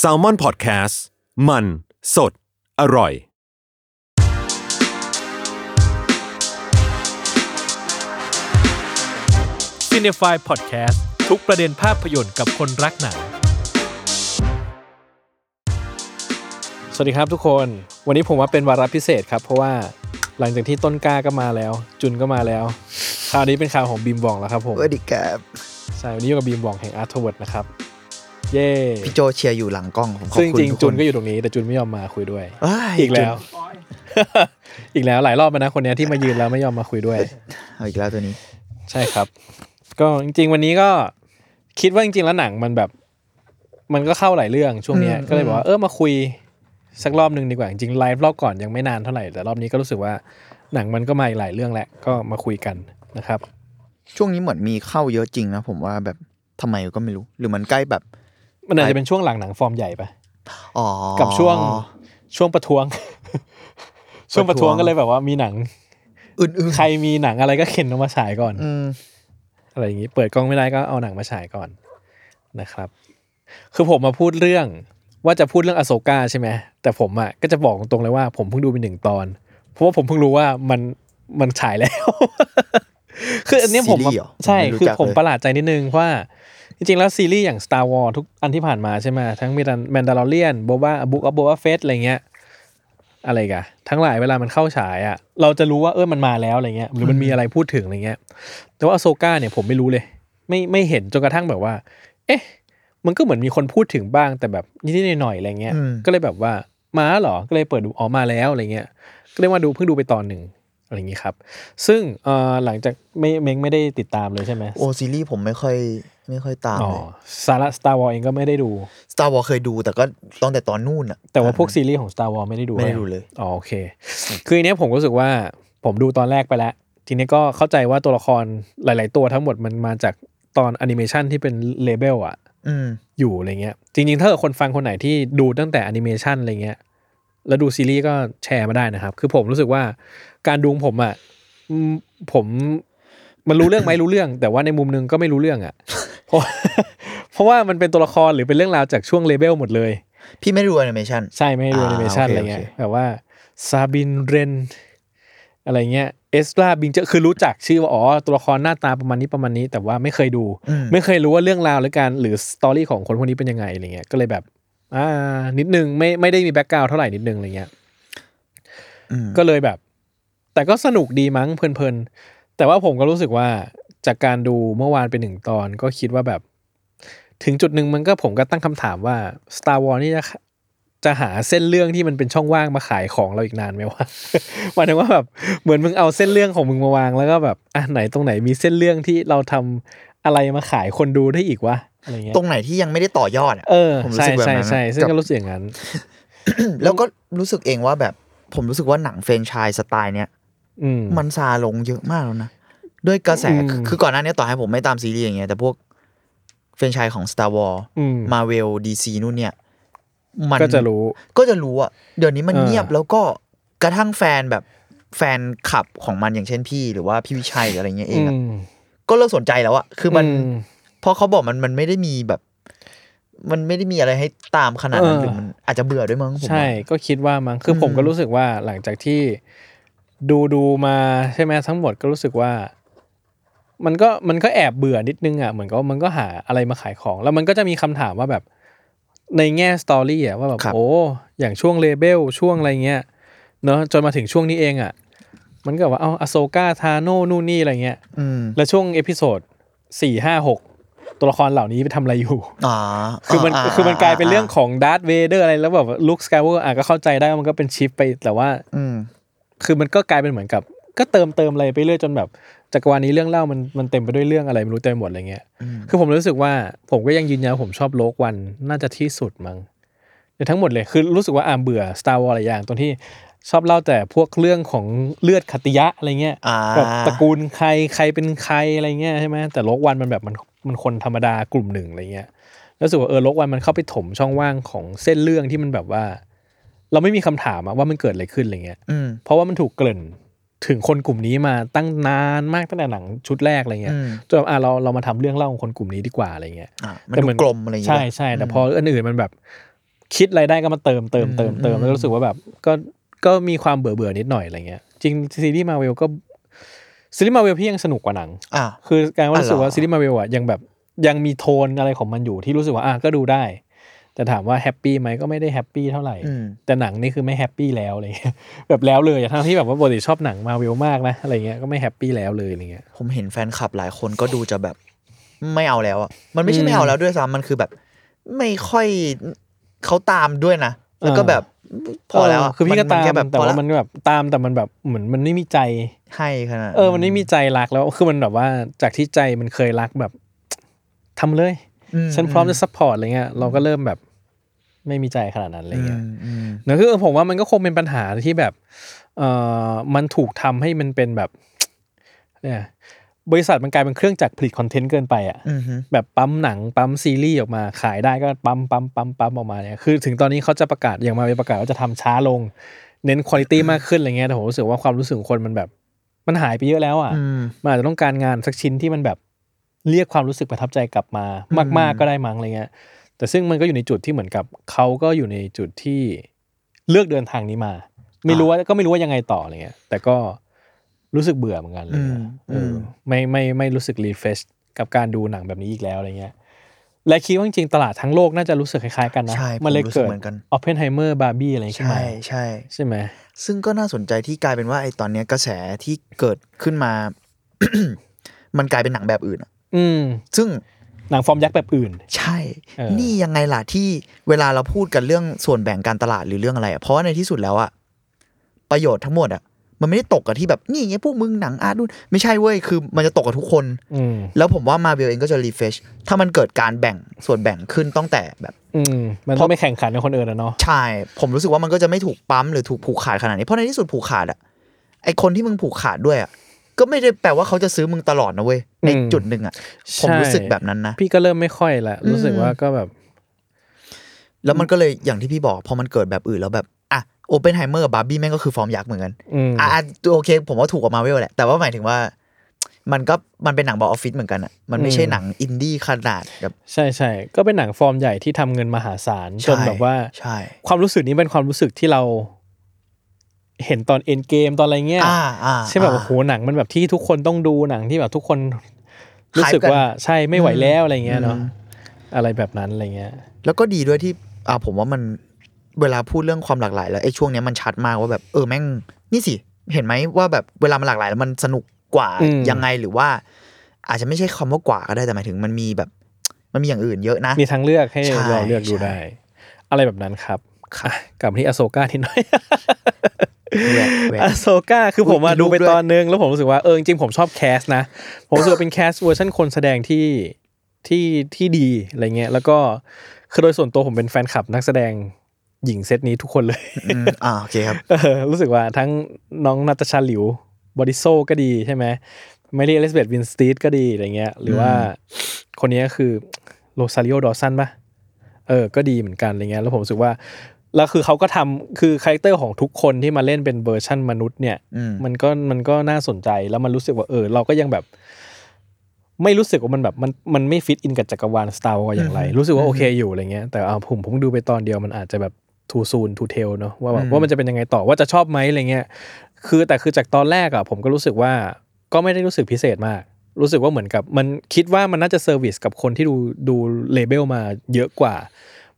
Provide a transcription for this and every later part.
s a l ม o n PODCAST มันสดอร่อย c i n e f y Podcast ทุกประเด็นภาพยนตร์กับคนรักหนัง สวัสดีครับทุกคน วันนี้ผมว่าเป็นวาระพิเศษครับ เพราะว่าหลังจากที่ต้นกล้าก็มาแล้ว จุนก็มาแล้ว คราวนี้เป็นข่าวของบีมบองแล้วครับผม สวัสดีครับ ใช่ วันนี้อยู่กับบีมบองแห่งอาร์ทเวิร์ดนะครับ เย่ พี่โจเชียร์อยู่หลังกล้องผมขอบ ซึ่ง คุณ จริง ทุ ๆจุนก็อยู่ตรงนี้ แต่จุนไม่ยอมมาคุยด้วย เย อีกแล้ว จุน อีกแล้วหลายรอบแล้วนะคนเนี้ยที่มายืนแล้วไม่ยอมมาคุยด้วย เอาอีกแล้วตัวนี้ ใช่ครับ ก็จริง ๆ วันนี้ก็คิดว่าจริง ๆ แล้วหนังมันแบบ มันก็เข้าหลายเรื่องช่วงเนี้ย อืม ก็เลยบอกว่าเออมาคุยสักรอบหนึ่งดีกว่า จริงๆไลฟ์รอบก่อนยังไม่นานเท่าไหร่แต่รอบนี้ก็รู้สึกว่าหนังมันก็มาอีกหลายเรื่องแหละก็มาคุยกันนะครับ ช่วงนี้เหมือนมีเข้าเยอะจริงนะผมว่าแบบทำไมก็ไม่รู้ หรือมันใกล้แบบ มันอาจจะเป็นช่วงหลังหนังฟอร์มใหญ่ปะ อ๋อ กับช่วง ช่วงประท้วง ช่วงประท้วง ประท้วง ก็เลยแบบว่ามีหนัง อื่น ใครมีหนังอะไรก็เข็นออกมาฉายก่อน ๆอืม อะไรอย่างนี้เปิดกล้องไม่ได้ก็เอาหนังมาฉายก่อนนะครับ คือผมมาพูดเรื่องว่าจะพูดเรื่องอโศกาใช่ไหมแต่ผมอ่ะก็จะบอกตรงๆเลยว่าผมเพิ่งดูไปหนึ่งตอน เพราะว่าผมเพิ่งรู้ว่ามันมันฉายแล้ว คืออันเนี้ยผม ซี อะ รีส์เหร ใช่ ไรู้ คือ จัก ผม เลย ประหลาดใจนิดนึงว่า จริงๆ แล้วซีรีส์อย่าง Star Wars ทุกอันที่ผ่านมาใช่ไหมทั้งมีดันแมนดาลอเรียนโบว่าบุ๊กออฟโบว่าเฟสอะไรเงี้ยอะไรอีกันทั้งหลายเวลามันเข้าฉายอ่ะเราจะรู้ว่าเออมันมาแล้วอะไรเงี้ยหรือมันมีอะไรพูดถึงอะไรเงี้ย แต่ว่าอโซกาเนี่ยผมไม่รู้เลย ไม่ไม่เห็นจนกระทั่งแบบว่า เอ๊ะ มันก็เหมือนมีคนพูดถึงบ้างแต่แบบนิดๆหน่อยๆอะไรเงี้ย อืม ก็เลยแบบว่ามาเหรอ ก็เลยเปิดดูอ๋อมาแล้วอะไรเงี้ย ก็เลยว่าดูเพิ่งดูไปตอนหนึ่งอะไรอย่างงี้ครับ ซึ่งเอ่อหลังจากไม่เม้งไม่ได้ติดตามเลยใช่ไหม โอซีรีส์ผมไม่ค่อยไม่ค่อยตาม อ๋อ เลย สาระ Star Wars เองก็ไม่ได้ดู Star Wars เคยดูแต่ก็ตอนแต่ตอนนู่นอะ แต่ว่าพวกซีรีส์ของ Star Wars ไม่ได้ดู ไม่ได้ ห ดูเลย อ๋อโอเค คืออันเนี้ยผมรู้สึกว่าผมดูตอนแรกไปแล้ว ทีเนี้ยก็เข้าใจว่าตัวละครหลาย ๆ ตัวทั้งหมดมันมาจากตอนแอนิเมชันที่เป็นเลเบลอะ อืม อยู่อะไรเงี้ยจริงๆ ถ้าเกิดคนฟังคนไหนที่ดูตั้งแต่แอนิเมชันอะไรเงี้ยแล้วดูซีรีส์ก็แชร์มาได้นะครับ คือผมรู้สึกว่าการดูของผมอ่ะอืมผมมันรู้เรื่องไหม รู้เรื่อง แต่ว่าในมุมหนึงก็ไม่รู้เรื่องอ่ะ เพราะ เพราะว่ามันเป็นตัวละครหรือเป็นเรื่องราวจากช่วงเลเบลหมดเลย พี่ไม่ดูแอนิเมชัน ใช่ไม่ให้ดูแอ อ่า นิเมชัน โออะเคไรเงี้ย โอเค แบบว่าซาบินเรนอะไรเงี้ยเอสราบิงเจอคือรู้จักชื่อว่าอ๋อตัวละครหน้าตาประมาณนี้ประมาณนี้ แต่ว่าไม่เคยดู อืม ไม่เคยรู้ว่าเรื่องราวหรือการหรือสตอรี่ของคนพวกนี้เป็นยังไงอะไรเงี้ยก็เลยแบบอ่านิดนึงไม่ไม่ได้มีแบ็กกราวเท่าไหร่นิดนึงอะไรเงี้ย อืม ก็เลยแบบ แต่ก็สนุกดีมั้งเพลินๆ แต่ว่าผมก็รู้สึกว่าจากการดูเมื่อวานเป็นหนึ่งตอนก็คิดว่าแบบ ถึงจุดหนึ่งมันก็ผมก็ตั้งคำถามว่า Star Wars นี่จะจะหาเส้นเรื่องที่มันเป็นช่องว่างมาขายของเราอีกนานไหมวะ หมายถึงว่าแบบเหมือนมึงเอาเส้นเรื่องของมึงมาวางแล้วก็แบบอ่ะไหนตรงไหนมีเส้นเรื่องที่เราทำอะไรมาขายคนดูได้อีกวะอะไรเงี้ย ตรงไหนที่ยังไม่ได้ต่อยอด อะ เออ ผมรู้ ใช่ สึกแบบ ใช่ นั้นนะ ใช่ซึ่ง กั ก็ บ รู้สึกอย่างนั้น แล้วก็รู้สึกเองว่าแบบผมรู้สึกว่าหนังเฟรนไชายสไตล์เนี้ย อืม มันซาลงเยอะมากแล้วนะ ด้วยกระแส อืม คือก่อนหน้านี้ต่อให้ผมไม่ตามซีรีส์อย่างเงี้ยแต่พวกแฟรนไชายของ Star Wars อืม Marvel DC นู่นเนี่ย มัน ก็จะรู้ ก็จะรู้อะเดี๋ยวนี้มัน เออ เงียบแล้วก็กระทั่งแฟนแบบแฟนขับของมันอย่างเช่นพี่ หรือว่าพี่วิชัยหรืออะไรเงี้ยเอ อื งอะ ม ก็เลิกสนใจแล้วอะคือมัน ม เพราะเขาบอกมันมันไม่ได้มีแบบ มันไม่ได้มีอะไรให้ตามขนาดนั้น เออ หรือมันอาจจะเบื่อด้วยมั้งผมว่า ใช่ก็คิดว่ามั้งคืออ ม ผมก็รู้สึกว่าหลังจากที่ดูดูมาใช่ไหมทั้งหมดก็รู้สึกว่า มันก็มันก็แอบเบื่อนิดนึงอ่ะเหมือนก็มันก็หาอะไรมาขายของ แล้วมันก็จะมีคำถามว่าแบบในแง่สตอรี่อ่ะว่าแบบ ครับ โอ้อย่างช่วงเลเบลช่วงอะไรเงี้ยเนาะจนมาถึงช่วงนี้เองอ่ะ มันก็แบบว่าเอาอโซกาทาโน่นู่นนี่อะไรเงี้ย อืม แล้วช่วงเอพิโซดสี่ห้าหกตัวละครเหล่านี้ไปทำอะไรอยู่ อ่า คือมัน า คือมันกลายเป็นเรื่อง า ของดาร์ธเวเดอร์อะไรแล้วแบบลุคสกายว่าอ่ะก็เข้าใจได้ว่ามันก็เป็นชิปไปแต่ว่า อืม คือมันก็กลายเป็นเหมือนกับ ก็เติมเติมอะไรไปเรื่อยจนแบบจักรวาลนี้เรื่องเล่ามันมันเต็มไปด้วยเรื่องอะไรไม่รู้เต็มไปหมดอะไรเงี้ย อืม คือผมรู้สึกว่าผมก็ยังยืนยันว่าผมชอบโลกวันน่าจะที่สุดมั้งในทั้งหมดเลยคือรู้สึกว่าอ่าเบื่อ Star Wars หลายอย่างตรงที่ชอบเล่าแต่พวกเรื่องของเลือดขัตติยะอะไรเงี้ย อ่า แบบตระกูลใครใครเป็นใครอะไรเงี้ยใช่ไหมแต่โลกวันมันแบบมันมันคนธรรมดากลุ่มหนึ่งอะไรเงี้ยแล้วรู้สึกว่าเออโลกวันมันเข้าไปถมช่องว่างของเส้นเรื่องที่มันแบบว่า เราไม่มีคำถามอะว่ามันเกิดอะไรขึ้นอะไรเงี้ย อืม เพราะว่ามันถูกเกริ่น ถึงคนกลุ่มนี้มาตั้งนานมากตั้งแต่หนังชุดแรกอะไรเงี้ย อืม จนแบบอ่ะเราเรามาทำเรื่องเล่าของคนกลุ่มนี้ดีกว่าอะไรเงี้ย อ่ะมัน แต่ ดู เหมือน กลมอะไรอย่าง ใช่ เงี้ย ใช่แต่พออันอื่นมันแบบ คิดรายได้ก็มาเติมเติมเติมเติม อืม แล้วรู้สึกว่าแบบก็ก็มีความเบื่อเบื่อนิดหน่อยอะไรเงี้ย จริงซีรีส์มาเวลก็ซีรีส์มาเวลพี่ยังสนุกกว่าหนัง อ่ะ คือการว่า อ่ะ รู้สึกว่า เหรอ ซีรีส์มาเวลอะยังแบบยังมีโทนอะไรของมันอยู่ที่รู้สึกว่าอ่ะก็ดูได้ แต่ถามว่าแฮปปี้ไหมก็ไม่ได้แฮปปี้เท่าไหร่ อืม แต่หนังนี่คือไม่แฮปปี้แล้วอะไรเงี้ย แบบแล้วเลยอะทั้งที่แบบว่าปกติชอบหนังมาเวลมากนะอะไรเงี้ยก็ไม่แฮปปี้แล้วเลยอะไรเงี้ย ผมเห็นแฟนคลับหลายคนก็ดูจะแบบไม่เอาแล้วอ่ะ มันไม่ใช่ อืม ไม่เอาแล้วด้วยซ้ำมันคือแบบ ไม่ค่อยเขาตามด้วยนะ แล้วก็ อ่า แบบพอแล้วะ เคือพี่ก็ น ตาม นค่แบบ แต่ พอ ว่า ละ มันแบบตามแต่มันแบบเหมือนมันไม่มีใจ ให้ขนาด เออ มันไม่มีใจรักแล้ว คือมันแบบว่าจากที่ใจมันเคยรักแบบ ทำเลย ฉันพร้อมจะซัพพอร์ตอะไรเงี้ย เราก็เริ่มแบบ ไม่มีใจขนาดนั้นอะไรเงี้ย มอืม เนอะคือผมว่ามันก็คงเป็นปัญหาที่แบบ เออมันถูกทำให้มันเป็นแบบ เนี่ย บริษัทมันกลายเป็นเครื่องจักรผลิตคอนเทนต์เกินไปอะ อืมอืม แบบปั๊มหนังปั๊มซีรีส์ออกมาขายได้ก็ปั๊มปั๊มปั๊มปั๊มออกมาเนี่ยคือถึงตอนนี้เขาจะประกาศอย่างมาเป็นประกาศว่าจะทำช้าลง เน้นคุณ i t y มากขึ้นอะไรเงี้ยแต่ผมรู้สึกว่าความรู้สึกของคนมันแบบ มันหายไปเยอะแล้วอ่ะ อืม มันอาจจะต้องการงานสักชิ้นที่มันแบบเรียกความรู้สึกประทับใจกลับมามาก ๆก็ได้มั้งอะไรเงี้ยแต่ซึ่งมันก็อยู่ในจุดที่เหมือนกับเขาก็อยู่ในจุดที่เลือกเดินทางนี้มา ไม่รู้ว่าก็ไม่รู้ว่ายังไงต่ออะไรเงี้ยแต่ก็รู้สึกเบื่อเหมือนกันอะไรเลย อืม เอออ ม ไม่ไม่ไม่รู้สึกรีเฟชกับการดูหนังแบบนี้อีกแล้วอะไรเงี้ย และคิดว่าจริงๆตลาดทั้งโลกน่าจะรู้สึกคล้ายๆกันนะ ใช่ มันเลย ผมรู้สึก เกิด เหมือนกัน ออปเพนไฮเมอร์บาร์บี้อะไรขึ้น ใช่ มา ใช่ ใช่ไหม ซึ่งก็น่าสนใจที่กลายเป็นว่าไอ้ตอนเนี้ยกระแสที่เกิดขึ้นมา มันกลายเป็นหนังแบบอื่นอะ อืม ซึ่ง หนังฟอร์มยักษ์แบบอื่น ใช่ เออ นี่ยังไงล่ะที่เวลาเราพูดกันเรื่องส่วนแบ่งการตลาดหรือเรื่องอะไรอะเพราะว่าในที่สุดแล้วอะประโยชน์ทั้งหมดอะมันไม่ได้ตกกับที่แบบนี่ไงพวกมึงหนังอาร์ตนู่นไม่ใช่เว้ยคือ มันจะตกกับทุกคน อืม แล้วผมว่ามาเวลเองก็จะรีเฟชถ้ามันเกิดการแบ่งส่วนแบ่งขึ้นตั้งแต่แบบ อืม มันต้องไม่แข่งขันกับคนอื่นนะเนาะ ใช่ ผมรู้สึกว่ามันก็จะไม่ถูกปั๊มหรือถูกผูกขาดขนาดนี้ เพราะในที่สุดผูกขาดอะไอคนที่มึงผูกขาดด้วยอะก็ไม่ได้แปลว่าเขาจะซื้อมึงตลอดนะเว้ยในจุดหนึ่งอะผมรู้สึกแบบนั้นนะ พี่ก็เริ่มไม่ค่อยละรู้สึกว่าก็แบบ แล้วมันก็เลยอย่างที่พี่บอกพอมันเกิดแบบอื่นแล้วแบบ อ่ะโอเปนไฮเมอร์บาร์บี้แม่งก็คือฟอร์มยักษ์เหมือนกัน อืม อ่ะอ่ะโอเค ผมว่าถูกกว่ามาเวลแหละ แต่ว่าหมายถึงว่า มันก็มันเป็นหนังบอออฟฟิศเหมือนกันอ่ะมันไม่ใช่หนังอินดี้ขนาดแบบ ใช่ใช่ก็เป็นหนังฟอร์มใหญ่ที่ทำเงินมหาศาลจน ใช่ แบบว่า ใช่ ความรู้สึกนี้เป็นความรู้สึกที่เรา เห็นตอนเอ็นเกมตอนอะไรเงี้ย อ่าอ่า ใช่แบบโอ้โหหนังมันแบบที่ทุกคนต้องดูหนังที่แบบทุกคนรู้สึก ขายกัน ว่าใช่ไม่ไหวแล้วอะไรเงี้ย อืม เนาะอะไรแบบนั้นอะไรเงี้ย แล้วก็ดีด้วยที่อ่าผมว่ามันเวลาพูดเรื่องความหลากหลาย แล้วไอ้ช่วงเนี้ยมันชัดมากว่าแบบเออแม่งนี่สิเห็นไหมว่าแบบเวลามันหลากหลายแล้วมันสนุกกว่า อืม ยังไงหรือว่า อาจจะไม่ใช่คำว่ากว่าก็ได้แต่หมายถึงมันมีแบบ มันมีอย่างอื่นเยอะนะ มีทางเลือกให้ ใช่ เราเลือกดู ใช่ ได้ อะไรแบบนั้นครับอ่ะกลับมาที่อโซกาทีน้อย แหวกแหวก อโซกาคือผมมา อุ๊ย ดูไป รูปด้วย ตอนนึง แล้วผมรู้สึกว่าเออจริงๆผมชอบแคสนะ ผมรู้สึกว่าเป็นแคสเวอร์ชันคนแสดงที่ที่ที่ดีอะไรเงี้ยแล้วก็คือโดยส่วนตัวผมเป็นแฟนคลับนักแสดงหญิงเซตนี้ทุกคนเลย อืมอ่าโอเคครับ เออ รู้สึกว่าทั้งน้องนาตาชาหลิวบอดิโซก็ดีใช่ไหมแมรี่เอลิซาเบธวินสตีดก็ดีอะไรเงี้ย หรือว่าคนนี้คือโรซาริโอดอสันปะเออ ก็ดีเหมือนกันอะไรเงี้ย แล้วผมรู้สึกว่า แล้วคือเขาก็ทำคือคาแรคเตอร์ของทุกคนที่มาเล่นเป็นเวอร์ชั่นมนุษย์เนี่ย อืม มันก็มันก็น่าสนใจแล้วมันรู้สึกว่าเออ เราก็ยังแบบ ไม่รู้สึกว่ามันแบบมันมันไม่ฟิตอินกับจักรวาลสตาร์วออย่างไร รู้สึกว่าโอเคอยู่อะไรเงี้ยแต่เอาผมผมดูไปตอนเดียวมันอาจจะแบบทูซูนทูเทลเนอะว่าแบบ อืม ว่ามันจะเป็นยังไงต่อว่าจะชอบไหมอะไรเงี้ยคือแต่คือจากตอนแรกอะผมก็รู้สึกว่าก็ไม่ได้รู้สึกพิเศษมาก รู้สึกว่าเหมือนกับ มันคิดว่ามันน่าจะเซอร์วิสกับคนที่ดูดูเลเบลมาเยอะกว่า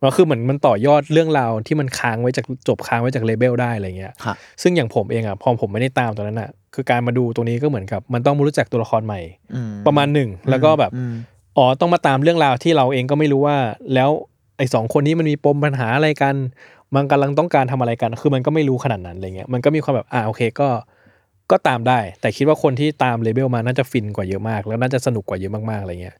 มันคือเหมือนมันต่อยอดเรื่องราวที่มันค้างไว้จากจบค้างไว้จากเลเบลได้อะไรเงี้ย ค่ะ ซึ่งอย่างผมเองอ่ะพอผมไม่ได้ตามตอนนั้นอ่ะ คือการมาดูตรงนี้ก็เหมือนกับ มันต้องมารู้จักตัวละครใหม่ อืม ประมาณหนึ่ง แล้วก็แบบ อืม อ๋อต้องมาตามเรื่องราวที่เราเองก็ไม่รู้ว่า แล้วไอ้สองคนนี้มันมีปมปัญหาอะไรกัน มันกำลังต้องการทำอะไรกัน คือมันก็ไม่รู้ขนาดนั้นอะไรเงี้ยมันก็มีความแบบอ่าโอเคก็ก็ตามได้ แต่คิดว่าคนที่ตามเลเบลมาน่าจะฟินกว่าเยอะมาก แล้วน่าจะสนุกกว่าเยอะมากๆอะไรเงี้ย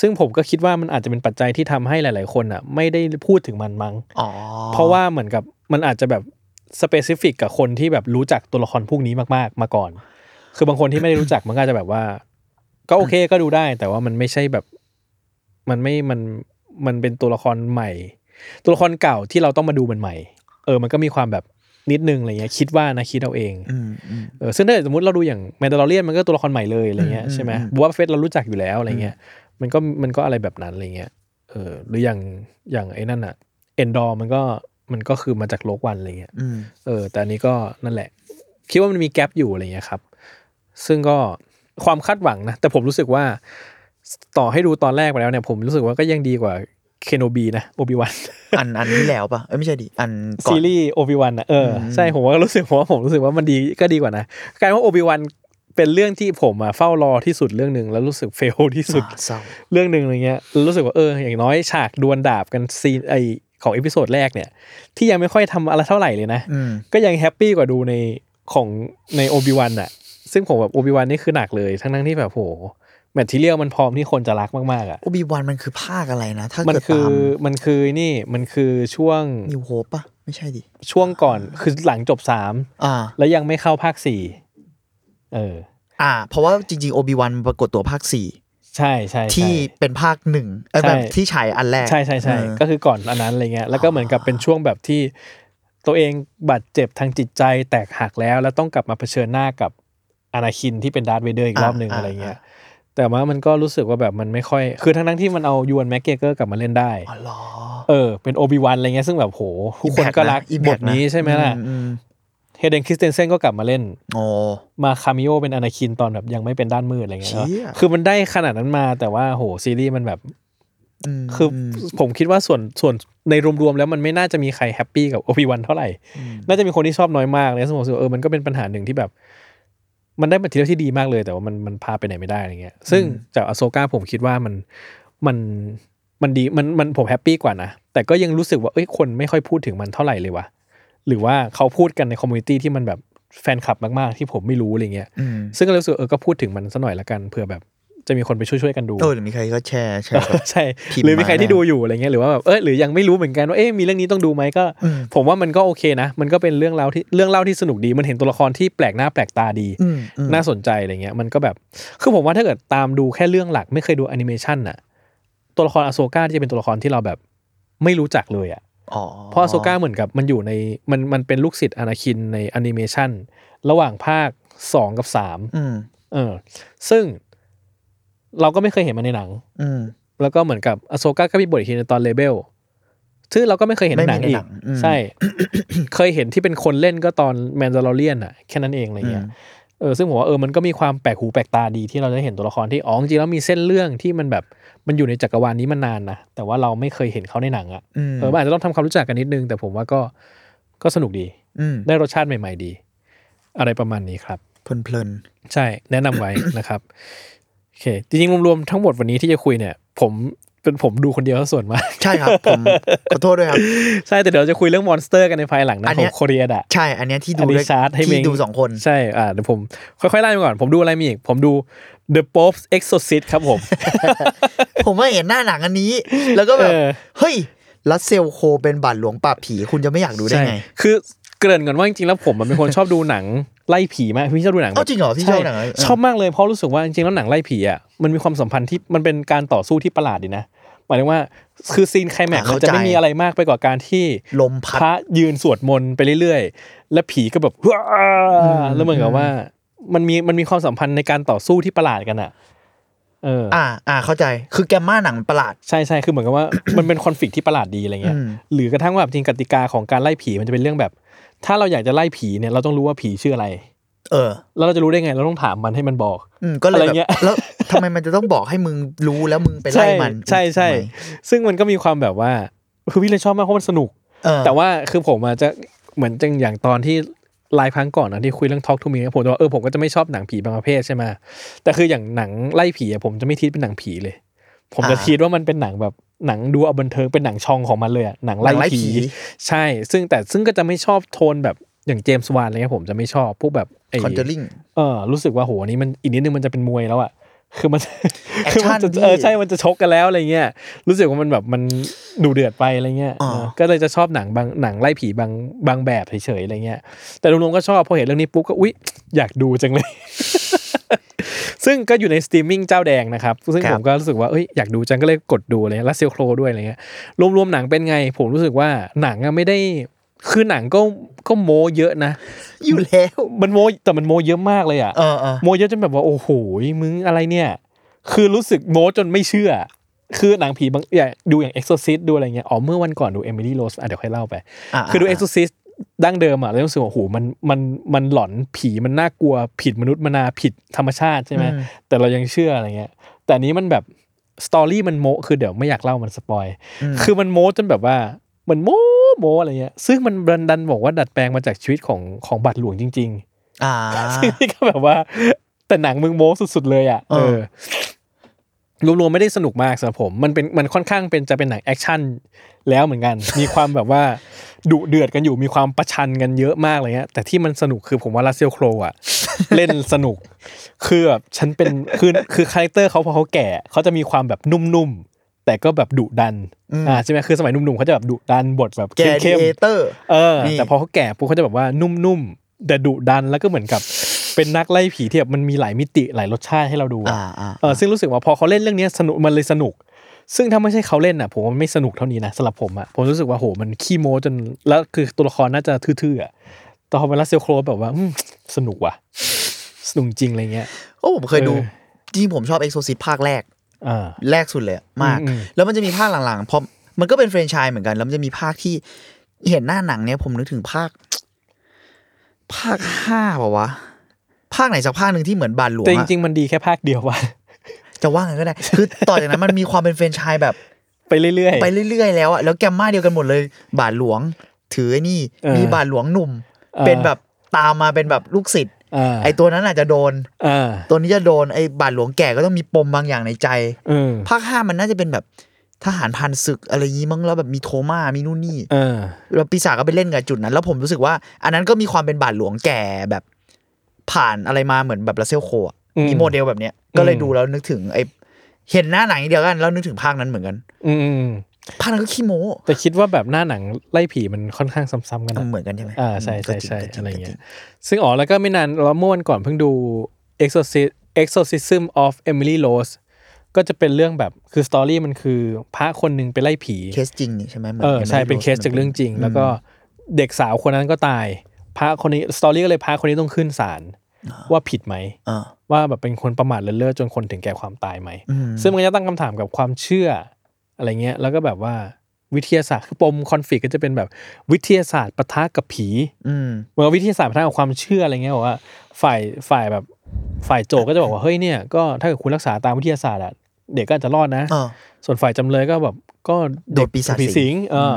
ซึ่งผมก็คิดว่ามันอาจจะเป็นปัจจัยที่ทำให้หลาย ๆ คนอ่ะ ไม่ได้พูดถึงมันมั้ง อ๋อ เพราะว่าเหมือนกับมันอาจจะแบบสเปซิฟิกกับคนที่แบบรู้จักตัวละครพวกนี้มากๆ มาก่อน คือบางคนที่ไม่ได้รู้จัก มันก็อาจจะแบบว่า ก็โอเคก็ดูได้ แต่ว่ามันไม่ใช่แบบมันไม่มันมันเป็นตัวละครใหม่ ตัวละครเก่าที่เราต้องมาดูมันใหม่ เออ มันก็มีความแบบ นิดนึงอะไรเงี้ยคิดว่านะคิดเอาเอง อืมอืม เออซึ่งถ้าเกิดสมมติเราดูอย่างแมนดาลเรียนมันก็ตัวละครใหม่เลยอะไรเงี้ย อืม ใช่ไหม อืม บัวเฟสเรารู้จักอยู่แล้วอะไรเงี้ยมันก็มันก็อะไรแบบนั้นอะไรเงี้ยเออหรืออย่างอย่างไอ้นั่นอะเอนดอร์มันก็มันก็คือมาจากโลกวันอะไรเงี้ย อืม เออแต่อันนี้ก็นั่นแหละ คิดว่ามันมีแกลบอยู่อะไรเงี้ยครับ ซึ่งก็ความคาดหวังนะ แต่ผมรู้สึกว่าต่อให้ดูตอนแรกไปแล้วเนี่ย ผมรู้สึกว่าก็ยังดีกว่าเคนโนบีนะโอบิวัน อันอันนี้แล้วปะเอ้ยไม่ใช่ดิอันก่อ ซี น รีส์โอบิวันอ่ะเอออ ม ใช่ผมว่ารู้สึกผมว่าผมรู้สึกว่ามันดีก็ดีกว่านะกลายเป็นว่าโอบิวันเป็นเรื่องที่ผมอ่ะเฝ้ารอที่สุดเรื่องหนึ่งแล้วรู้สึกเฟลที่สุด อ่าเศร้า เรื่องหนึ่งอะไรเงี้ยรู้สึกว่าเอออย่างน้อยฉากดวลดาบกันซีนไอของเอพิโซดแรกเนี่ย ที่ยังไม่ค่อยทำอะไรเท่าไหร่เลยนะ อืม ก็ยังแฮปปี้กว่าดูในของในโอบิวันอะซึ่งผมแบบโอบิวันนี่คือหนักเลย ทั้งทั้งๆที่แบบโหแมททีเรียลมันพร้อมที่คนจะรักมากๆอะ โอบีวันมันคือภาคอะไรนะ ถ้า มัน เกิด คื ตา อ ม มันคือนี่มันคือช่วง นิวโฮปปะไม่ใช่ดิ ช่วงก่อนคือหลังจบสาม อ่า แล้วยังไม่เข้าภาคสี่เออ อ่า เพราะว่าจริงๆโอบีวันปรากฏตัวภาคสี่ ใช่ใช่ใช่ ที่เป็นภาคหนึ่งเอ้ย ใช่ แบบที่ฉายอันแรก ใช่ใช่ใช่ เออ ก็คือก่อนอันนั้นอะไรเงี้ยแล้วก็เหมือนกับเป็นช่วงแบบที่ตัวเองบาดเจ็บทางจิตใจแตกหักแล้ว แล้วต้องกลับมาเผชิญหน้ากับอนาคินที่เป็นดาร์ธเวเดอร์อีกรอบหนึ่งอะไรเงี้ยแต่ว่ามันก็รู้สึกว่าแบบมันไม่ค่อย คือทั้งทั้งๆที่มันเอายวนแม็กเกเกอร์กลับมาเล่นได้ อ๋อเหรอ เออ เป็นโอบิวันอะไรเงี้ยซึ่งแบบโหทุกคนก็รัก อิม บ แพ ท กะ นี้ใช่ไหมล่ะ อือืม เฮเดนคริสเตนเซนก็กลับมาเล่น อ๋อ มาคามิโอเป็นอนาคินตอนแบบยังไม่เป็นด้านมืดอะไรเงี้ย เชี่ย คือมันได้ขนาดนั้นมาแต่ว่าโหซีรีส์มันแบบ ม คืออ ม ผมคิดว่าส่วนส่วนในรวมๆแล้วมันไม่น่าจะมีใครแฮปปี้กับโอ i วันเท่าไหร่ น่าจะมีคนที่ชอบน้อยมากเลยสมมติว่าเออมันก็เป็นปัญหาหนึ่งที่แบบ มันได้มาทีเดียวที่ดีมากเลย แต่ว่ามันมันพาไปไหนไม่ได้อะไรเงี้ย ซึ่งจากอโซกาผมคิดว่ามันมันมันดีมันมันผมแฮปปี้กว่านะ แต่ก็ยังรู้สึกว่าเอ้ยคนไม่ค่อยพูดถึงมันเท่าไหร่เลยว่ะหรือว่าเขาพูดกันในคอมมูนิตี้ที่มันแบบแฟนคลับมากๆ ที่ผมไม่รู้อะไรเงี้ย อืม ซึ่งก็เลยรู้สึกเออก็พูดถึงมันสัหน่อยละกันเผื่อแบบจะมีคนไปช่วยๆกันดู เออหรือมีใครก็แชร์แชร์แบบ ใช่ พิมพ์ หรือมีใคร มา ที่ แน่ ดูอยู่อะไรเงี้ยหรือว่าแบบเออหรือยังไม่รู้เหมือนกันว่าเอ๊ะมีเรื่องนี้ต้องดูไหมก็ อืม ผมว่ามันก็โอเคนะ มันก็เป็นเรื่องเล่าที่เรื่องเล่าที่สนุกดี มันเห็นตัวละครที่แปลกหน้าแปลกตาดี อืมอืม น่าสนใจอะไรเงี้ยมันก็แบบคือผมว่าถ้าเกิดตามดูแค่เรื่องหลักไม่เคยดูแอนิเมชันน่ะตัวละครอโซกาจะเป็นตัวละครที่เราแบบไม่รู้จักเลยอ่ะ อ๋อ เพราะอโซกาเหมือนกับมันอยู่ในมันมันเป็นลูกศิษย์อนาคินในแอนิเมชันระหว่างภาคสองกับสาม อืม เออซึ่งเราก็ไม่เคยเห็นมันในหนัง อืม แล้วก็เหมือนกับอโซกาก็มีบทอีกทีในตอนเลเบลซึ่งเราก็ไม่เคยเห็นในหนัง ไม่มีอีในหนั ก งอืม ใช่ เคยเห็นที่เป็นคนเล่นก็ตอนแมน d า l เรียนอะแค่นั้นเองอะไรเงี้ย เออซึ่งผมว่าเออมันก็มีความแปลกหูแปลกตาดีที่เราจะเห็นตัวละครที่อ๋อจริงๆแล้วมีเส้นเรื่องที่มันแบบมันอยู่ในจักรวาลนี้มานานนะ แต่ว่าเราไม่เคยเห็นเขาในหนังอะ อืม เออมันอาจจะต้องทำความรู้จักกันนิดนึง แต่ผมว่าก็ก็สนุกดี อืม ได้รสชาติใหม่ ๆดี อะไรประมาณนี้ครับ เพลิน ใช่แนะนำไว้ นะครับโอเคจริงๆรวมๆทั้งหมดวันนี้ที่จะคุยเนี่ย ผมเป็นผมดูคนเดียวซะส่วนมาก ๆใช่ครับ ผม ขอโทษด้วยครับ ใช่แต่เดี๋ยวจะคุยเรื่องมอนสเตอร์กันในภายหลังนะ อัน ข เนี้ อง ย โคเรียดะ ใช่ อันเนี้ยที่ดู อันนี้ ด้วย ชาร์จให้เมง ที่ดูสองคน ใช่อ่าเดี๋ยวผมค่อยๆไล่ไปก่อนผมดูอะไรมีอีก ผมดู The Pope's Exorcist ครับผม ผมว่าเห็นหน้าหนังอันนี้ แล้วก็แบบ เออ เฮ้ย รัสเซลโคเป็นบาทหลวงปราบผี คุณจะไม่อยากดูได้ ใช่ ไง คือเกริ่นก่อนว่าจริงๆแล้วผมมันเป็นคนชอบดูหนังไล่ผีมากพี่ชอบดูหนัง เอ้าจริงเหรอพี่ชอบหนังไล่ ใช่ เออ ชอบมากเลยเพราะรู้สึกว่าจริงๆแล้วหนังไล่ผีอ่ะมันมีความสัมพันธ์ที่มันเป็นการต่อสู้ที่ประหลาดดีนะหมายถึงว่าคือซีนไคลแม็กซ์มันจะไม่มีอะไรมากไปกว่าการที่ ลม พ พัด ระยืนสวดมนต์ไปเรื่อยๆ และผีก็แบบว้าวแล้วเหมือนกับว่า มันมีมันมีความสัมพันธ์ในการต่อสู้ที่ประหลาดกันอ่ะ เอออ อ่า อ่า เข้าใจ คือแกมมาหนังมันประหลาด ใช่ใช่คือเหมือนกับว่า มันเป็นคอนฟ lict ที่ประหลาดดีอะไรเงี้ย อืม หรือกระทั่งว่าแบบจริงกติกาของการไล่ผีมันจะเป็นเรื่องแบบ ถ้าเราอยากจะไล่ผีเนี่ยเราต้องรู้ว่าผีชื่ออะไร เออ แล้วเราจะรู้ได้ไง เราต้องถามมันให้มันบอก อืม ก็เลย อะไร แบบ เงี้ย แล้วทำไมมันจะต้องบอกให้มึงรู้แล้วมึงไปไล่มัน ใช่ใช่ ทำไม ซึ่งมันก็มีความแบบว่าคือวิเลยชอบมากเพราะมันสนุก เออ แต่ว่าคือผมอาจจะเหมือนจังอย่างตอนที่ไลฟ์ครั้งก่อนนะที่คุยเรื่องท็อกทูมีผมจะว่าเออผมก็จะไม่ชอบหนังผีบางประเภทใช่ไหมแต่คืออย่างหนังไล่ผีอะผมจะไม่ทิดเป็นหนังผีเลย ผมจะทิดว่ามันเป็นหนังแบบหนังดูเอาบันเทิงเป็นหนังชองของมันเลยอะหนัง หนัง ไล่ ไล่ ผี ผี ใช่ ซึ่งแต่ซึ่งก็จะไม่ชอบโทนแบบอย่างเจมส์วานอะไรเงี้ยผมจะไม่ชอบพวกแบบไอ้ คอนเจอริง เออรู้สึกว่าโหอันนี้มันอีกนิดนึงมันจะเป็นมวยแล้วอะ คือมัน Action คือมันจะ พี่ เออใช่มันจะชกกันแล้วอะไรเงี้ยรู้สึกว่ามันแบบมันดูเดือดไปอะไรเงี้ย อ่า เออก็เลยจะชอบหนังบางหนังไล่ผีบางบางแบบเฉยๆอะไรเงี้ย แต่รวมๆก็ชอบพอเห็นเรื่องนี้ปุ๊บก็อุ๊ย อยากดูจังเลย ซึ่งก็อยู่ในสตรีมมิ่งเจ้าแดงนะครับ ซึ่ง ครับ ผมก็รู้สึกว่าเอ้ยอยากดูจังก็เลยกดดูเลยแล้วเซลโครด้วยอะไรเงี้ยรวมๆหนังเป็นไง ผมรู้สึกว่าหนังอะไม่ได้ คือหนังก็ก็โมเยอะนะ อยู่แล้ว มันโมแต่มันโมเยอะมากเลยอ่ะ เออเออ โมเยอะจนแบบว่าโอ้โหมึงอะไรเนี่ย คือรู้สึกโมจนไม่เชื่อ คือหนังผีบางอย่างดูอย่าง exorcist ดูอะไรเงี้ยอ๋อเมื่อวันก่อนดู Emily Rose อ่ะเดี๋ยวค่อยเล่าไป ะ คือดู ะ exorcist ดั้งเดิมอ่ะแล้วรู้สึกว่าโอ้โหมันมันมันหลอนผีมันน่ากลัวผิดมนุษย์มนาผิดธรรมชาติใช่ไหม อืม แต่เรายังเชื่ออะไรเงี้ย แต่อันนี้มันแบบสตอรี่มันโมคือเดี๋ยวไม่อยากเล่ามันสปอย อืม คือมันโม้จนแบบว่ามันโม้โม้อะไรเงี้ย ซึ่งมันดันดันบอกว่าดัดแปลงมาจากชีวิตของของบัตรหลวงจริง อ่า ๆ ซึ่งนี่ก็แบบว่า แต่หนังมึงโม้สุดๆเลยอ่ะ เอ เอ อ อรวมๆไม่ได้สนุกมากสำหรับผมมันเป็นมันค่อนข้างเป็นจะเป็นหนังแอคชั่นแล้วเหมือนกัน มีความแบบว่าดุเดือดกันอยู่มีความประชันกันเยอะมากอะไรเงี้ยแต่ที่มันสนุกคือผมว่าลาเซลโคร อ่ะ เล่นสนุก คือแบบฉันเป็นคือคือคาแรคเตอร์เขาพอเขาแก่เขาจะมีความแบบนุ่มๆแต่ก็แบบดุดัน อืม อ่าใช่ไหมคือสมัยหนุ่มๆเขาจะแบบดุดันบทแบบ แกดี เข้ม เอเตอร์ ๆเออ นี่ แต่พอเขาแก่ปุ๊บเขาจะแบบว่านุ่มๆแต่ดุดันแล้วก็เหมือนกับ เป็นนักไล่ผีที่แบบมันมีหลายมิติหลายรสชาติให้เราดู อ่า อะ อ่า เออซึ่งรู้สึกว่าพอเขาเล่นเรื่องเนี้ยสนุกมันเลยสนุก ซึ่งถ้าไม่ใช่เขาเล่นอ่ะผมว่ามันไม่สนุกเท่านี้นะสำหรับผมอ่ะผมรู้สึกว่าโหมันขี้โม้จนแล้วคือตัวละครน่าจะทื่อๆอ่ะแต่พอเป็นรัสเซลโครว์แบบว่าอืมสนุกว่ะสนุกจริงอะไรเงี้ย โอ้ผมเคยดู เออ จริงๆผมชอบเอ็กโซซิตภาคแรก อ่า แรกสุดเลยอะมาก อืมอืม แล้วมันจะมีภาคหลังๆเพราะมันก็เป็นแฟรนไชส์เหมือนกัน แล้วมันจะมีภาคที่เห็นหน้าหนังเนี่ยผมนึกถึงภาค ภาคห้าเปล่าวะ ภาคไหนสักภาคหนึ่งที่เหมือนบานหลวง แต่จ อะ ริงๆมันดีแค่ภาคเดียวว่ะ จะว่าไงก็ได้ คือต่อจากนั้นมันมีความเป็นแฟรนไชส์แบบ ไปเรื่อย ไปเรื่อยๆแล้วอะแล้วแกมมาเดียวกันหมดเลย บาทหลวง ถือไอ้นี่ เออ มีบาทหลวงหนุ่ม เออ เป็นแบบตามมาเป็นแบบลูกศิษย์ ๆอ่า ไอ้ตัวนั้นอาจจะโดน อ่า ตัวนี้จะโดนไอ้บาทหลวงแก่ก็ต้องมีปมบางอย่างในใจ เออ ภาคห้ามันน่าจะเป็นแบบทหารพันศึกอะไรงี้มั้งแล้วแบบมีโทมามีนู่นนี่ เออ แล้วปีศาจก็ไปเล่นกับจุดนั้น แล้วผมรู้สึกว่า อันนั้นก็มีความเป็นบาทหลวงแก่แบบ ผ่านอะไรมาเหมือนแบบลาเซลโคอะ อืม มีโมเดลแบบเนี้ยก็เลย อืม ดูแล้วนึกถึงไอ้เห็นหน้าหนังอย่างเดียวกันแล้วนึกถึงภาคนั้นเหมือนกัน อืมอืม ภาคนั้นก็ขี้โม้ แต่คิดว่าแบบหน้าหนังไล่ผีมันค่อนข้างซ้ำๆกันนะ เหมือนกันใช่ไหม อ่าใช่ ก็ ใช่ จริง ใช่ ก็จง อะไร ก็จ เงี้ยงซึ่งอ๋อแล้วก็ไม่นานเราเมื่อวันก่อนเพิ่งดู Exorcist Exorcism of Emily Rose ก็จะเป็นเรื่องแบบคือสตอรี่มันคือพระคนหนึ่งไปไล่ผี เคสจริงนี่ใช่ไหมหมืน เออใช่ ยังไม่ได้ เป็นเคสจากเรื่องจริง ม แล้วก็เด็กสาวคนนั้นก็ตาย พระคนนี้สตอรี่ก็เลยพระคนนี้ต้องขึ้นศาลว่าผิดไหม เออ ว่าแบบเป็นคนประมาทเลินเล่อจนคนถึงแก่ความตายไหม อืม ซึ่งมันก็จะตั้งคำถามกับความเชื่ออะไรเงี้ย แล้วก็แบบว่าวิทยาศาสตร์คือปมคอนฟ lict ก็จะเป็นแบบวิทยาศาสตร์ปะทะกับผี อืม เหมื่อนวิทยาศาสตร์ปะทะกับความเชื่ออะไรเงี้ยบอกว่าฝ่ายฝ่ายแบบฝ่ายโจทย์ก็จะบอกว่าเฮ้ยเนี่ยก็ถ้าเกิดคุณรักษาตามวิทยาศาสตร์อะเด็กก็อาจจะรอดนะ เออ ส่วนฝ่ายจำเลยก็แบบก็ โดนปีศาจสิง สิงเอออ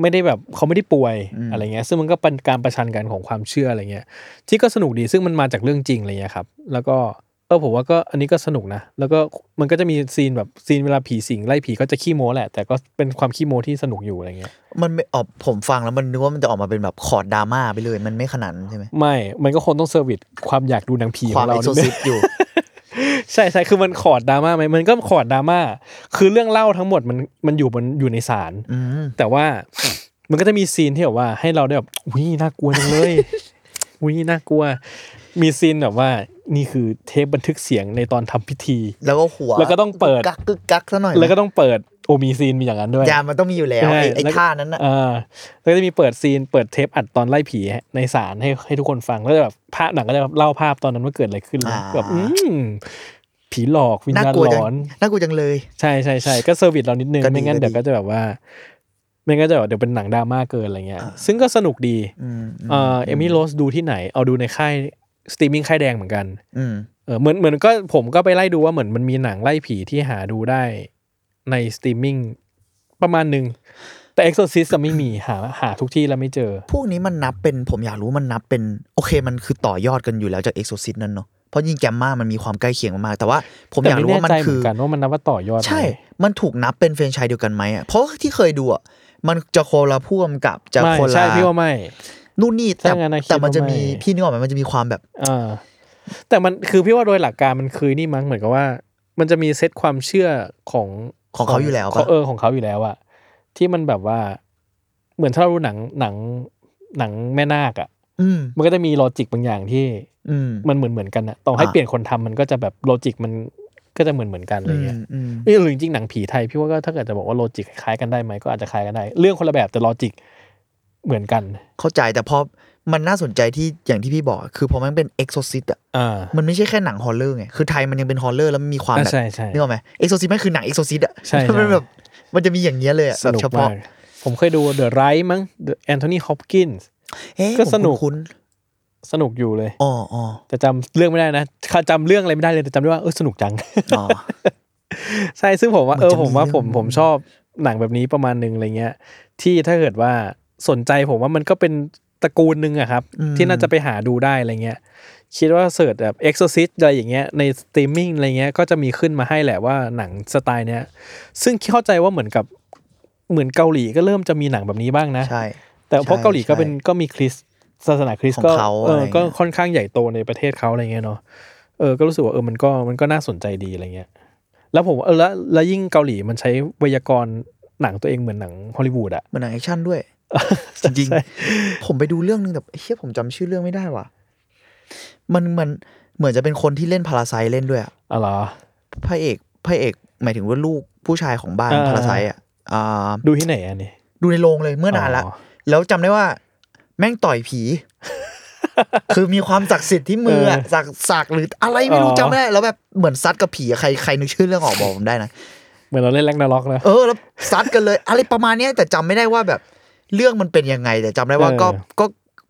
ไม่ได้แบบเขาไม่ได้ป่วยอะไรเงี้ย ซึ่งมันก็เป็นการประชันกันของความเชื่ออะไรเงี้ย ที่ก็สนุกดีซึ่งมันมาจากเรื่องจริงอะไรเงี้ยครับ แล้วก็เออผมว่าก็อันนี้ก็สนุกนะ แล้วก็มันก็จะมีซีนแบบซีนเวลาผีสิงไล่ผีก็จะขี้โม้แหละ แต่ก็เป็นความขี้โม้ที่สนุกอยู่อะไรเงี้ย มันไม่ออกผมฟังแล้วมันนึกว่ามันจะออกมาเป็นแบบคอร์ดดราม่าไปเลย มันไม่ขนาดนั้นใช่ไหม ไม่ มันก็คงต้องเซอร์วิสความอยากดูหนังผี ค ข วา อ ม งเรา เอ็กโซ นิดนึง ซิสอยู่ ใช่ใช่คือมันขอดดราม่าไหมมันก็ขอดดราม่าคือเรื่องเล่าทั้งหมดมันมันอยู่บนอยู่ในศาลแต่ว่ามันก็จะมีซีนที่แบบว่าให้เราได้แบบวิน่ากลัวจังเลย วิน่ากลัว มีซีนแบบว่านี่คือเทปบันทึกเสียงในตอนทำพิธี แล้วก็หัว แล้วก็ต้องเปิด กึกกักกึกกักซะหน่อย แล้วก็ต้องเปิดโอมีซีนมีอย่างนั้นด้วย ยามมันต้องมีอยู่แล้ว ใช่ ไอ้ไอ้ แล้วก็ ท่านั้นน่ะ เออแล้วก็จะมีเปิดซีนเปิดเทปอัดตอนไล่ผีในศาลให้ให้ทุกคนฟังแล้วจะแบบภาพหนังก็จะแบบเล่าภาพตอนนั้นว่าเกิดอะไรขึ้นเลยแบบอืมผีหลอกวิญ น่า ญาณ กลัว หล จัง อน น่ากลัวจังเลย ใช่ใช่ใช่ก็เซอร์วิสเรานิดนึง ก็ดี ไม่งั้น ก็ดี เดี๋ยวก็จะแบบว่า ไม่งั้นจะแบบเดี๋ยวเป็นหนังดราม่าเกินอะไรเงี้ย ซึ่งก็สนุกดี อืม เอ่อเอมี่โรสดูที่ไหน เอาดูในค่ายสตรีมมิ่งค่ายแดงเหมือนกัน อืม เออเหมือนเหมือนก็ผมก็ไปไล่ดูว่าเหมือนมันมีหนังไล่ผีที่หาดูได้ในสตรีมมิ่งประมาณหนึ่งแต่ Exorcist จะไม่มี หาหาทุกที่แล้วไม่เจอ พวกนี้มันนับเป็นผมอยากรู้มันนับเป็น โอเคมันคือต่อยอดกันอยู่แล้วจากเอ็กโซซิสนั่นเนาะเพราะยิงแกมมามันมีความใกล้เคียงมากๆแต่ว่าผมอ แต่ ยาก ไม่ รู้ แน่ ว่ามัน ใจเห คื มือ อ นกันว่ามันนับว่าต่อยอดไหม ใช่ มันถูกนับเป็นแฟรนไชส์เดียวกันไหมอ่ะเพราะที่เคยดูอ่ะมันจะโคนละพ่วงกับจะ ไม่ โคนละ ใช่พี่ว่าไม่ นู่นนี่แต่ ถ้างั้นนะคิด แต่มันจะ ว่าไม่ มีพี่นึกออกไหมมันจะมีความแบบ อ่าแต่มันคือพี่ว่าโดยหลักการมันคือนี่มั้งเหมือนกับว่า มันจะมีเซตความเชื่อของ ของเขาอยู่แล้วปะ ขงเออของเขาอยู่แล้วอะที่มันแบบว่า เหมือนถ้าเราดูหนังหนังหนังแม่นาคอะ อืม มันก็จะมีโลจิกบางอย่างที่ อืม มันเหมือนเหมือนกันอะต่อให้ อ่า เปลี่ยนคนทำมันก็จะแบบโลจิกมันก็จะเหมือนเหมือนกันอะไร อืม เงี้ย อืม เอ้ยหรือจริงๆหนังผีไทยพี่ว่าก็ถ้าเกิดจะบอกว่าโลจิกคล้ายกันได้ไหมก็อาจจะคล้ายกันได้ เรื่องคนละแบบแต่โลจิก เหมือนกัน เข้าใจแต่พอมันน่าสนใจที่อย่างที่พี่บอกอะคือพอมันเป็นเอ็กโซซิตอ่ะ อ่า มันไม่ใช่แค่หนังฮอลเลอร์ไงคือไทยมันยังเป็นฮอลเลอร์แล้วมันมีความ อ่า แบบ ใช่ใช่ นึกออกไหมเอ็กโซซิตไม่คือหนังเอ็กโซซิตอ่ะ ใช่ใช่ มันแบบมันจะมีอย่างเงี้ยเลยอะ ส แบบ นุก เฉพาะ มากผมเคยดูเดอะไรมั้งเดอะแอนโทนีฮอปกินส์ เอ๊ะ ก็สนุก ผมคุ้น สนุกอยู่เลย ๆอ๋ออ๋อ แต่จำเรื่องไม่ได้นะจำเรื่องอะไรไม่ได้เลยแต่จำได้ว่าเออสนุกจัง อ๋อ ใช่ซึ่งผมว่า มัน เออ จะมี ผมว่า เรื่อง ผมผมชอบหนังแบบนี้ประมาณหนึ่งอะไรเงี้ย ที่ถ้าเกิดว่าสนใจผมว่ามันก็เป็นตระกูลหนึ่งอะครับ ที่น่าจะไปหาดูได้อะไรเงี้ย คิดว่าเสิร์ชแบบ Exorcist อะไรอย่างเงี้ยในสตรีมมิ่งอะไรเงี้ยก็จะมีขึ้นมาให้แหละว่าหนังสไตล์เนี้ย ซึ่งเข้าใจว่าเหมือนกับเหมือนเกาหลีก็เริ่มจะมีหนังแบบนี้บ้างนะ ใช่ แต่เพราะ ใช่ เกาหลีก็เป็น ใช่ ก็มีคริสต์ศาสนาคริสต์ ของ ก็ เขา เอออะไรเงี้ย ก็ค่อนข้างใหญ่โตในประเทศเขาอะไรเงี้ยเนาะเออก็รู้สึกว่าเออมันก็มันก็น่าสนใจดีอะไรเงี้ย แล้วผมว่าเออแล้วแล้วยิ่งเกาหลีมันใช้ไวยากรณ์หนังตัวเองเหมือนหนังฮอลลีวูดอะ มันหนังแอคชั่นด้วย จริง ใช่ ๆ ผมไปดูเรื่องนึงแต่เฮียผมจำชื่อเรื่องไม่ได้ว่ะ มันมันเหมือนจะเป็นคนที่เล่นพาราไซเล่นด้วยอะ อ๋อเหรอ พระเอกพระเอก หมายถึงว่าลูกผู้ชายของบ้าน อ่า พาราไซอ่ะอ่า ดูที่ไหนอันนี้ ดูในโรงเลยเมื่อนานละ อ๋อ แล้วจำได้ว่า แม่งต่อย ผี คือมีความศักดิ์สิทธิ์ที่มืออะสักสักหรืออะไรไม่รู้จำไม่ได้แล้วแบบเหมือนซัดกับผีอะใครใครนึกชื่อเรื่องออกบอกผมได้นะ เหมือนเราเล่นแร็กนาล็อกนะ เออแล้วซัดกันเลย อะไรประมาณเนี้ยแต่จำไม่ได้ว่าแบบเรื่องมันเป็นยังไง แต่จำได้ว่า เออ ก็ก็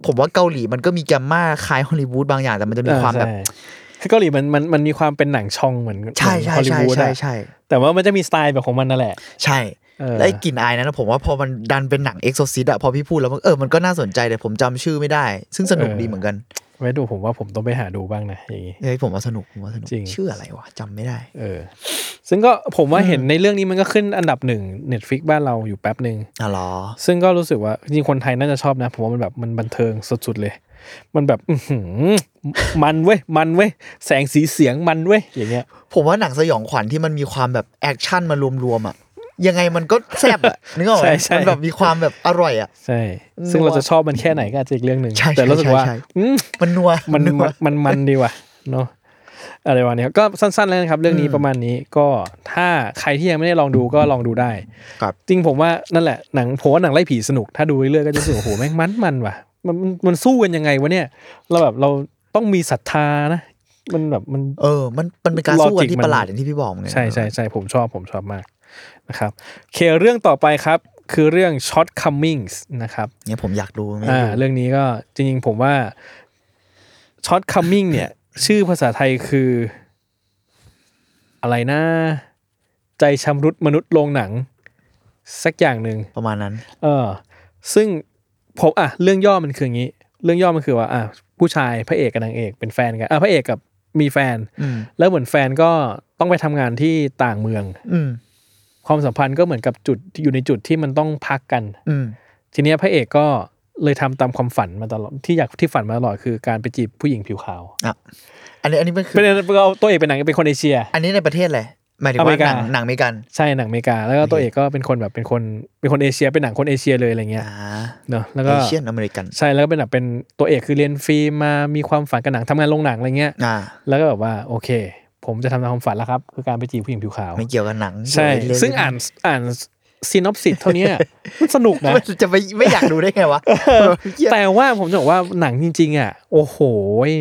ผมว่าเกาหลีมันก็มีแกมมาคล้ายฮอลลีวูดบางอย่างแต่มันจะมีความแบบ เออใช่คือเกาหลีมันมันมันมีความเป็นหนังช่องเหมือน ใช่ เหมือนฮใช่อลลี ใช่ วูด ใช่ อะ ใช่ แต่ว่ามันจะมีสไตล์แบบของมันนั่นแหละ ใช่ เออ และไอ้กลิ่นอายนั้นนะผมว่าพอมันดันเป็นหนังเอ็กโซซิอะพอพี่พูดแล้วมันเออมันก็น่าสนใจแต่ผมจำชื่อไม่ได้ ซึ่งสนุกดีเหมือนกัน ไว้ดูผมว่าผมต้องไปหาดูบ้างนะอย่างงี้ เอ้ยผมว่าสนุกผมว่าสนุก จริง ชื่ออะไรวะจำไม่ได้ เออ ซึ่งก็ผมว่าเห็นในเรื่องนี้มันก็ขึ้นอันดับหนึ่ง Netflix บ้านเราอยู่แป๊บหนึ่ง อ๋อเหรอ ซึ่งก็รู้สึกว่า จริงๆคนไทยน่าจะชอบนะ ผมว่ามันแบบมันบันเทิงสุดๆเลย มันแบบ อื้อหือมันเว้ย มันเว้ย แสงสีเสียงมันเว้ย อย่างเงี้ย ผมว่าหนังสยองขวัญที่มันมีความแบบแอคชั่นมารวมๆอ่ะยังไงมันก็แซ่บ อ่ะ นึกออกไหม ใช่ใช่ มันแบบมีความแบบอร่อยอ่ะ ใช่ ซึ่งเราจะชอบมันแค่ไหนก็อาจจะอีกเรื่องหนึ่ง ใช่ใช่ แต่รู้สึกว่า ใช่ใช่ อืม มันนัว มัน นัว มันมันมันดีว่ะเนาะอะไรวะเนี่ยก็สั้นๆแล้วกันครับ เรื่องนี้ประมาณนี้ก็ถ้าใครที่ยังไม่ได้ลองดูก็ลองดูได้ ครับ จริงผมว่านั่นแหละหนังผมว่าหนังไล่ผีสนุก ถ้าดูเรื่อยๆก็จะรู้สึกโอ้โหแม่งมันมันว่ะมันมันมันสู้กันยังไงวะเนี่ย เราแบบเราต้องมีศรัทธานะ มันแบบมัน เออ มัน มันเป็นการสู้กัน Logic ที่ มัน ประหลาดอย่างที่พี่บอกไง ใช่ใช่ใช่ผมชอบผมชอบมากนะครับโอเคเรื่องต่อไปครับ คือเรื่อง short comings นะครับ เนี่ยผมอยากดูไม่ อ่า ดู เรื่องนี้ก็จริงๆผมว่าช็อตคัมมิ่ง เนี่ย ชื่อภาษาไทยคือ อะไรนะ ใจชำรุดมนุษย์โรงหนัง สักอย่างหนึ่ง ประมาณนั้น เออ ซึ่งผมอ่ะเรื่องย่อมันคืออย่างนี้ เรื่องย่อมันคือว่าอ่ะผู้ชายพระเอกกับนางเอกเป็นแฟนกันอ่ะพระเอกกับมีแฟน อืม แล้วเหมือนแฟนก็ต้องไปทำงานที่ต่างเมือง อืม ความสัมพันธ์ก็เหมือนกับจุดอยู่ในจุดที่มันต้องพักกัน อืม ทีเนี้ยพระเอกก็เลยทำตามความฝันมาตลอดที่อยากที่ฝันมาตลอดคือการไปจีบผู้หญิงผิวขาว อ่ะ อันนี้ อันนี้มันคื เป็น อ เอาตัวเอกเป็นหนังเป็นคนเอเชีย อันนี้ในประเทศเลยหมายถึงอว่าเมริกา หนัง หนังอเมริกัน ใช่หนังอเมริกา แล้วก็ตัวเอกก็เป็นคนแบบเป็นคนเป็นคนเอเชียเป็นหนังคนเอเชียเลยอะไรเงี้ย อ่า เนาะแล้ว เอ ก็ เชียนอเมริกัน ใช่แล้วก็เป็นแบบเป็นตัวเอกคือเรียนฟิล์มมามีความฝันกับหนังทำงานโรงหนังอะไรเงี้ย อ่า แล้วก็แบบว่าโอเค ผมจะทำตามความฝันแล้วครับคือการไปจีบผู้หญิงผิวขาว ไม่เกี่ยวกับหนัง ใช่ เล่ๆ ซึ่งอ่านอ่านซีนอปสิสเท่านี้มันสนุกนะ มันจะ ไม่ไม่อยากดูได้ไงวะเหี้ย แต่ว่าผมจะบอกว่าหนังจริง ๆ อ่ะ โอ้โห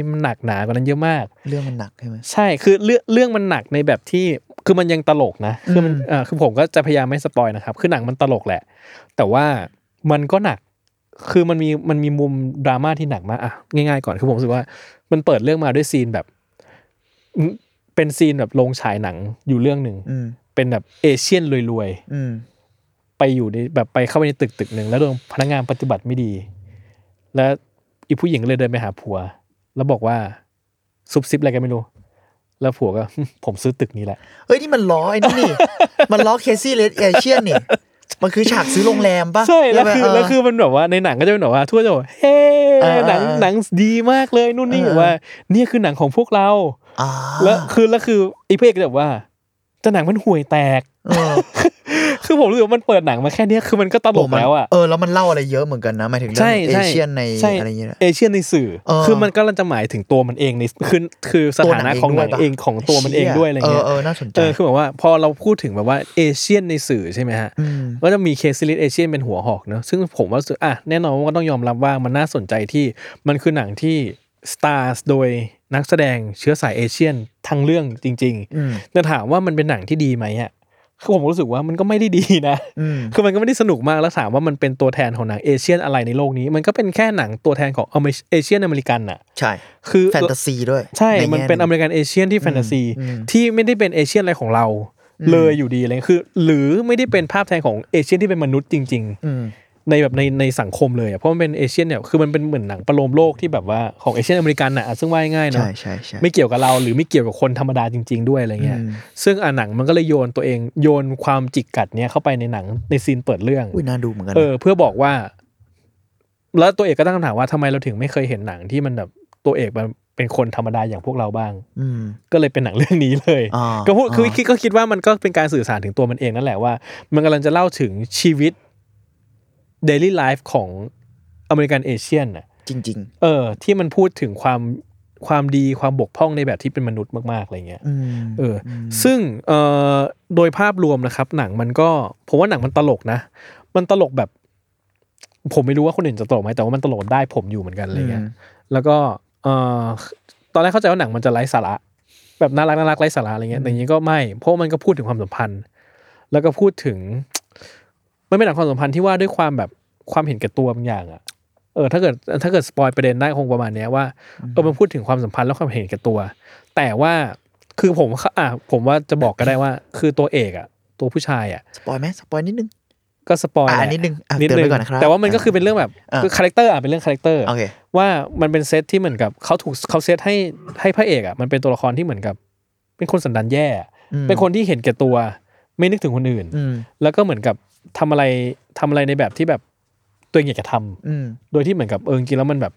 มันหนักหนากว่านั้นเยอะมาก เรื่องมันหนักใช่ไหม ใช่คือเรื่องเรื่องมันหนักในแบบที่คือมันยังตลกนะคือมัน อืม เอ่อคือผมก็จะพยายามไม่สปอยนะครับ คือหนังมันตลกแหละ แต่ว่ามันก็หนักคือมันมีมันมีมุมดราม่าที่หนักมากอ่ะง่ายๆก่อนคือผมรู้สึกว่า มันเปิดเรื่องมาด้วยซีนแบบอืมเป็นซีนแบบโรงฉายหนังอยู่เรื่องหนึ่ง อืม เป็นแบบเอเชียนรวยๆ อืม ไปอยู่ในแบบไปเข้าไปในตึกตึกหนึ่งแล้วโดนพนักงานปฏิบัติไม่ดี แล้วอีผู้หญิงก็เลยเดินไปหาผัว แล้วบอกว่าซุบซิบอะไรกันไม่รู้ แล้วผัวก็ ผมซื้อตึกนี้แหละ เฮ้ยนี่มันล้อไอ้นี่ นี่ มันล้อเคซี่เลดเอเชียนนี่ มันคือฉากซื้อโรงแรมปะ ใช่แล้ว ไหม คือ เ แล้วคือมันแบบว่าในหนังก็จะเป็นแบบว่าทั่วจะบอกเฮ้ เออ หนัง เออ หนังดีมากเลยนู่นนี่ เออ แบบว่าเนี่ยคือหนังของพวกเรา อ่า แล้วคือแล้วคือไอ้พระเอกก็แบบว่าแต่หนังมันห่วยแตก เออ คือผมรู้สึกว่ามันเปิดหนังมาแค่เนี้ยคือมันก็ตลกแล้วอ่ะ เออแล้วมันเล่าอะไรเยอะเหมือนกันนะหมายถึงเรื่อ ใช่ งเอ ใช่ เชียนใน ใช่ อะไรอย่างเงี้ยนะ เอเชียนในสื่อ เออ คือมันก็ลังจะหมายถึงตัวมันเองในคือคือสถานะของหนัง ตัวหนัง เอ เอง งด้วยปะ ของตัวมันเองด้วยอะไรเงี้ย เออเออน่าสนใจ เออคือแบบว่าพอเราพูดถึงแบบว่าเอเชียนในสื่อใช่ไหมฮะ ม ก็จะมีเคสลิสเอเชียนเป็นหัวหอกเนอะซึ่งผมว่ารู้สึกอ่ะแน่นอนว่าก็ต้องยอมรับว่ามันน่าสนใจที่มันคือหนังที่สตาร์โดยนักแสดงเชื้อสายเอเชียนทั้งเรื่องจริง อืม ๆ แต่ถามว่ามันเป็นหนังที่ดีไหมอะคือผมรู้สึกว่ามันก็ไม่ได้ดีนะ อืม คือมันก็ไม่ได้สนุกมากแล้วถามว่ามันเป็นตัวแทนของหนังเอเชียนอะไรในโลกนี้ มันก็เป็นแค่หนังตัวแทนของเอเชียนอเมริกันน่ะ ใช่ คือ แฟนตาซีด้วย ใช่มันเป็น แง่หง อเมริกันเอเชียนที่แฟนตาซี อืม ที่ไม่ได้เป็นเอเชียนอะไรของเรา เลยอยู่ดีอะไรเลยคือ หรือไม่ได้เป็นภาพแทนของเอเชียนที่เป็นมนุษย์จริง อืม ๆ ในแบบในในสังคมเลยอะเพราะมันเป็นเอเชียนเนี่ยคือมันเป็นเหมือนหนังประโลมโลกที่แบบว่าของเอเชียนอเมริกันน่ะอ่ะซึ่งว่าง่ายๆเนาะ ใช่ใช่ใช่ ไม่เกี่ยวกับเราหรือไม่เกี่ยวกับคนธรรมดาจริง ๆ ด้วยอะไรเงี้ย อืม ซึ่งอ่ะหนังมันก็เลยโยนตัวเองโยนความจิกกัดเนี้ยเข้าไปในหนังในซีนเปิดเรื่อง อุ้ยน่าดูเหมือนกัน เอ นะ อเพื่อบอกว่า แล้วตัวเอกก็ตั้งคำถามว่าทำไมเราถึงไม่เคยเห็นหนังที่มันแบบตัวเอกมันเป็นคนธรรมดาอย่างพวกเราบ้าง อืม ก็เลยเป็นหนังเรื่องนี้เลย อ่า ก็พูดคือ อ่า คิดก็คิดว่ามันก็เป็นการสื่อสารถึงตัวมันเองนั่นแหละว่า มันกำลังจะเล่าถึงชีวิต daily life ของอเมริกันเอเชียนน่ะ จริง เออ ที่มันพูดถึงความความดีความบกพร่องในแบบที่เป็นมนุษย์มากๆอะไรเงี้ย ๆ อืม เอออซึ่งเอ่อโดยภาพรวมนะครับ หนังมันก็ผมว่าหนังมันตลกนะ มันตลกแบบ ผมไม่รู้ว่าคนอื่นจะตลกไหมแต่ว่ามันตลกได้ผมอยู่เหมือนกันอะไรเงี้ยแล้วก็เอ่อตอนแรกเข้าใจว่าหนังมันจะไร้สาระ แบบน่ารักน่ารักไร้สาระอะไรเงี้ยแต่จริงๆก็ไม่เพราะมันก็พูดถึงความสัมพันธ์ แล้วก็พูดถึง มันเป็นหนังความสัมพันธ์ที่ว่าด้วยความแบบความเห็นแก่ตัวบางอย่างอะเออถ้าเกิดถ้าเกิดสปอยประเด็นได้คงประมาณเนี้ยว่าเออมันพูดถึงความสัมพันธ์และความเห็นแก่ตัว แต่ว่าคือผมอ่ะผมว่าจะบอกก็ได้ว่า คือตัวเอกอะตัวผู้ชายอะ สปอยไหมสปอยนิดนึง ก็สปอย อ่ะ แหละ นิดนึงอ่ะเตือนไว้ก่อนนะครับ แต่ว่ามันก็คือเป็นเรื่องแบบ อ่ะ คือคาแรคเตอร์อะเป็นเรื่องคาแรคเตอร์ โอเค ว่ามันเป็นเซตที่เหมือนกับเขาถูกเขาเซตให้ให้พระเอกอ่ะมันเป็นตัวละครที่เหมือนกับ เป็นคนสันดานแย่ อืม เป็นคนที่เห็นแก่ตัว ไม่นึกถึงคนอื่น อืม แล้วก็เหมือนกับทำอะไรทำอะไรในแบบที่แบบตัวเองอยากจะทำ อืม โดยที่เหมือนกับเออจริงๆแล้วมันแบบ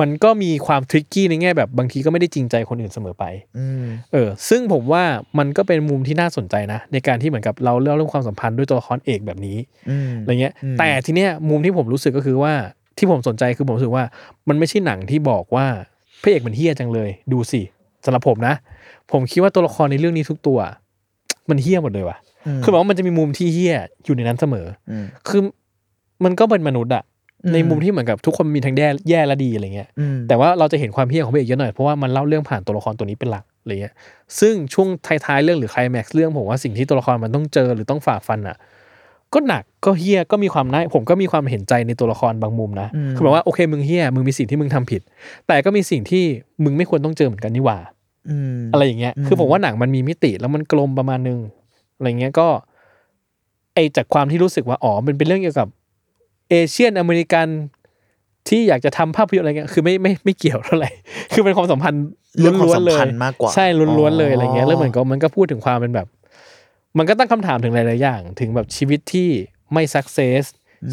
มันก็มีความทริกกี้ในแง่แบบบางทีก็ไม่ได้จริงใจคนอื่นเสมอไป อืม เออ ซึ่งผมว่ามันก็เป็นมุมที่น่าสนใจนะ ในการที่เหมือนกับเราเล่าเรื่องความสัมพันธ์ด้วยตัวละครเอกแบบนี้ อืม อะไรเงี้ย อืม แต่ทีเนี้ยมุมที่ผมรู้สึกก็คือว่าที่ผมสนใจคือผมรู้สึกว่า มันไม่ใช่หนังที่บอกว่าพระเอกมันเฮี้ยจังเลย ดูสิสำหรับผมนะ ผมคิดว่าตัวละครในเรื่องนี้ทุกตัว มันเฮี้ยหมดเลยว่ะ ม คือหมายว่ามันจะมีมุมที่เฮี้ยอยู่ในนั้นเสมอ อืม คือมันก็เป็นมนุษย์อะ อืม ในมุมที่เหมือนกับทุกคนมีทั้งแย่แย่และดีอะไรเงี้ย อืม แต่ว่าเราจะเห็นความเฮี้ยของพระเอกเยอะหน่อยเพราะว่ามันเล่าเรื่องผ่านตัวละครตัวนี้เป็นหลักอะไรเงี้ยซึ่งช่วงท้ายๆเรื่องหรือไคลแม็กซ์เรื่องผมว่าสิ่งที่ตัวละครมันต้องเจอหรือต้องฝ่าฟันอ่ะ ก็หนักก็เฮี้ยก็มีความน่าผมก็มีความเห็นใจในตัวละครบางมุมนะคือแบบว่าโอเคมึงเฮี้ยมึงมีสิ่งที่มึงทำผิด แต่ก็มีสิ่งที่มึงไม่ควรต้องเจอเหมือนกันนี่หว่า อืม อะไรอย่างเงี้ย อืม คือผมว่าหนังมันมีมิติแล้วมันกลมประมาณนึง อะไรเงี้ยก็ ไอจากความที่รู้สึกว่า อ๋อ มันเป็นเรื่องเกี่ยวกับเอเชียนอเมริกันที่อยากจะทำภาพยนตร์อะไรเงี้ย คือไม่ไม่ไม่เกี่ยวเท่า ไหร่ คือเป็นความสัมพันธ์ เรื่องความ ล้วน สัม ๆเล พั ย นธ์มากกว่า ใช่ล้วนๆเลยอะไรเงี้ย แล้วเหมือน ก็ ก็มันก็พูดถึงความเป็นแบบ มันก็ตั้งคำถามถึงหลายๆอย่าง ถึงแบบชีวิตที่ไม่สักเซส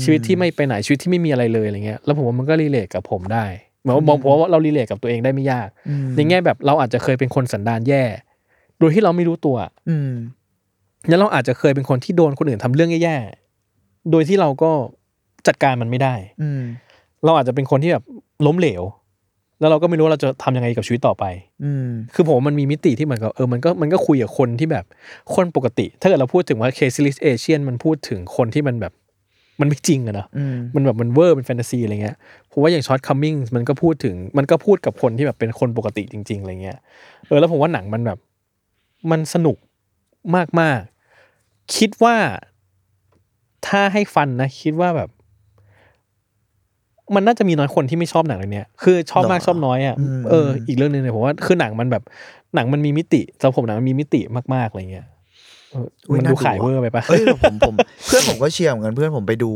ชีวิตที่ไม่ไปไหนชีวิตที่ไม่มีอะไรเลยอะไรเงี้ย แล้วผมว่ามันก็รีเลทกับผมได้หมายว่ามองผมว่าเรารีเลทกับตัวเองได้ไม่ยาก ในแง่แบบเราอาจจะเคยเป็นคนสันดานแย่ โดยที่เราไม่รู้ตัว อืม แล้วเราอาจจะเคยเป็นคนที่โดนคนอื่นทำเรื่องแย่ๆ โดยที่เราก็จัดการมันไม่ได้ อืม เราอาจจะเป็นคนที่แบบล้มเหลว แล้วเราก็ไม่รู้ว่าเราจะทำยังไงกับชีวิตต่อไป อืม คือผมว่ามันมีมิติที่เหมือนกับเออมันก็มันก็คุยกับคนที่แบบคนปกติ ถ้าเกิดเราพูดถึงว่าเคสลิสเอเชียนมันพูดถึงคนที่มันแบบมันไม่จริงอะเนอะ อืม มันแบบมันเวอร์เป็นแฟนตาซีอะไรเงี้ยผมว่าอย่างช็อตคัมมิ่งมันก็พูดถึง มันก็พูดกับคนที่แบบเป็นคนปกติจริง ๆอะไรเงี้ยเออแล้วผมว่าหนังมันแบบ มันสนุกมากๆ คิดว่าถ้าให้ฟันนะ คิดว่าแบบ มันน่าจะมีน้อยคนที่ไม่ชอบหนังเรื่องเนี้ยคือชอบมากชอบน้อยอ่ะเอออีกเรื่องหนึ่งเลยผมว่าคือหนังมันแบบ หนังมันมีมิติสำหรับผมหนังมันมีมิติมากๆอะไรเงี้ยเอออมันดูขายเวอร์ไปปะ เฮ้ยผมผม เพื่อนผมก็เชียร์เหมือนกันเพื่อนผมไปดู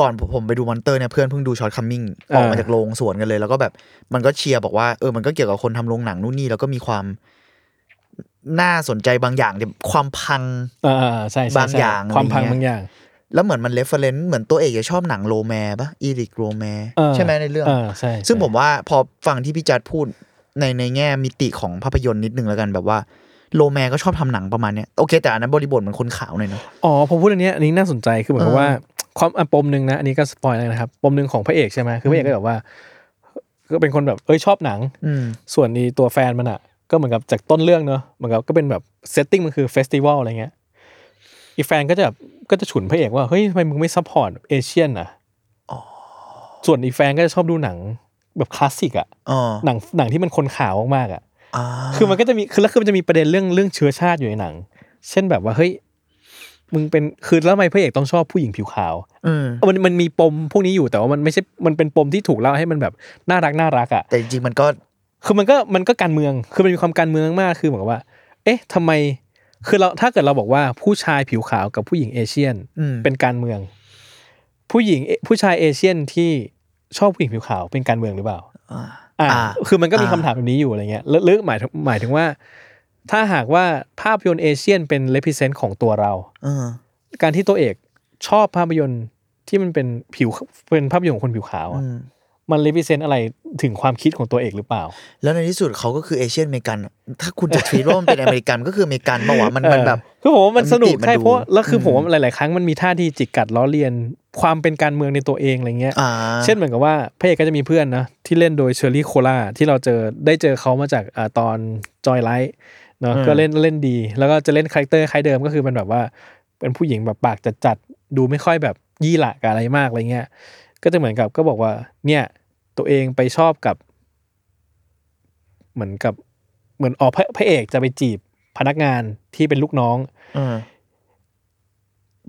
ก่อนผมไปดูมอนเตอร์เนี่ยเพื่อนเพิ่งดูช็อตคัมมิ่งออกมาจากโรงสวนกันเลยแล้วก็แบบมันก็เชียร์บอกว่าเออมันก็เกี่ยวกับคนทำโรงหนังนู่นนี่แล้วก็มีความน่าสนใจบางอย่างเนี่ยความพัง อ่าๆใช่ใช่ บาง ใช่ อย่าง ความพัง อะไรบาเงี้ยงอย่าง แล้วเหมือนมันเลฟเฟรนซ์เหมือนตัวเอกจะชอบหนังโรแมร์ปะอีริกโรแมร์ เออ ใช่ไหมในเรื่อง อ่าใช่ ซึ่ง ใช่ ผมว่าพอฟังที่พี่จัดพูดในในแง่มิติของภาพยนตร์นิดนึงแล้วกันแบบว่า โลแมก็ชอบทำหนังประมาณเนี้ยโอเค แต่อันนั้นบริบทมันคนขาวหน่อยเนาะ อ๋อพอพูดอันเนี้ยอันนี้น่าสนใจคือเหมือนกับ เออ ว่าความอ่ะปมหนึ่งนะอันนี้ก็สปอยแล้วนะครับปมหนึ่งของพระเอกใช่ไหมคือพระเอกก็แบบว่า ก็เป็นคนแบบเอ้ยชอบหนัง อืม ส่วนนี้ตัวแฟนมันอ่ะ ก็เหมือนกับจากต้นเรื่องเนอะเหมือนกับก็เป็นแบบเซตติ้งมันคือเฟสติวัลอะไรเงี้ยอีแฟนก็จะแบบก็จะฉุนพระเอกว่าเฮ้ยทำไมมึงไม่ซัพพอร์ตเอเชียนอ่ะส่วนอีแฟนก็จะชอบดูหนังแบบคลาสสิกอ่ะ อ๋อ หนังหนังที่มันคนขาวมากๆอ่ะ อ่า คือมันก็จะมีคือแล้วคือมันจะมีประเด็นเรื่องเรื่องเชื้อชาติอยู่ในหนัง เช่นแบบว่าเฮ้ยมึงเป็นคือแล้วทำไมพระเอกต้องชอบผู้หญิงผิวขาว อืม มันมันมีปมพวกนี้อยู่แต่ว่ามันไม่ใช่มันเป็นปมที่ถูกเล่าให้มันแบบน่ารักน่ารักอ่ะ แต่จริงๆมันก็ คือมันก็มันก็การเมืองคือมันมีความการเมืองมากคือเหมือนกับว่า เอ๊ะทำไมคือเราถ้าเกิดเราบอกว่าผู้ชายผิวขาวกับผู้หญิงเอเชียน อืม เป็นการเมือง ผู้หญิงเอผู้ชายเอเชียนที่ชอบผู้หญิงผิวขาวเป็นการเมืองหรือเปล่า อ่า อ่า อ่า คือมันก็มี อ่า คำถามแบบนี้อยู่อะไรเงี้ยหรือหรือหมายถึงหมายถึงว่า ถ้าหากว่าภาพยนตร์เอเชียนเป็นเลพิเซนต์ของตัวเรา เออ การที่ตัวเอกชอบภาพยนตร์ที่มันเป็นผิวเป็นภาพยนตร์ของคนผิวขาวอะ อืม มันเลพิเซนต์อะไรถึงความคิดของตัวเอกหรือเปล่า แล้วในที่สุดเขาก็คือเอเชียนอเมริกัน ถ้าคุณจะทวีตว่ามันเป็นอเมริกันก็คืออเมริกันปะวะมันมันแบบ เออคือผมว่ามันสนุก มันติดมัน ใช่ ดู เพราะแล้วคืออ ม ผมว่าหลาย ๆ ครั้งมันมีท่าทีจิกกัดล้อเลียนความเป็นการเมืองในตัวเองอะไรเงี้ย อ่า เช่นเหมือนกับว่าพระเอกก็จะมีเพื่อนนะที่เล่นโดยเชอร์รี่โคลาที่เราเจอได้เจอเขามาจากอาตอนจอยไลท์เนาะก็เล่นเล่นดี แล้วก็จะเล่นคาแรคเตอร์คล้ายเดิมก็คือเป็นแบบว่า เป็นผู้หญิงแบบปากจัดๆดูไม่ค่อยแบบยี่หละกับอะไรมากอะไรเงี้ยก็จะเหมือนกับก็บอกว่า เนี่ย ตัวเองไปชอบกับ เหมือนกับเหมือนออกพระพระเอกจะไปจีบพนักงานที่เป็นลูกน้อง เออ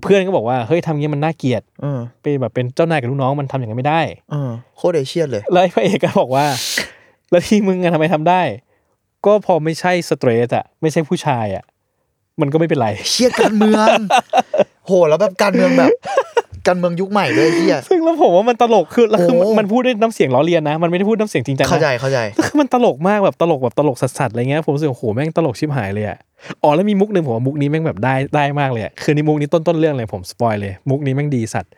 เพื่อนก็บอกว่าเฮ้ยทำอย่างนี้มันน่าเกลียด เออ เป็นแบบเป็นเจ้านายกับลูกน้องมันทำอย่างนั้นไม่ได้ เออโคตรเอเชียนเลย แล้วไอ้พระเอกก็บอกว่า แล้วที่มึงอะทำไมทำได้ ก็พอไม่ใช่สเตรทอะไม่ใช่ผู้ชายอะมันก็ไม่เป็นไร เชียการเมือง โหแล้วแบบการเมืองแบบ การเมืองยุคใหม่ด้วยเฮีย ซึ่งแล้วผมว่ามันตลกคือแล้วคือมัน โอ้ มันพูดด้วยน้ำเสียงล้อเลียนนะ มันไม่ได้พูดน้ำเสียงจริงจังนะ เข้าใจเข้าใจ แต่คือมันตลกมากแบบตลกแบบตลกสัสๆอะไรเงี้ยผมรู้สึกโอ้โหแม่งตลกชิบหายเลยอะอ๋อแล้วมีมุกหนึ่งผมว่ามุกนี้แม่งแบบได้ได้มากเลยอะคือนี่มุกนี้ต้นต้นเรื่องเลยผมสปอยเลยมุกนี้แม่งดีสัตว์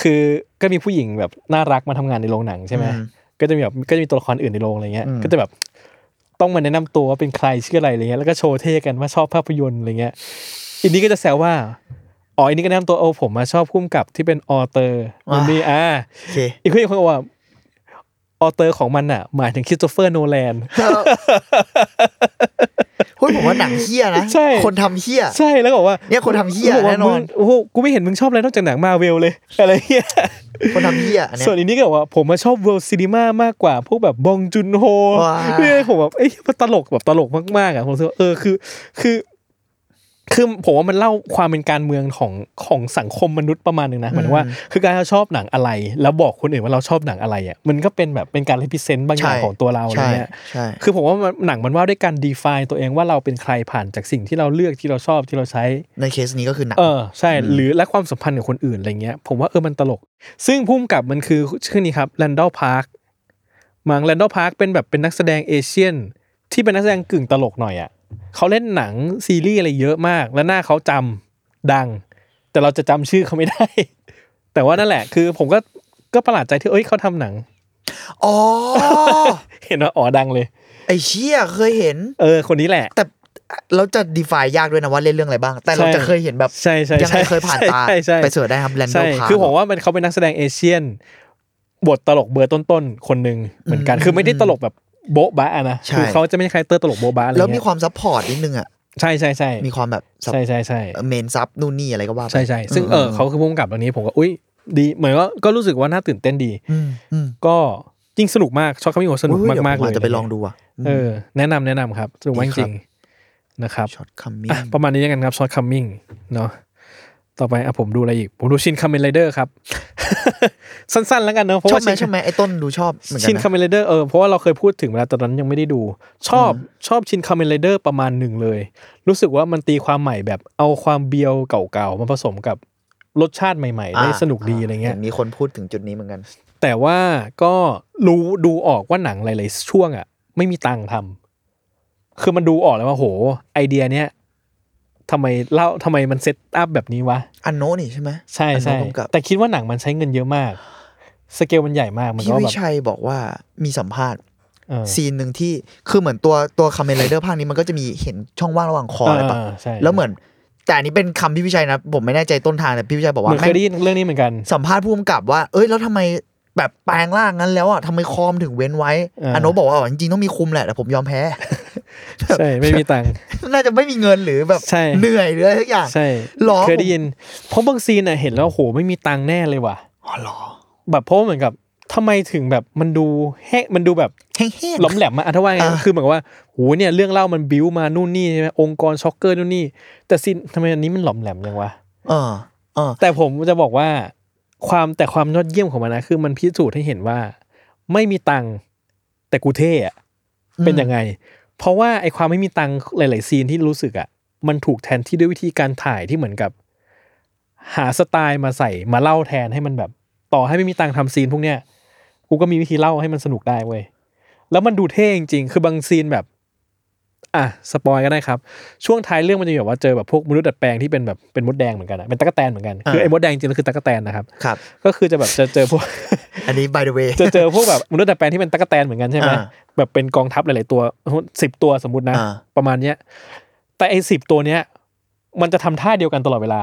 คือก็มีผู้หญิงแบบน่ารักมาทำงานในโรงหนังใช่ไหม อืม ก็จะมีแบบก็จะมีตัวละครอื่นในโรงอะไรเงี้ย อืม ก็จะแบบต้องมาแนะนำตัวว่าเป็นใครชื่ออะไรอะไรเงี้ย แล้วก็โชว์เท่กันว่าชอบภาพยนตร์อะไรเงี้ย อินนี้ก็จะแซวว่า อ๋อ อินนี้ก็แนะนำตัวโอ้ผมมาชอบพุ่มกับที่เป็นออเตอร์มันมีอ่า โอเค อีกคนอีกคนบอกว่า ออเตอร์ของมันอ่ะ หมายถึงคริสโตเฟอร์โนแลน เฮ้ยผมว่าหนังเฮียนะ ใช่ คนทำเฮีย ใช่ แล้วก็บอกว่า เนี่ยคนทำเหี้ย บอกว่า แน่นอน มึงโอ้โห กูไม่เห็นมึงชอบอะไรนอกจากหนังมาเวลเลย อะไรเงี้ย คนทำเฮียอันเนี้ย ส่วนอันนี้ก็บอกว่าผมมาชอบเวิลด์ซีนีมามากกว่า พวกแบบบองจุนโฮ ว้า เนี่ยผมแบบเอ้ยมันตลกแบบตลกมากๆอ่ะผมรู้สึกว่าเออคือ คือคือผมว่ามันเล่าความเป็นการเมืองของของสังคมมนุษย์ประมาณหนึ่งนะหมายถึงว่า คือการเราชอบหนังอะไร แล้วบอกคนอื่นว่าเราชอบหนังอะไรอ่ะมันก็เป็นแบบเป็นการเลพิเซนต์บางอย่างของตัวเราอะไร ใช่ เงี้ย ใช่ คือผมว่ามันหนังมันว่าด้วยการ define ตัวเองว่าเราเป็นใครผ่านจากสิ่งที่เราเลือกที่เราชอบที่เราใช้ ในเคสนี้ก็คือหนัง เออใช่ หรือและความสัมพันธ์กับคนอื่นอะไรเงี้ย ผมว่าเออมันตลก ซึ่งพุ่มกับมันคือชื่อนี้ครับแลนดอลพาร์คมังแลนดอลพาร์คเป็นแบบเป็นนักแสดงเอเชียน ที่เป็นนักแสดงกึ่งตลกหน่อยอะ่ะเขาเล่นหนังซีรีส์อะไรเยอะมาก และหน้าเขาจำดัง แต่เราจะจำชื่อเขาไม่ได้ แต่ว่านั่นแหละ คือผมก็ก็ประหลาดใจที่เอ้ยเขาทำหนัง อ๋อ เห็นว่าอ๋อดังเลย ไอเชี่ยเคยเห็น เออ คนนี้แหละ แต่เราจะ define ยากด้วยนะว่าเล่นเรื่องอะไรบ้าง แต่เรา ใช่ จะเคยเห็นแบบ ใช่ใช่ ยัง ใช่ ไม่เคยผ่านตา ใช่ใช่ ไปเสิร์ชได้ครับแลนด์ ใช่ พา คือผมว่ามันเขาเป็นนักแสดงเอเชียน บทตลกเบอร์ต้นๆ คนหนึ่งเหมือนกันคือไม่ได้ตลกแบบโบ๊ะบ้านะ ใช่ คืเขาจะไม่ใช่คาแรคเตอร์ตลกโบ๊ะบ้าอะไร แล้วมี เงี้ย ความซัพพอร์ตนิดนึงอ่ะ ใช่ใช่ใช่ มีความแบบ ใช่ใช่ใช่ เมนซับนู่นนี่อะไรก็ว่าไป ใช่ใช่ซึ่งเออเขาคือผู้กำกับตัวนี้ผมก็อุ้ยดีเหมือนก็ก็รู้สึกว่าน่าตื่นเต้นดี อืมอืม ก็จริงสนุกมากชอบคำนี้ผมสนุก อุ๊ยดี๋ว มากๆ ผ เลย อาจจะไปลองดูอ่ะ เออแนะนำแนะนำครับสนุกมาก ดี จ ครับ ริงๆนะครับ ช็อตคัมมิ่ อ่ะประมาณนี้แล้วกันครับช็อตคัมมิ่งเนาะต่อไปอ่ะผมดูอะไรอีก ผมดูชินคัมเมนไรเดอร์ครับ สั้นๆแล้วกันเนาะเพราะ ชอ ว่า บไหมชอบไหมไอ้ต้นดูชอบเหมือนกั ชิ น น นะ คัมเมนไรเดอร์เออเพราะว่าเราเคยพูดถึงเวลาตอนนั้นยังไม่ได้ดู ชอบชอบชินคัมเมนไรเดอร์ประมาณหนึ่งเลย รู้สึกว่ามันตีความใหม่แบบเอาความเบียวเก่าๆมาผสมกับรสชาติใหม่ๆ ได้ อ่า สนุกดีอะไรเงี้ย ห็นมีคนพูดถึงจุดนี้เหมือนกัน แต่ว่าก็รู้ดูออกว่าหนังหลาย ๆ ช่วงอ่ะ ไม่มีตังค์ทำคือมันดูออกเลยว่าโห ไอเดียเนี้ยทำไมเล่าทำไมมันเซตอัพแบบนี้วะ อันโนนี่ใช่ไหม ใช่ อันโน ใช่ กำกับ แต่คิดว่าหนังมันใช้เงินเยอะมาก สเกลมันใหญ่มากมัน พี่ ก็ วิ แบบ ชัยบอกว่ามีสัมภาษณ์ เออ ซีนหนึ่งที่คือเหมือนตัวตัวคาเมนไรเดอร์ภาคนี้มันก็จะมีเห็นช่องว่างระหว่างคออะไรปะ าใช่ แล้วเหมือน แต่อันนี้เป็นคำพี่พิชัยนะ ผมไม่แน่ใจต้นทางแต่พี่พิชัยบอก เหมื ว่า อนเค แม่ ยได้งยินเรื่องนี้เหมือนกัน สัมภาษณ์ผู้กำกับว่า เอ้ยแล้วทำไมแบบแปลงร่างนั้นแล้วอ่ะทำไมคอมถึงเว้นไว้ อ่า อโนบอกว่าอ๋อจริงๆต้องมีคุมแหละแต่ผมยอมแพ้ ใช่ไม่มีตังค์ น่าจะไม่มีเงินหรือแบบ ใช่ เหนื่อยหรืออะไรทุกอย่าง ใช่ หรอ เคยได้ยินเพราะบางซีนน่ะเห็นแล้วโหไม่มีตังค์แน่เลยว่ะ อ๋อเหรอ แบบเพราะว่าเหมือนกับทำไมถึงแบบมันดูแฮะมันดูแบบ แห้งๆ หล้มแหลมมาอ่ะถ้าว่าไง อ่า คือเหมือนกับว่าโหเนี่ยเรื่องเล่ามันบิ้วมานู่นนี่ใช่ไหมองค์กรช็อกเกอร์นู่นนี่ แต่ซีนทำไมอันนี้มันหล่อมแหลมจังวะ เออเออ แต่ผมจะบอกว่าความแต่ความยอดเยี่ยมของมันนะคือมันพิสูจน์ให้เห็นว่า ไม่มีตังค์แต่กูเท่อะ อืม เป็นยังไง เพราะว่าไอ้ความไม่มีตังค์หลาย ๆ ซีนที่รู้สึกอะมันถูกแทนที่ด้วยวิธีการถ่ายที่เหมือนกับ หาสไตล์มาใส่มาเล่าแทนให้มันแบบ ต่อให้ไม่มีตังค์ทำซีนพวกเนี้ยกูก็มีวิธีเล่าให้มันสนุกได้เว้ยแล้วมันดูเท่จริงๆคือบางซีนแบบ อ่ะสปอยก็ได้ครับ ช่วงท้ายเรื่องมันจะมีแบบว่าเจอแบบพวกมนุษย์ดัดแปลงที่เป็นแบบเป็นมดแดงเหมือนกันอะเป็นตั๊กแตนเหมือนกันคือไอ้มดแดงจริงๆแล้วคือตั๊กแตนนะครับ ครับ ก็คือจะแบบจะเจอพวก อันนี้ by the way จะเจอพวกแบบมนุษย์ดัดแปลงที่เป็นตั๊กแตนเหมือนกันใช่ไหม อ่า แบบเป็นกองทัพหลาย ๆ ตัวสิบตัวสมมตินะ อ่า ประมาณเนี้ย แต่ไอ้สิบตัวเนี้ย มันจะทำท่าเดียวกันตลอดเวลา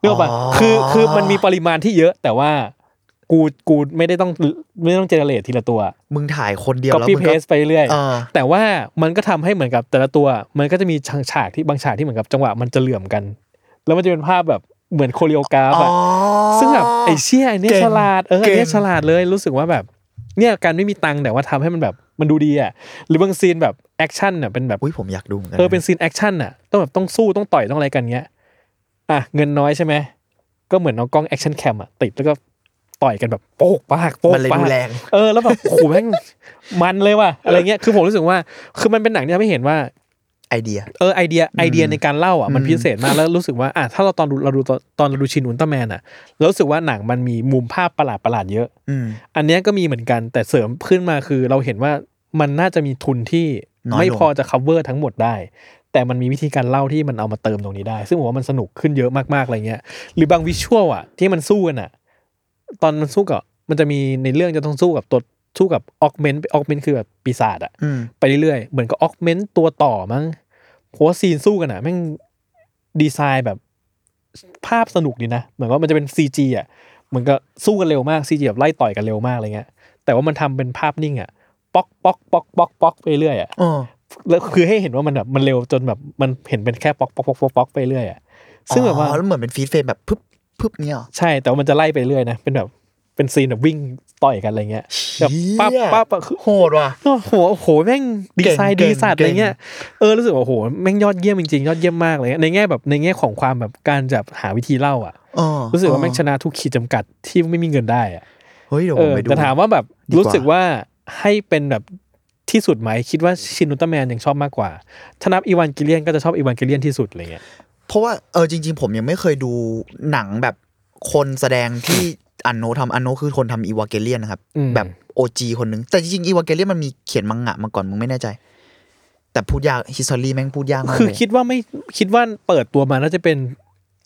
เรื่องปะ อ๋อ คือคือมันมีปริมาณที่เยอะ แต่ว่ากูกูไม่ได้ต้องไม่ต้องเจเนเรตทีละตัว มึงถ่ายคนเดียว copy แล้วมึง paste ก็ ไปเรื่อย เออ แต่ว่ามันก็ทำให้เหมือนกับแต่ละตัว มันก็จะมีฉากที่บางฉากที่เหมือนกับจังหวะมันจะเหลื่อมกัน แล้วมันจะเป็นภาพแบบเหมือนโคเรียกราฟอะ อ๋อ ซึ่งแบบไอ้เชี่ยไอ้เนี่ย เก่ง ฉลาดเออไอ้เนี่ย เก่ง ฉลาดเลยรู้สึกว่าแบบ เนี่ยการไม่มีตังค์แต่ว่าทำให้มันแบบมันดูดีอ่ะหรือบางซีนแบบแอคชั่นอ่ะเป็นแบบ อุ้ยผมอยากดูเหมือนกั เออเป็นซีนแอคชั่นอ่ะต้องแบบต้องสู้ต้องต่อยต้องอะไรกันเงี้ยอ่ะเงินน้อยใช่ไหมก็เหมือนเอากล้องแอคชั่นแคมอ่ะติดแล้วก็ต่อยกันแบบโป๊กปากโป๊ก มันเลย ปา ดู ก แรง เออแล้วแบบโหแม่งมันเลยว่ะอะไรเงี้ยคือผมรู้สึกว่า คือมันเป็นหนังที่ทำให้เห็นว่า ไอเดีย เออไอเดียไอเดียในการเล่าอ่ะมัน อืม พิเศษมากแล้วรู้สึกว่าอ่ะถ้าเราตอนดูเราดูตอนตอนเราดูชินอุลตร้าแมนอ่ะเรารู้สึกว่าหนังมันมีมุมภาพประหลาดประหลาดๆเยอะ อืม อันเนี้ยก็มีเหมือนกันแต่เสริมขึ้นมาคือเราเห็นว่ามันน่าจะมีทุนที่ น้อยลง ไม่พอจะ cover ทั้งหมดได้ แต่มันมีวิธีการเล่าที่มันเอามาเติมตรงนี้ได้ ซึ่งผมว่ามันสนุกขึ้นเยอะมากๆอะไรเงี้ย หรือบางวิชวลอ่ะ ที่มันสู้กันอ่ะ ตอนมันสู้กับมันจะมีในเรื่องจะต้องสู้กับตัวสู้กับออกเมนต์ออกเมนต์คือแบบปีศาจอ่ะ อืม ไปเรื่อยๆ เหมือนกับออกเมนต์ตัวต่อมั้งเพราะว่าซีนสู้กันอ่ะแม่งดีไซน์แบบภาพสนุกดีนะ เหมือนว่ามันจะเป็น CG อ่ะ เหมือนกับสู้กันเร็วมาก CG แบบไล่ต่อยกันเร็วมากอะไรเงี้ย แต่ว่ามันทำเป็นภาพนิ่งอ่ะ ป๊อกป๊อกป๊อกป๊อกป๊อกไปเรื่อยอ่ะ เออ แล้วคือให้เห็นว่ามันแบบมันเร็วจนแบบมันเห็นเป็นแค่ป๊อกป๊อกป๊อกป๊อกป๊อกไปเรื่อยอ่ะ ซึ่งแบบว่า อ๋อแล้วเหมือนเป็นฟีดเฟรมแบบพึบพึบเนี่ยเหรอ ใช่ แต่ว่ามันจะไล่ไปเรื่อยนะ เป็นแบบเป็นซีนแบบวิ่งต่อยกันอะไรเงี้ย แบบปั๊บ เชี่ย ปั๊บอะคือ โหดว่ะ โอ้โหโอ้โห แม่งดีไซน์ เก่ ดี ง สัตว์ เก่ อะไร ง เงี้ย เออ รู้สึกว่าโอ้โห แม่งยอดเยี่ยมจริงๆ ยอดเยี่ยมมากเลย ในแง่แบบในแง่ของความแบบการจับหาวิธีเล่าอ่ะ เออ รู้สึกว่าแม่งช เออ นะทุกขีดจำกัดที่ไม่มีเงินได้อ่ะ เฮ้ยเดี๋ยว เอ ผม อ ไปดู แต่ถามว่าแบบ ดีกว่า รู้สึกว่าให้เป็นแบบที่สุดไหม คิดว่าชินอุลตร้าแมนยังชอบมากกว่า ถ้านับอีวานกิเลียนก็จะชอบอีวานกิเลียนที่สุดอะไรเงี้ย เพราะว่าเออจริง ๆ ผมยังไม่เคยดูหนังแบบคนแสดงที่ อันโนทำอันโนคือคนทำอีวาเกเลียนนะครับ อืม แบบโอจีคนหนึง แต่จริงๆอีวาเกเลียนมันมีเขียนมังงะมาก่อนมึงไม่แน่ใจ แต่พูดยากฮิสตอรี่แม่งพูดยากมาก คือ เลย คิดว่าไม่คิดว่าเปิดตัวมาน่าจะเป็น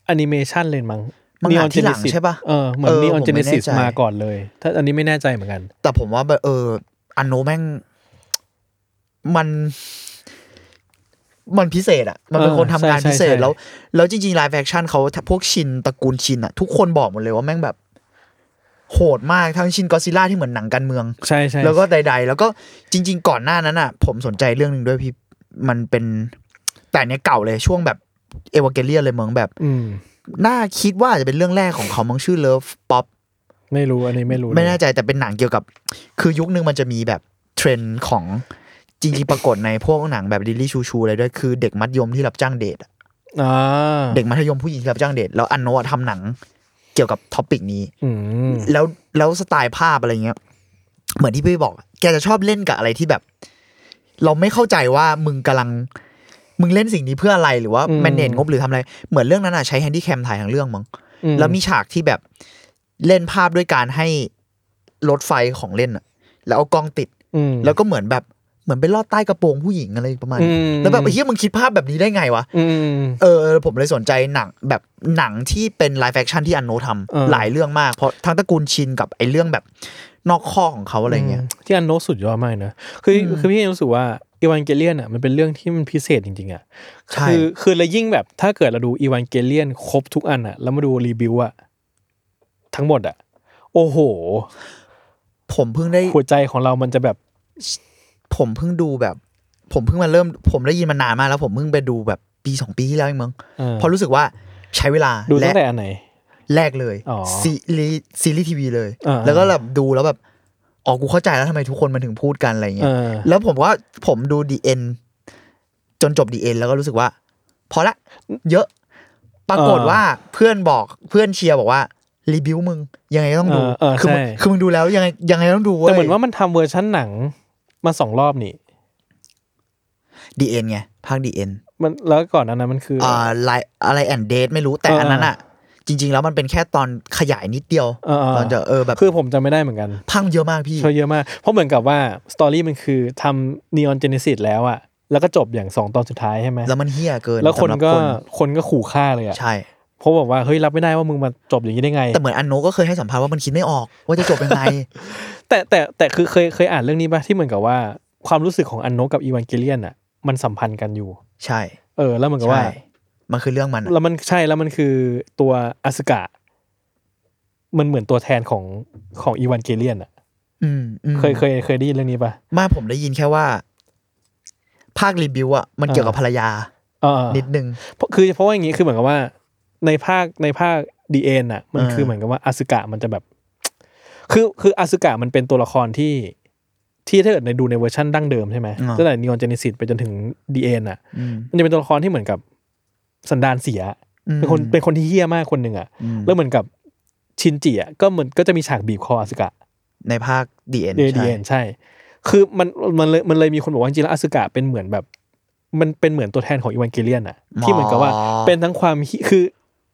แอนิเมชันเลยมั้ง มังงะ Neon ที่หลัง Genesis ใช่ปะ เออเหมือน เออ นีออน ผม เจ ไม่ เน แน่ ซิส ใจ มาก่อนเลย ถ้าอันนี้ไม่แน่ใจเหมือนกัน แต่ผมว่าแบบเอออันโนแม่ง มัน มันพิเศษอะมันเป็น เออ คนทำงาน ใช่ใช่ พิเศษ ใช่ แล้วแล้วจริงๆไลฟ์แฟคชั่นเขาพวกชินตระกูลชินอะทุกคนบอกหมดเลยว่าแม่งแบบ โหดมากทั้งชินกอซิล่าที่เหมือนหนังการเมือง ใช่ใช่ แล้วก็ใด ๆ แล้วก็จริง ๆ ก่อนหน้านั้นอะผมสนใจเรื่องหนึ่งด้วยพี่มันเป็นแต่อันเนี้ยเก่าเลยช่วงแบบเอวาเกเลียเลยเมืองแบบ อืม น่าคิดว่าอาจจะเป็นเรื่องแรกของเขามั้งชื่อเลิฟป๊อป ไม่รู้อันนี้ไม่รู้เลย ไม่แน่ใจแต่เป็นหนังเกี่ยวกับ คือยุคนึงมันจะมีแบบเทรนด์ของจริงๆปรากฏในพวกหนังแบบดิลลี่ชูชูอะไรด้วยคือเด็กมัธยมที่รับจ้างเดทอะ อ่า เด็กมัธยมผู้หญิงที่รับจ้างเดทแล้วอันโนะทำหนังเกี่ยวกับท็อปิกนี้ อืม แล้วแล้วสไตล์ภาพอะไรเงี้ย เหมือนที่พี่บอกอะแกจะชอบเล่นกับอะไรที่แบบ เราไม่เข้าใจว่ามึงกำลัง มึงเล่นสิ่งนี้เพื่ออะไรหรือว่าแมนเนจงบหรือทำอะไร เหมือนเรื่องนั้นอะใช้แฮนดี้แคมถ่ายทั้งเรื่องมั้ง อื แล้วมีฉากที่แบบเล่นภาพด้วยการให้รถไฟของเล่นอะแล้วเอากล้องติด อืม แล้วก็เหมือนแบบเหมือนไปลอดใต้กระโปรงผู้หญิงอะไรประมาณนี้ อืม แล้วแบบไอ้เฮียมึงคิดภาพแบบนี้ได้ไงวะ อืม เออเออผมเลยสนใจหนังแบบหนังที่เป็นไลฟ์แฟคชั่นที่อันโนท เออ ำหลายเรื่องมากเพราะทั้งตระกูลชินกับไอ้เรื่องแบบ นอกข้อของเขาอะไรเงี้ย ที่อันโนตสุดยอดมากนะคืออคือพี่ยังรู้สึกว่าอีวานเกเลียนอ่ะมันเป็นเรื่องที่มันพิเศษจริงๆอ่ะ ใช่ คือคือแล้วยิ่งแบบถ้าเกิดเราดูอีวานเกเลียนครบทุกอันอ่ะแล้วมาดูรีวิวอ่ะทั้งหมดอ่ะ โอ้โห ผมเพิ่งได้ หัวใจของเรามันจะแบบ ผมเพิ่งดูแบบ ผมเพิ่งมาเริ่ม ผมได้ยินมานานมากแล้ว ผมเพิ่งไปดูแบบปีสองปีที่แล้วเองมั้ง เออ เพอรู้สึกว่าใช้เวลา ดู และ ตั้งแต่อันไหน แรกเลย อ๋อ ซีรีส์ซีรีส์ทีวีเลย อ่า แล้วก็แบบดูแล้วแบบอ๋อกูเข้าใจแล้วทำไมทุกคนมันถึงพูดกันอะไร เอ เงี้ย อ แล้วผมว่าผมดูดีเอ็นจนจบดีเอ็นแล้วก็รู้สึกว่า พอละ เยอะ ปรากฏ เออ ว่าเพื่อนบอกเพื่อนเชียร์บอกว่ารีบิวมึงยังไงก็ต้องดู เออเออ คือมึง ใช่ คือมึงดูแล้วยังไงยังไงต้องดูเว้ย แต่เหมือนว่ามันทำเวอร์ชันหนังมาสองรอบนี่ ดีเอ็นไงภาคดีเอ็น มันแล้วก่อนอันนั้นมันคือ อ่าไลอะไรแอนเดทไม่รู้แต่ เอออั อันนั้นอ่ะ จริง ๆ แล้วมันเป็นแค่ตอนขยายนิดเดียว เออเออ ตอนจะเออแบบ คือผมจำไม่ได้เหมือนกัน พังเยอะมากพี่ ช่วยเยอะมาก เพราะเหมือนกับว่าสตอรี่มันคือทำนีออนเจเนซิสแล้วอะแล้วก็จบอย่างสองตอนสุดท้ายใช่ไหม แล้วมันเฮี้ยเกิน แล้วคน สำหรับ ก็คนก็ขู่ฆ่าเลยอะ ใช่ เพราะบอกว่าเฮ้ยรับไม่ได้ว่ามึงมาจบอย่างนี้ได้ไง แต่เหมือนอันโนก็เคยให้สัมภาษณ์ว่ามันคิดไม่ออก ว่าจะจบยังไง แต่แต่แต่คือเคยเคยอ่านเรื่องนี้ป่ะที่เหมือนกับว่าความรู้สึกของอันโนกับอีวานเกเลียนอะมันสัมพันธ์กันอยู่ ใช่ เออ แล้วเหมือนกับ ใช่ ว่า มันคือเรื่องมันอะ แล้วมันใช่แล้วมันคือตัวอสกะ มันเหมือนตัวแทนของของอีวานเกเลียนอะ อืมอืม เคยเคยเคยได้ยินเรื่องนี้ป่ะ ไมาผมได้ยินแค่ว่า ภาครีบิวอ่ะมันเกี่ยวกับภรรยา เออ นิดนึง เพราะคือเพราะว่าอย่างนี้คือเหมือนกับว่า ในภาคในภาคดีเอ็นอ่ะ มัน อ่า คือเหมือนกับว่าอาสึกะมันจะแบบ คือคืออาสึกะมันเป็นตัวละครที่ที่ถ้าเกิดในดูในเวอร์ชั่นดั้งเดิมใช่ไหมตั้งแต่นิออนเจเนซิสไปจนถึงดีเอ็นอ่ะ อืม มันจะเป็นตัวละครที่เหมือนกับสันดานเสีย อืม เป็นคนเป็นคนที่เฮี้ยมากคนหนึ่งอ่ะ อืม แล้วเหมือนกับชินจิอ่ะก็เหมือนก็จะมีฉากบีบคออาสึกะ ในภาคดีเอ็น เดดีเอ็นใช่ คือมันมันเลยมันเลยมีคนบอกว่าจริงๆแล้วอาสึกะเป็นเหมือนแบบ มันเป็นเหมือนตัวแทนของอีวานเกเลียนอะที่เหมือนกับว่าเป็นทั้งความฮิคือ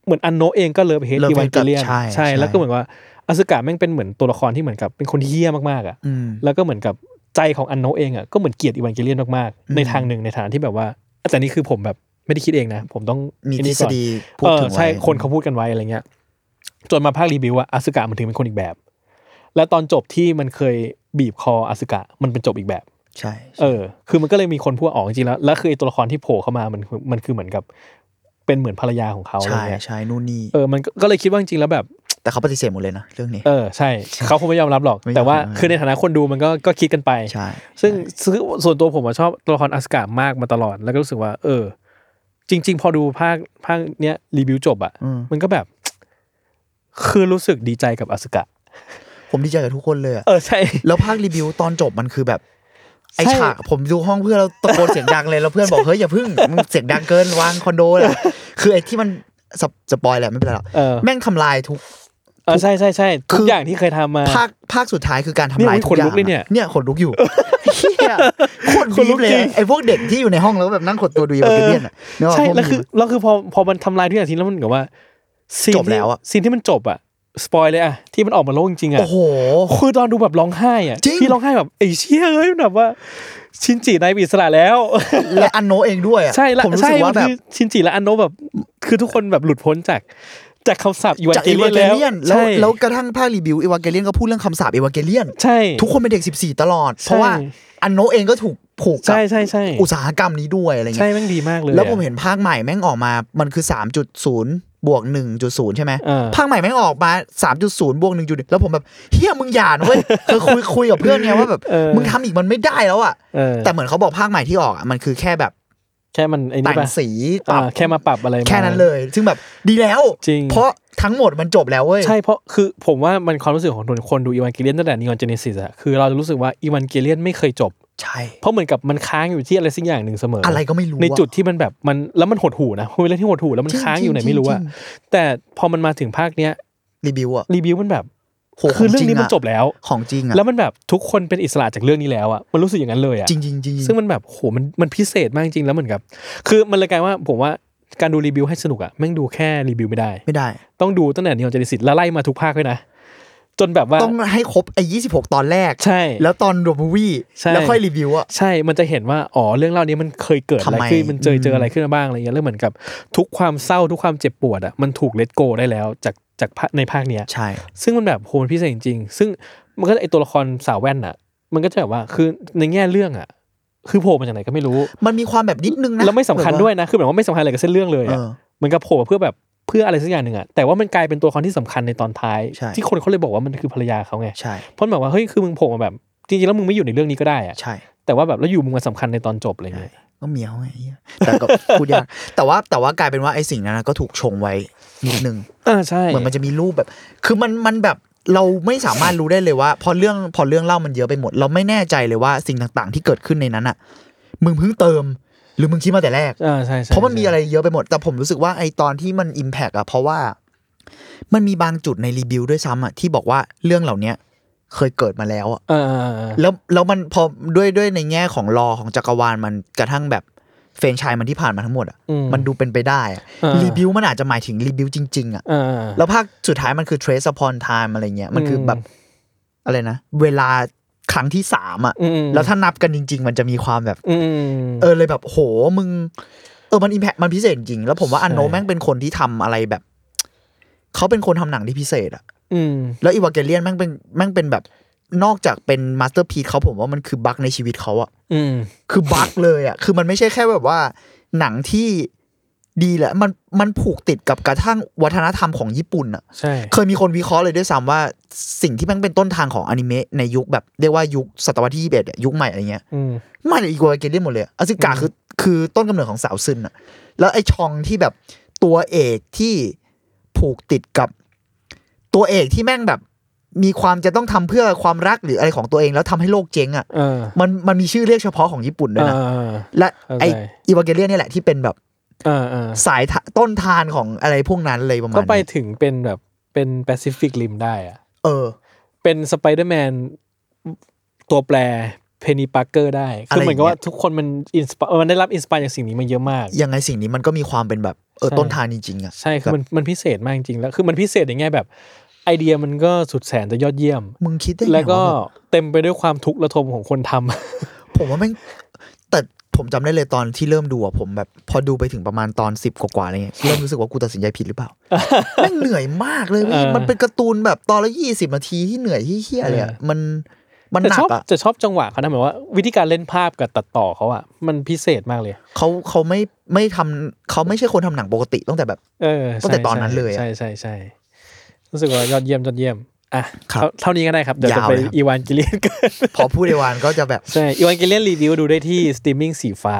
เหมือนอันโนะเองก็เลิฟเฮดอีวานเกเลียนใช่แล้วก็เหมือนว่าอาสึกะแม่งเป็นเหมือนตัวละครที่เหมือนกับเป็นคนที่เฮี้ยมากๆอะ อืม แล้วก็เหมือนกับใจของอันโนะเองอะก็เหมือนเกลียดอีวานเกเลียนมาก อืๆมในทางหนึ่งในฐานที่แบบว่าแต่นี่คือผมแบบไม่ได้คิดเองนะ ผมต้อง มี ไอ้ ทฤ นี่ ษ ก่อน ฎีพูดถึง เออ ไว้ ใช่คนเขาพูดกันไว้อะไรเงี้ย จนมาภาครีวิวอะอาสึกะมันถึงเป็นคนอีกแบบ และตอนจบที่มันเคยบีบคออาสึกะมันเป็นจบอีกแบบ ใช่ เออ คือมันก็เลยมีคนพูดออกจริงๆแล้ว แล้วคือไอ้ตัวละครที่โผล่เข้ามามันคือมันคือเหมือนกับ เป็นเหมือนภรรยาของเขาอะไร ใช่ เงี้ย ใช่นู่นนี่ เออมันก็ก็เลยคิดว่าจริงๆแล้วแบบ แต่เขาปฏิเสธหมดเลยนะ เรื่องนี้ เออใช่ เขาคงไม่ยอมรับหรอก ไม่ยอม แต่ว่า ไม่ยอม คือในฐานะคนดูมันก็ก็คิดกันไป ใช่ ซึ่งซึ่งส่วนตัวผมอะชอบตัวละครอาสกามากมาตลอดแล้วก็รู้สึกว่า เออ จริง ๆ พอดูภาคภาคเนี้ยรีวิวจบอะ อืม มันก็แบบ คือรู้สึกดีใจกับอาสกะ ผมดีใจกับทุกคนเลยอะ เออใช่ แล้วภาครีวิวตอนจบมันคือแบบ ไอ ใช่ ฉากผมดูห้องเพื่อนเราตะโกนเสียงดังเลยแล้วเพื่อนบอกเฮ้ยอย่าพึ่งมึงเสียงดังเกินวางคอนโดแหละคือไอที่มันสปสปอยแหละไม่เป็นไรหรอก เออ แม่งทำลายทุก เออใช่ใช่ใช่ทุคือกอย่างที่เคยทำมา ภาคภาคสุดท้ายคือการ เนี่ยทำลาย อุ๊ย ทุขกอนลุ ย่าง กเลยเนี่ย อะเนี่ยขนลุกอยู่เหี้ยโคตร ขนลุ ลุ ก กเลย จริง อะไอพวกเด็กที่อยู่ในห้องแล้วแบบนั่งขดตัวดูอีวานเกเลียนอะเนกออก ใช่ พวก แล้ว มึ คือง แล้วคือพอพอมันทำลายทุกอย่างทิ้งแล้วมันเหมือนกับว่าซีน จบแล้วอะ ที่ซีนที่มันจบอะสปอยเลยอะที่มันออกมาโลกจริงๆอะ โอ้โห คือตอนดูแบบร้องไห้อะ จริง พี่ร้องไห้แบบไอ้เชี่ยเอ้ยแบบว่า ชินจินายเป็นอิสระแล้ว และอันโนเองด้วยอะ ใช่ละ ผมรู้ ใช่ สึกว่า มัน แบบ คือชินจิและอันโนะแบบ คือทุกคนแบบหลุดพ้นจาก จากคำสาปอีวาน จาก เก อี เลี วายนนเก แล้ว เลียนแล้ว ใช่ แล้วกระทั่งภาครีวิวอีวานเกเลียนก็พูดเรื่องคำสาปอีวานเกเลียน ใช่ ทุกคนเป็นเด็ก 14 ตลอด เพ ใช่ ราะว่าอันโนะเองก็ถูกผูกกั ใช่ใช่ใช่ อุตสาหกรรมนี้ด้วยอะไร ใช่ เงี้ย แม่งดีมากเลย แล้วผม อะ เห็นภาคใหม่แม่งออกมามันคือ 3.0 บวก 1.0 ใช่ไหม เออ ภาคใหม่แม่งออกมา 3.0 บวก 1.1 แล้วผมแบบเฮียมึงหยาด เว้ย เคยคุยคุยกับเพื่อนไงว่าแบบมึงทำอีกมันไม่ได้แล้วอ่ะ เออ แต่เหมือนเขาบอกภาคใหม่ที่ออกอะมันคือแค่แบบ แค่มันไอ้นี่ แต่ง ปะ สีปรั อ่า บ แค่มาปรับอะไรมา แค่นั้นเลย ซึ่งแบบดีแล้ว จริง เพราะทั้งหมดมันจบแล้วเว้ย ใช่เพราะคือผมว่ามันความรู้สึกของคนดูอีวานเกเลียนตั้งแต่นีออนเจเนซิสอะคือเราจะรู้สึกว่าอีวานเกเลียนไม่เคยจบ ใช่ เพราะเหมือนกับมันค้างอยู่ที่อะไรสักอย่างหนึ่งเสมออ อะไรก็ไม่รู้อะ ในจุดที่มันแบบมันแล้วมันหดหู่นะมันเป็นเรื่องที่หดหู่แล้วมัน จริง ค้างอยู่ไหน จริง ไม่รู้อะ จริง แต่พอมันมาถึงภาคเนี้ย รีวิวอ่ะ รีวิวมันแบบ โห คือเรื่องนี้ ข มันจบแล้ว ของจริงอ่ะ แล้วมันแบบทุกคนเป็นอิสระจากเรื่องนี้แล้วอะมันรู้สึกอย่างนั้นเลยอะ จริงจริงจริง ซึ่งมันแบบโหมันมันพิเศษมากจริงแล้วเหมือนกับ คือมันเลยกลายว่าผมว่าการดูรีวิวให้สนุกอะแม่งดูแค่รีวิวไม่ได้ ไม่ได้ ต้องดูตั้งแต่นิยมจริสิตแล้วไล่มาทุกภาคเลยนะ จนแบบว่า ต้องให้ครบไอ้ยี่สิบหกตอนแรก ใช่ แล้วตอนดูมูวี่ ใช่ แล้วค่อยรีวิวอ่ะ ใช่มันจะเห็นว่าอ๋อเรื่องเล่านี้มันเคยเกิดอะไร ทำไม ขึ้นมันเจอ อืม เจออะไรขึ้นมาบ้างอะไรเงี้ยแล้วเหมือนกับทุกความเศร้าทุกความเจ็บปวดอะมันถูกเลตโกได้แล้วจากจากภาคในภาคเนี้ย ใช่ ซึ่งมันแบบโหนพิเศษจริงๆซึ่ง มันก็ไอตัวละครสาวแว่นน่ะ มันก็จะแบบว่าคือในแง่เรื่องอ่ะ คือโผล่มาจากไหนก็ไม่รู้ มันมีความแบบนิดนึงนะ แล้วไม่สำคัญ แบบา ด้วยนะ คือแบบว่าไม่สำคัญอะไรกับเส้นเรื่องเลย เอ อะ อ เหมือนกับโผล่มาเพื่อแบบเพื่ออะไรสักอย่างหนึ่งอ่ะ แต่ว่ามันกลายเป็นตัวละครที่สำคัญในตอนท้าย ใช่ ที่คนเขาเลยบอกว่ามันคือภรรยาเขาไง ใช่ เพราะแบบว่าเฮ้ยคือมึงโผล่มาแบบจริงๆแล้วมึงไม่อยู่ในเรื่องนี้ก็ได้อะ ใช่ แต่ว่าแบบแล้วอยู่มึงมาสำคัญในตอนจบอะไรเงี้ย ก็เหมียวไงเหี้ ยแต่ก็ พูดยากแต่ว่าแต่ว่ากลายเป็นว่าไอ้สิ่งนั้นนะก็ถูกชงไว้นิดนึ ง อ่าใช่ เหมือนมันจะมีรูปแบบ คือมันมันแบบเราไม่สามารถรู้ได้เลยว่า พอเรื่องพอเรื่องเล่ามันเยอะไปหมด เราไม่แน่ใจเลยว่าสิ่งต่างๆ ที่เกิดขึ้นในนั้นอ่ะ มึงเพิ่งเติม หรือมึงคิดมาแต่แรก อ่าใช่ใช่ เพราะมันมีอะไรเยอะไปหมด แต่ผมรู้สึกว่าไอตอนที่มันอิมแพกอะเพราะว่า มันมีบางจุดในรีวิวด้วยซ้ำอะที่บอกว่าเรื่องเหล่าเนี้ยเคยเกิดมาแล้วอะ อ่าอ่าอ่า แล้วแล้วมันพอด้วยด้วยในแง่ของรอของจักรวาลมันกระทั่งแบบเฟรนไชายมันที่ผ่านมาทั้งหมดอะ อืม มันดูเป็นไปได้อะ อ่า รีวิวมันอาจจะหมายถึงรีวิวจริงๆอะ อ่าอ่า แล้วภาคสุดท้ายมันคือ trace upon time อะไรเงี้ย มันคืออ ม แบบอะไรนะ เวลาครั้งที่สามอ่ะ อืม แล้วถ้านับกันจริง ๆ มันจะมีความแบบ อืม เออเลยแบบโหมึง เออมันอิมแพมันพิเศษจริง แล้วผมว่าอันโน ใช่ แม่งเป็นคนที่ทำอะไรแบบ เขาเป็นคนทำหนังที่พิเศษอ่ะ อืม แล้วอีวาเกเลียนแม่งเป็นแม่งเป็นแบบนอกจากเป็นมาสเตอร์พีเขาผมว่ามันคือบั๊กในชีวิตเขาอ่ะ อืม คือบั๊กเลยอ่ะ คือมันไม่ใช่แค่แบบว่า หนังที่ดีแหละ มันมันผูกติดกับกระทั่งวัฒนธรรมของญี่ปุ่นอ่ะ ใช่ เคยมีคนวิเคราะห์เลยด้วยซ้ำว่าสิ่งที่แมันเป็นต้นทางของอนิเมะในยุคแบบเรียกว่ายุคศตวรรษที่21อะยุคใหม่อะไรเงี้ย อืม มาจากอีโกวาเกเรียนหมดเลยอะอสิกาคือคือต้นกำเนิดของสาวซึนอะแล้วไอชองที่แบบตัวเอกที่ผูกติดกับ ตัวเอกที่แม่งแบบ มีความจะต้องทำเพื่อความรักหรืออะไรของตัวเองแล้วทำให้โลกเจ๊งอะ เออ มันมันมีชื่อเรียกเฉพาะของญี่ปุ่นด้วย อ่า นะ อ่า และไอ เข้าใจ อีวาเกเรียนนี่แหละที่เป็นแบบ อ่าอ่า สายทะต้นทานของอะไรพวกนั้นเลยประมาณ ก็ไป เนี้ย ถึงเป็นแบบเป็นแปซิฟิกริมได้อะ เออ เป็นสไปเดอร์แมนตัวแปรเพนนีปาร์เกอร์ได้ คือเหมือนกับว่าทุกคนมันอินสปายมันได้รับอินสปายจากสิ่งนี้มาเยอะมาก ยังไงสิ่งนี้มันก็มีความเป็นแบบเออ ใช่ ต้นทางจริงๆอ่ะ ใช่คือมันมันพิเศษมากจริงๆแล้ว คือมันพิเศษอย่างไงแบบ ไอเดียมันก็สุดแสนจะยอดเยี่ยม มึงคิดได้ไง แล้วก็ าแบบ เต็มไปด้วยความทุกข์ระทมของคนทำ ผมว่าแม่งแต่ผมจำได้เลยตอนที่เริ่มดูอ่ะผมแบบ พอดูไปถึงประมาณตอนสิบกว่าๆอะไรเงี้ยเริ่มรู้สึกว่ากูตัดสินใจผิดหรือเปล่า แม่งเหนื่อยมากเลยเว้ย เออ มันเป็นการ์ตูนแบบตอนละยี่สิบนาทีที่เหนื่อยที่เฮี้ยเลยอ่ะ เออ มันมัน แต่ หนั ช ก อบ อ่ะ จะชอบจังหวะเขานะหมายว่าวิธีการเล่นภาพกับตัดต่อเขาอะมันพิเศษมากเลย เขาเขาไม่ไม่ทำเขาไม่ใช่คนทำหนังปกติตั้งแต่แบบ เออ ตั้งแต่ ใช่ ตอนนั้นเลยอะ ใช่ใช่ใช่รู้สึกว่ายอดเยี่ยมยอดเยี่ยมอ่ะ ครับ เท่าเท่านี้ก็ได้ครับ เดี๋ยวจะ ยาว ไป เลยครับ อีวานกิเลียนกัน พอพูดในวานก็จะแบบ ใช่ อีวานกิเลียนรีวิวดูได้ที่สตรีมมิ่งสีฟ้า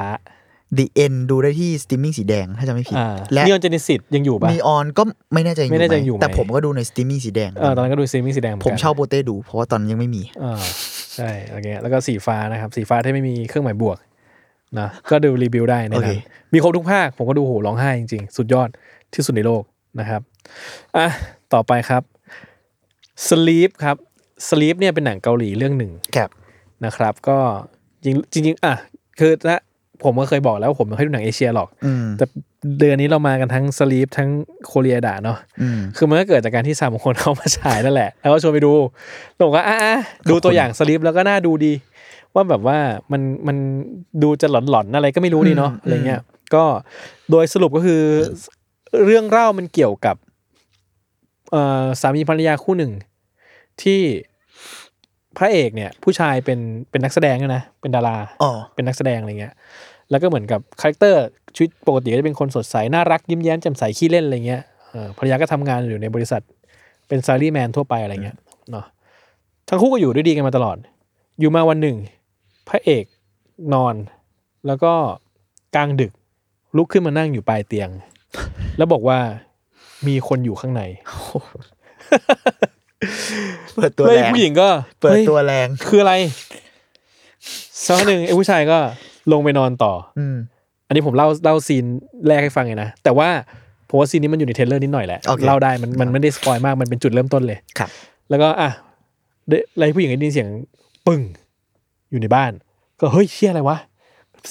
The End ดูได้ที่สตรีมมิ่งสีแดงถ้าจะไม่ผิด อ่า และ นิออนเจนิสิตยังอยู่ป่ะ มีออนก็ไม่แน่ใจอยู่ ไม่แน่ใจ ห อยู่ไหม แต่ผมก็ดูในสตรีมมิ่งสีแดง เออตอนนั้นก็ดูสตรีมมิ่งสีแดงเหมือ ผ น ม กัน เช่าโปเต้ดู เพราะว่าตอนนั้นยังไม่มี อ่าใช่โอเคแล้วก็สีฟ้านะครับ สีฟ้าที่ไม่มีเครื่องหมายบวก นะก็ดูรีวิวได้ใน โอเค นั้นมีครบทุกภาค ผมก็ดูโหร้องไห้จริงๆ สุดยอดที่สุดในโลกนะครับอ่ะต่อไปครับ Sleep ครับ Sleep เนี่ยเป็นหนังเกาหลีเรื่องหนึ่ง ครับ นะครับก็จริงจริงๆอ่ะคือนะผมก็เคยบอกแล้วว่าผมไม่ค่อยดูหนังเอเชียหรอก อืม แต่เดือนนี้เรามากันทั้งสลีปทั้งโคเรียดาเนาะ อืม คือมันก็เกิดจากการที่สามคนเขามาฉายนั่นแหละ แล้วก็ชวนไปดูหลงก็อ่ะอ่ะดูตัวอย่างสลีปแล้วก็น่าดูดี ว่าแบบว่ามันมันดูจะหลอนๆอะไรก็ไม่รู้ดีเนาะ อืม อะไรเงี้ยก็โดยสรุปก็คือเรื่องเล่ามันเกี่ยวกับเอ่อสามีภรรยาคู่หนึ่ง ที่พระเอกเนี่ย ผู้ชายเป็นเป็นนักแสดงด้วยนะ เป็นดารา อ๋อ เป็นนักแสดงอะไรเงี้ย แล้วก็เหมือนกับคาแรคเตอร์ชีวิตปกติก็จะเป็นคนสดใส น่ารักยิ้มแย้มแจ่มใสขี้เล่นอะไรเงี้ยเออภรรยาก็ทำงานอยู่ในบริษัท เป็นซารีแมนทั่วไปอะไรเงี้ยเนาะทั้งคู่ก็อยู่ด้วยดีกันมาตลอด อยู่มาวันหนึ่ง พระเอกนอน แล้วก็กลางดึก ลุกขึ้นมานั่งอยู่ปลายเตียง แล้วบอกว่ามีคนอยู่ข้างใน เปิดตัว เลย แรง ผู้หญิงก็ เปิด ฮ้ย ตัวแรง คืออะไรสักพักหนึ่งไอ้ผู้ชายก็ลงไปนอนต่อ อืม อันนี้ผมเล่าเล่าซีนแรกให้ฟังเลยนะ แต่ว่าผมว่าซีนนี้มันอยู่ในเทรลเลอร์นิดหน่อยแหละ โอเค เล่าได้มันมันไม่ได้สปอยมาก มันเป็นจุดเริ่มต้นเลย ครับ แล้วก็อ่ะได้อะไรผู้หญิงได้ยินเสียงปึ้งอยู่ในบ้าน ก็เฮ้ยเชี่ยอะไรวะ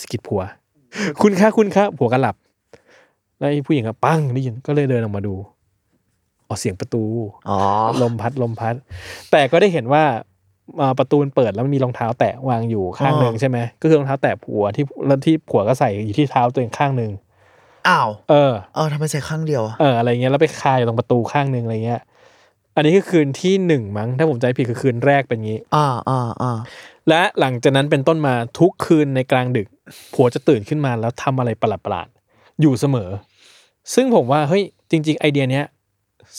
สะกิดผัว คุณคะคุณคะผัวก็หลับ แล้วไอ้ผู้หญิงก็ปั้งได้ยินก็เลยเดินออกมาดูอ๋อเสียงประตู อ๋อ ลมพัดลมพัด แต่ก็ได้เห็นว่าอ่าประตูมันเปิดแล้วมันมีรองเท้าแตะวางอยู่ข้างหนึ่ง อ๋อ ใช่ไหมก็คือรองเท้าแตะผัวที่แล้วที่ผัวก็ใส่อยู่ที่เท้าตัวเองข้างหนึ่ง อ้าว เออ เออทำไมใส่ข้างเดียวอะ เอออะไรเงี้ยแล้วไปคาอยู่ตรงประตูข้างหนึ่งอะไรเงี้ย อันนี้คือคืนที่หนึ่งมั้ง ถ้าผมใจผิดคือคืนแรกเป็นงี้ อ่าอ่าอ่า และหลังจากนั้นเป็นต้นมาทุกคืนในกลางดึก ผัวจะตื่นขึ้นมาแล้วทำอะไรประหลาดๆอยู่เสมอ ซึ่งผมว่าเฮ้ยจริง ๆ ไอเดียเนี้ย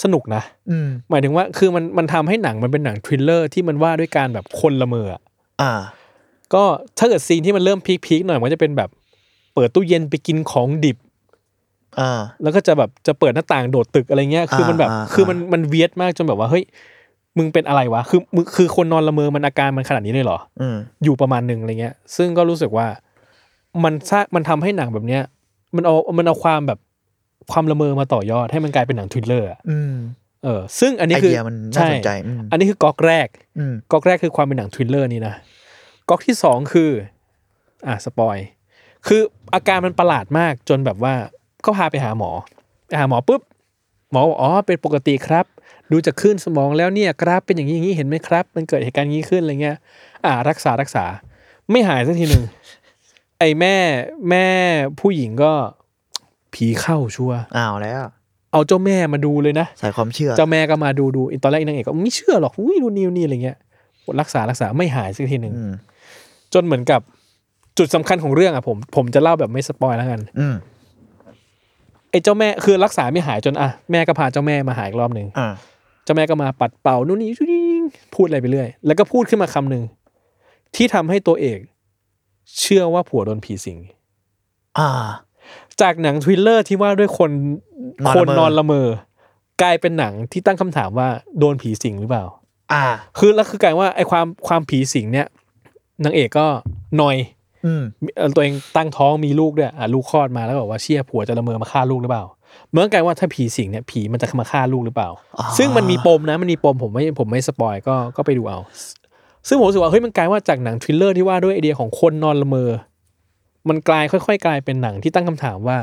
สนุกนะ อืม หมายถึงว่าคือมันมันทำให้หนังมันเป็นหนังทริลเลอร์ที่มันว่าด้วยการแบบคนละเมออะ อ่า ก็ถ้าเกิดซีนที่มันเริ่มพีคๆหน่อยมันก็จะเป็นแบบเปิดตู้เย็นไปกินของดิบ อ่า แล้วก็จะแบบจะเปิดหน้าต่างโดดตึกอะไรเงี้ย คือมันแบบ อ่าอ่า คือมันมันเวียดมากจนแบบว่าเฮ้ยมึงเป็นอะไรวะ คือมึงคือคนนอนละเมอมันอาการมันขนาดนี้เลยเหรอ อืม อยู่ประมาณหนึ่งอะไรเงี้ย ซึ่งก็รู้สึกว่ามันสร้างมันทำให้หนังแบบเนี้ย มันเอามันเอาความแบบความละเมอมาต่อยอดให้มันกลายเป็นหนังทริลเลอร์อะ อืม เออ ซึ่งอันนี้ ไอ คือ เดียมันน่าสนใจ ช่ อืม อันนี้คือก๊อกแรก อืม ก๊อกแรกคือความเป็นหนังทริลเลอร์นี่นะ ก๊อกที่สองคือ อ่ะสปอย คืออาการมันประหลาดมากจนแบบว่าก็พาไปหาหมอไปหาหมอปุ๊บ หมอบอกอ๋อเป็นปกติครับ ดูจากคลื่นสมองแล้วเนี่ยกราฟเป็นอย่างนี้อย่างนี้เห็นไหมครับ มันเกิดเหตุการณ์อย่างนี้ขึ้นอะไรเงี้ย อ่า รักษารักษา ไม่หายสักทีหนึ่ง ไอ้แม่แม่ผู้หญิงก็ผีเข้าชัวร์ อ้าวแล้ว เอาเจ้าแม่มาดูเลยนะ สายความเชื่อ เจ้าแม่ก็มาดูดูตอนแรกนางเอกก็ไม่เชื่อหรอกอุ้ยนู่นนี่นี่อะไรเงี้ยรักษารักษาไม่หายสักทีหนึ่ง อืม จนเหมือนกับจุดสำคัญของเรื่องอะผม ผมจะเล่าแบบไม่สปอยแล้วกัน อืม ไอ้เจ้าแม่คือรักษาไม่หายจนอะแม่ก็พาเจ้าแม่มาหาอีกรอบหนึ่ง อ่า เจ้าแม่ก็มาปัดเป่านู่นนี่ชุ้งพูดอะไรไปเรื่อยแล้วก็พูดขึ้นมาคำหนึ่งที่ทำให้ตัวเอก เชื่อว่าผัวโดนผีสิง อ่า จากหนังทวิลเลอร์ที่ว่าด้วยคน นอนละเมอ คนนอนละเมอ กลายเป็นหนังที่ตั้งคำถามว่าโดนผีสิงหรือเปล่า อ่า คือแล้วคือกลายว่าไอ้ความความผีสิงเนี่ยนางเอกก็หนอย อืม เอ่อตัวเองตั้งท้องมีลูกด้วยอ่ะลูกคลอดมาแล้วบอกว่าเชี่ยผัวจะละเมอมาฆ่าลูกหรือเปล่าเหมือนกลายว่าถ้าผีสิงเนี่ยผีมันจะมาฆ่าลูกหรือเปล่า อ่า ซึ่งมันมีปมนะมันมีปมผมไม่ผมไม่สปอยก็ก็ไปดูเอา ซึ่งผมรู้สึกว่าเฮ้ยมันกลายว่าจากหนังทริลเลอร์ที่ว่าด้วยไอเดียของคนนอนละเมอ มันกลายค่อยๆ กลายเป็นหนังที่ตั้งคำถามว่า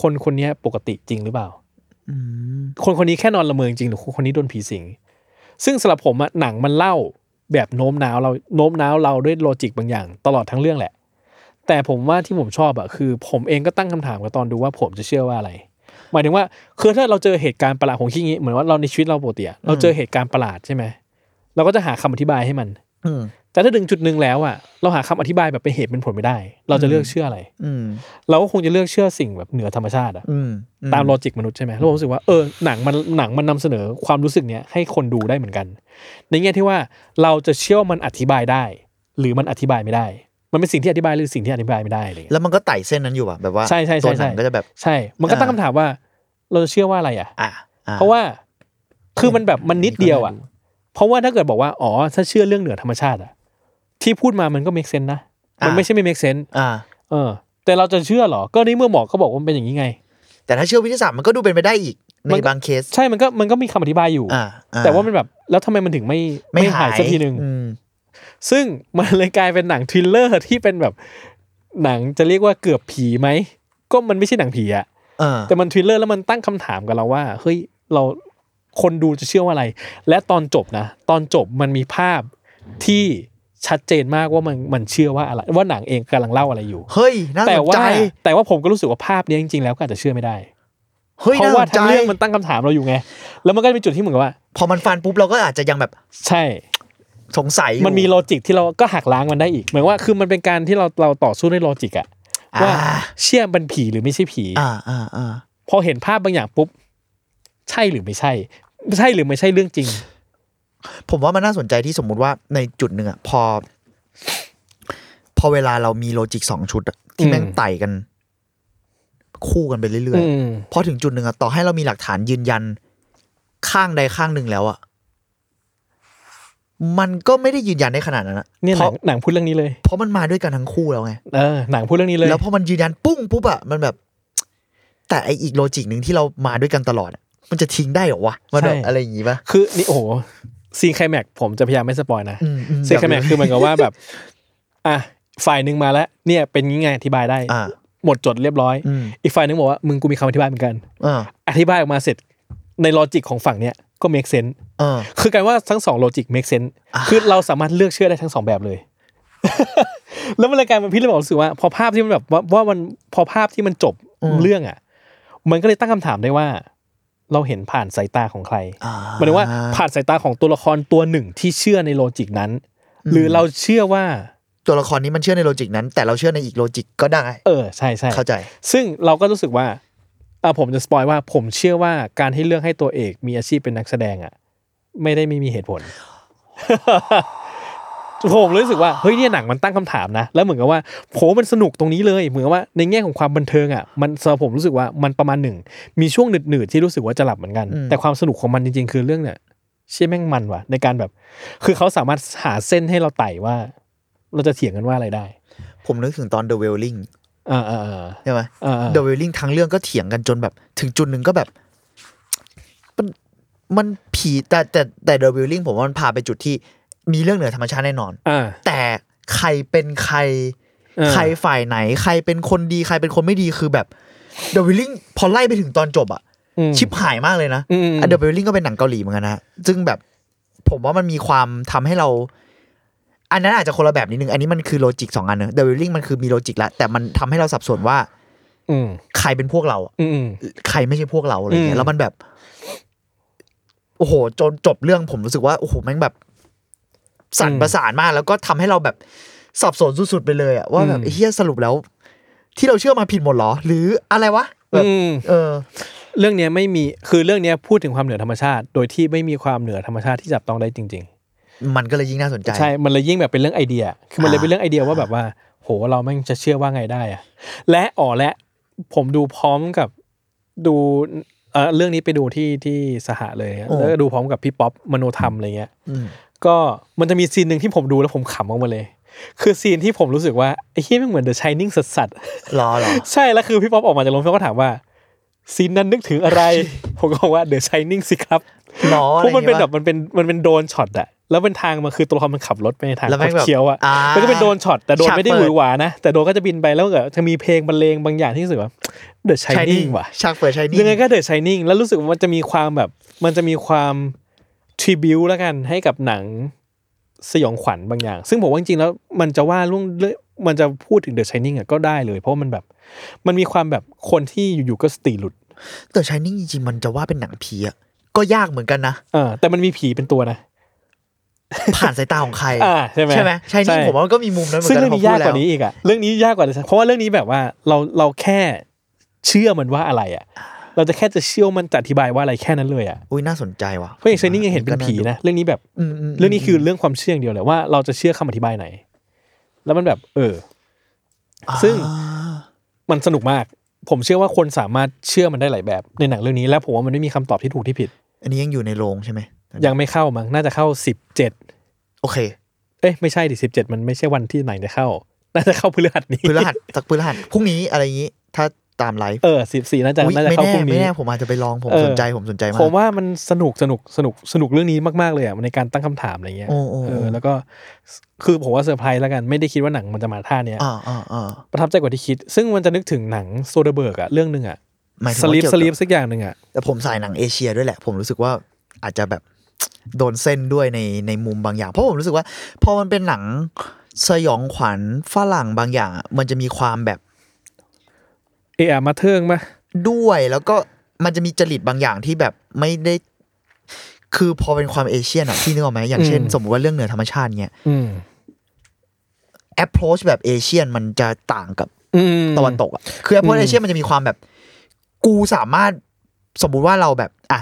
คนคนเนี้ยปกติจริงหรือเปล่า อืม คนคนนี้แค่นอนละเมอจริงๆหรือคนคนนี้โดนผีสิง ซึ่งสำหรับผมอะหนังมันเล่าแบบโน้มน้าวเราโน้มน้าวเราด้วยโลจิกบางอย่าง ตลอดทั้งเรื่องแหละ แต่ผมว่าที่ผมชอบอะคือ ผมเองก็ตั้งคำถามกับตอนดูว่าผมจะเชื่อว่าอะไร หมายถึงว่าคือถ้าเราเจอเหตุการณ์ประหลาดของขี้งี้เหมือนว่าเราในชีวิตเราปกติอะเราเจอเหตุการณ์ประหลาดใช่ไหมเราก็จะหาคำอธิบายให้มัน อืม แต่ถ้าถึงจุดหนึ่งแล้วอะเราหาคำอธิบายแบบเป็นเหตุเป็นผลไม่ได้ เราจะเลือกเชื่ออะไร อืม เราก็คงจะเลือกเชื่อสิ่งแบบเหนือธรรมชาติอะ อืม ตามโลจิกมนุษย์ใช่ไหมแล้วผมรู้สึกว่าเออหนังมันหนังมันนำเสนอความรู้สึกเนี้ยให้คนดูได้เหมือนกัน ในแง่ที่ว่าเราจะเชื่อว่ามันอธิบายได้ หรือมันอธิบายไม่ได้ มันเป็นสิ่งที่อธิบายหรือสิ่งที่อธิบายไม่ได้อะไรอย่างเลย แล้วมันก็ไต่เส้นนั้นอยู่อ่ะ แบบว่า ใช่ใช่ใช่ ตัวหนัง ใช่ ก็จะแบบ ใช่ มันก็ตั้งคำ อ่า ถามว่า เราจะเชื่อว่าอะไรอ่ะ อ่าอ่ เพราะว่าคือมันแบบมันนิดเดียวอ่ะ เพราะว่าถ้าเกิดบอกว่าอ๋อถ้าเชื่อเรื่องเหนือธรรมชาติอ่ะที่พูดมามันก็เมคเซนนะมันไม่ใช่ไม่เมคเซน อ่า เออ แต่เราจะเชื่อเหรอก็ในเมื่อหมอก็บอกว่ามันเป็นอย่างนี้ไง แต่ถ้าเชื่อวิทยาศาสตร์มันก็ดูเป็นไปได้อีก ใน มันก็ บางเคส ใช่มันก็มันก็มีคำอธิบายอยู่ อ่าอ่ แต่ว่ามันแบบแล้วทำไมมันถึงไม่ ไม่ หายสักทีหนึ่ง อืม ซึ่งมันเลยกลายเป็นหนังทริลเลอร์ที่เป็นแบบหนังจะเรียกว่าเกือบผีไหมก็มันไม่ใช่หนังผีอะ เออ แต่มันทริลเลอร์แล้วมันตั้งคำถามกับเราว่าเฮ้ยเราคนดูจะเชื่อว่าอะไร และตอนจบนะ ตอนจบมันมีภาพที่ชัดเจนมากว่ามันมันเชื่อว่าอะไรว่าหนังเองกำลังเล่าอะไรอยู่ เฮ้ย น่า แต่ สนใจ ว่าแต่ว่าผมก็รู้สึกว่าภาพเนี้ยจริงๆแล้วก็อาจจะเชื่อไม่ได้ เฮ้ย เพ น่า ราะ ส ว่าน ใจ ทั้งเรื่องมันตั้งคำถามเราอยู่ไง แล้วมันก็จะมีจุดที่เหมือนกับว่า พอมันฟันปุ๊บเราก็อาจจะยังแบบ ใช่ สงสัยอยู่ มันมีโลจิกที่เราก็หักล้างมันได้อีก เหมือนว่าคือมันเป็นการที่เราเราต่อสู้ด้วยโลจิกอะ อ่า ว่าเชื่อมเป็นผีหรือไม่ใช่ผี อ่าอ่าอ่า พอเห็นภาพบางอย่างปุ๊บ ใช่หรือไม่ใช่ ใช่หรือไม่ใช่เรื่องจริง ผมว่ามันน่าสนใจที่สมมุติว่าในจุดหนึ่งอ่ะพอ พอเวลาเรามีโลจิกสองชุดอะที่แม่ง อืม ไต่กัน คู่กันไปเรื่อย อืม ๆพอถึงจุดหนึ่งอ่ะต่อให้เรามีหลักฐานยืนยัน ข้างใดข้างหนึ่งแล้วอ่ะมันก็ไม่ได้ยืนยันได้ขนาดนั้นอะ เนี่ยหเพนั ราะ งหนังพูดเรื่องนี้เลย เพราะมันมาด้วยกันทั้งคู่แล้วไง เออ หนังพูดเรื่องนี้เลย แล้วพอมันยืนยันปุ้งปุ๊บอะมันแบบ แต่ไออีกโลจิกหนึ่งที่เรามาด้วยกันตลอดอะมันจะทิ้งได้เหรอวะมันแบบอะไรอย่างงี้ปะ คือนี่โอ้โหซีนไคลแม็กซ์ผมจะพยายามไม่สปอยนะ อืมอืม ซีนไคลแม็กซ์คือเหมือนกับว่าแบบ อ่ะฝ่ายหนึ่งมาแล้ว เนี่ยเป็นงี้ไงอธิบายได้ อ่า หมดจดเรียบร้อย อืม อีกฝ่ายหนึ่งบอกว่ามึงกูมีคำอธิบายเหมือนกัน อ่า อธิบายออกมาเสร็จในลอจิกของฝั่งเนี้ยก็เมคเซน อ่า คือการว่าทั้งสองโลจิก make sense อ่า คือเราสามารถเลือกเชื่อได้ทั้งสองแบบเลย แล้วมันเลยกลายเป็นพี่เลยบอกรู้สึกว่า พอภาพที่มันแบบว่าว่ามันพอภาพที่มันจบเรื่องอ่ะ มันก็เลยตั้งคำถามได้ว่า เราเห็นผ่านสายตาของใคร อ่า หมายถึงว่าผ่านสายตาของตัวละครตัวหนึ่งที่เชื่อในโลจิกนั้น หรือเราเชื่อว่า ตัวละครนี้มันเชื่อในโลจิกนั้น แต่เราเชื่อในอีกโลจิกก็ได้ เออใช่ใช่ เข้าใจ ซึ่งเราก็รู้สึกว่าอ่ะผมจะสปอยว่าผมเชื่อว่าการที่เลือกให้ตัวเอกมีอาชีพเป็นนักแสดงอ่ะ ไม่ได้ไม่มีเหตุผล ผมรู้สึกว่าเฮ้ยเนี่ยหนังมันตั้งคำถามนะ แล้วเหมือนกับว่าโผมันสนุกตรงนี้เลย เหมือนกับว่าในแง่ของความบันเทิงอ่ะมันสำหรับผมรู้สึกว่ามันประมาณหนึ่ง มีช่วงหนืดๆที่รู้สึกว่าจะหลับเหมือนกัน อืม แต่ความสนุกของมันจริง ๆ คือเรื่องเนี่ยเชี่ยแม่งมันว่ะ ในการแบบ คือเขาสามารถหาเส้นให้เราไต่ว่า เราจะเถียงกันว่าอะไรได้ ผมนึกถึงตอน The Wailing อ่าอ่าอ่า ใช่ไหม อ่าอ่า The Wailing ทั้งเรื่องก็เถียงกันจนแบบ ถึงจุดหนึ่งก็แบบ มันมันผีแต่แต่แต่ The Wailing ผมว่ามันพาไปจุดที่มีเรื่องเหนือธรรมชาติแน่นอน อ่า แต่ใครเป็นใคร เออ ใครฝ่ายไหน ใครเป็นคนดีใครเป็นคนไม่ดีคือแบบ The Wailing พอไล่ไปถึงตอนจบอะ อืม ชิปหายมากเลยนะ อืม อันเดอร์เบลลิงก็เป็นหนังเกาหลีเหมือนกันนะซึ่งแบบผมว่ามันมีความทำให้เรา อันนั้นอาจจะคนละแบบนิดนึง อันนี้มันคือโลจิกสองอันเนอะเดอะเบลลิงมันคือมีโลจิกละแต่มันทำให้เราสับสนว่า อืม ใครเป็นพวกเราอะ อืม ใครไม่ใช่พวกเราอะไรเงี้ อืม ย แล้วมันแบบ โอ้โห จนจบเรื่องผมรู้สึกว่า โอ้โหแม่งแบบ สั่นประสานมาก แล้วก็ทำให้เราแบบสับสนสุดๆไปเลยอะว่าแบบไอ้เฮียสรุปแล้ว ที่เราเชื่อมาผิดหมดเหรอ หรืออะไรวะแบ อื บ ม เออ เรื่องเนี้ยไม่มีคือเรื่องเนี้ยพูดถึงความเหนือธรรมชาติ โดยที่ไม่มีความเหนือธรรมชาติที่จับต้องได้จริง มันก็เลยยิ่งน่าสนใจ ๆ ใช่ มันเลยยิ่งแบบเป็นเรื่องไอเดีย คือมันเลยเป็นเรื่องไอเดียว่าแบบว่า โหเราแม่งจะเชื่อว่าไงได้อะและอ๋อและผมดูพร้อมกับดูเออเรื่องนี้ไปดูที่ที่สหะเลยอะ โอ้ แล้วก็ดูพร้อมกับพี่ป๊อปมโนธรรมอะไรเงี้ย อืม ก็มันจะมีซีนหนึ่งที่ผมดูแล้วผมขำออกมาเลย คือซีนที่ผมรู้สึกว่าไอ้เฮี้ยแม่งเหมือนเดอะชายนิ่งสัสๆ รอเหรอ ใช่แล้วคือพี่ป๊อปออกมาจากโรงภาพยนตร์ก็ถามว่าซีนนั้นนึกถึงอะไร ผมก็บอกว่าเดอะชายนิ่งสิครับ หรอ เพราะมันเป็น อะแบไรอย่า บ งงี้ปะ มันเป็นมันเป็นโดรนช็อตอะแล้วเป็นทางมันคือตัวละครมันขับรถไปในทาง แล้ว ค แม่ ด งแบบ เคี้ยวอะ อ่ามั มันก็เป็นโดรนช็อตแต่โดรน ฉาก ไม่ได้หเปิด วือหวานะแต่โดรนก็จะบินไปแล้วก็จะมีเพลงบรรเลงบางอย่างที่รู้สึกว่าเดอะชายนิ่งว่ะ ฉากเปิดชายนิ่ง ยังไงก็เดอะชายนิ่งแล้วรู้สึกว่ามันจะมีความแบบ มันจะมีความทริบิวแล้วกันให้กับหนังสยองขวัญบางอย่าง ซึ่งผมว่าจริงๆแล้วมันจะว่าล่วงเรื่องมันจะพูดถึงเดอะชายนิ่งอะก็ได้เลย เพราะว่ามันแบบ มันมีความแบบคนที่อยู่ๆก็สติหลุด แต่ชายนิ่งจริงๆมันจะว่าเป็นหนังผีอ่ะก็ยากเหมือนกันนะ เออแต่มันมีผีเป็นตัวนะ ผ่านสายตาของใคร อ่าใช่ไหม ใช่ไหมชายนิ่ง ใช่ ผมว่ามันก็มีมุมนั้นเหมือ ซึ่ง นกัน เรื่อง พอ นี้ พู ยาก ด ก แล้ว ว่านี้อีกอะเรื่องนี้ยากกว่า เพราะว่าเรื่องนี้แบบว่าเราเราแค่เชื่อมันว่าอะไรอะเราจะแค่จะเชื่อมันจะอธิบายว่าอะไรแค่นั้นเลยอะ อุ้ยน่าสนใจว่ะ เพราะอย่างเชนนี่ยังเห็นเป็นผีนะเรื่องนี้แบบ อืมๆ เรื่องนี้คือเรื่องความเชื่ออย่างเดียวเลยว่าเราจะเชื่อคำอธิบายไหน แล้วมันแบบ เออ ซึ่ง อ่า มันสนุกมาก ผมเชื่อว่าคนสามารถเชื่อมันได้หลายแบบในหนังเรื่องนี้ และผมว่ามันไม่มีคำตอบที่ถูกที่ผิด อันนี้ยังอยู่ในโรงใช่ไหม ยังไม่เข้ามั้งน่าจะเข้าสิบเจ็ด โอเค เอ้ยไม่ใช่ดิสิบเจ็ดมันไม่ใช่วันที่หนังจะเข้า น่าจะเข้าพฤหัสนี้ พฤหัส สักพฤหัสพรุ่งนี้อะไรอย่างนี้ ถ้าตามไลฟ์ เออสิบสี่น่าจะ อุ๊ย น่าจะ ไม่ เข้า แน่ พรุ่ง ไม่ นี้ แน่ผมอาจจะไปลองผม เออ สนใจผมสนใจมา ผ ก มว่ามันสนุกสนุกสนุกสนุกเรื่องนี้มากๆเลยอ่ะในการตั้งคำถามอะไรเงี้ย โอ้โอ้โอ้ เออแล้วก็คือผมว่าเซอร์ไพรส์แล้วกันไม่ได้คิดว่าหนังมันจะมาท่าเนี้ย อ่าอ่าอ่า ประทับใจกว่าที่คิด ซึ่งมันจะนึกถึงหนังโซเดอร์เบิร์กอะเรื่องหนึ่งอะ หมายถึง ส ว่า ลีป เกี่ยว สลีป กับ สักอย่างหนึ่งอะ แต่ผมสายหนังเอเชียด้วยแหละ ผมรู้สึกว่าอาจจะแบบโดนเส้นด้วยในในมุมบางอย่าง เพราะผมรู้สึกว่าพอมันเป็นหนังสยองขวัญฝรั่งบางอย่างอะมันจะมีความแบบ เออามาเทิงมะ ด้วยแล้วก็มันจะมีจริตบางอย่างที่แบบไม่ได้ คือพอเป็นความเอเชียนอะพี่นึกออกไหมอย่างเช่น สมมติว่าเรื่องเหนือธรรมชาติเนี่ย อืม แอ r โรชแบบเอเชียนมันจะต่างกับ อืม ตะวันตกอะคือแอ r โรช อืม เอเชียนมันจะมีความแบบ กูสามารถสมมุติว่าเราแบบอ่ะ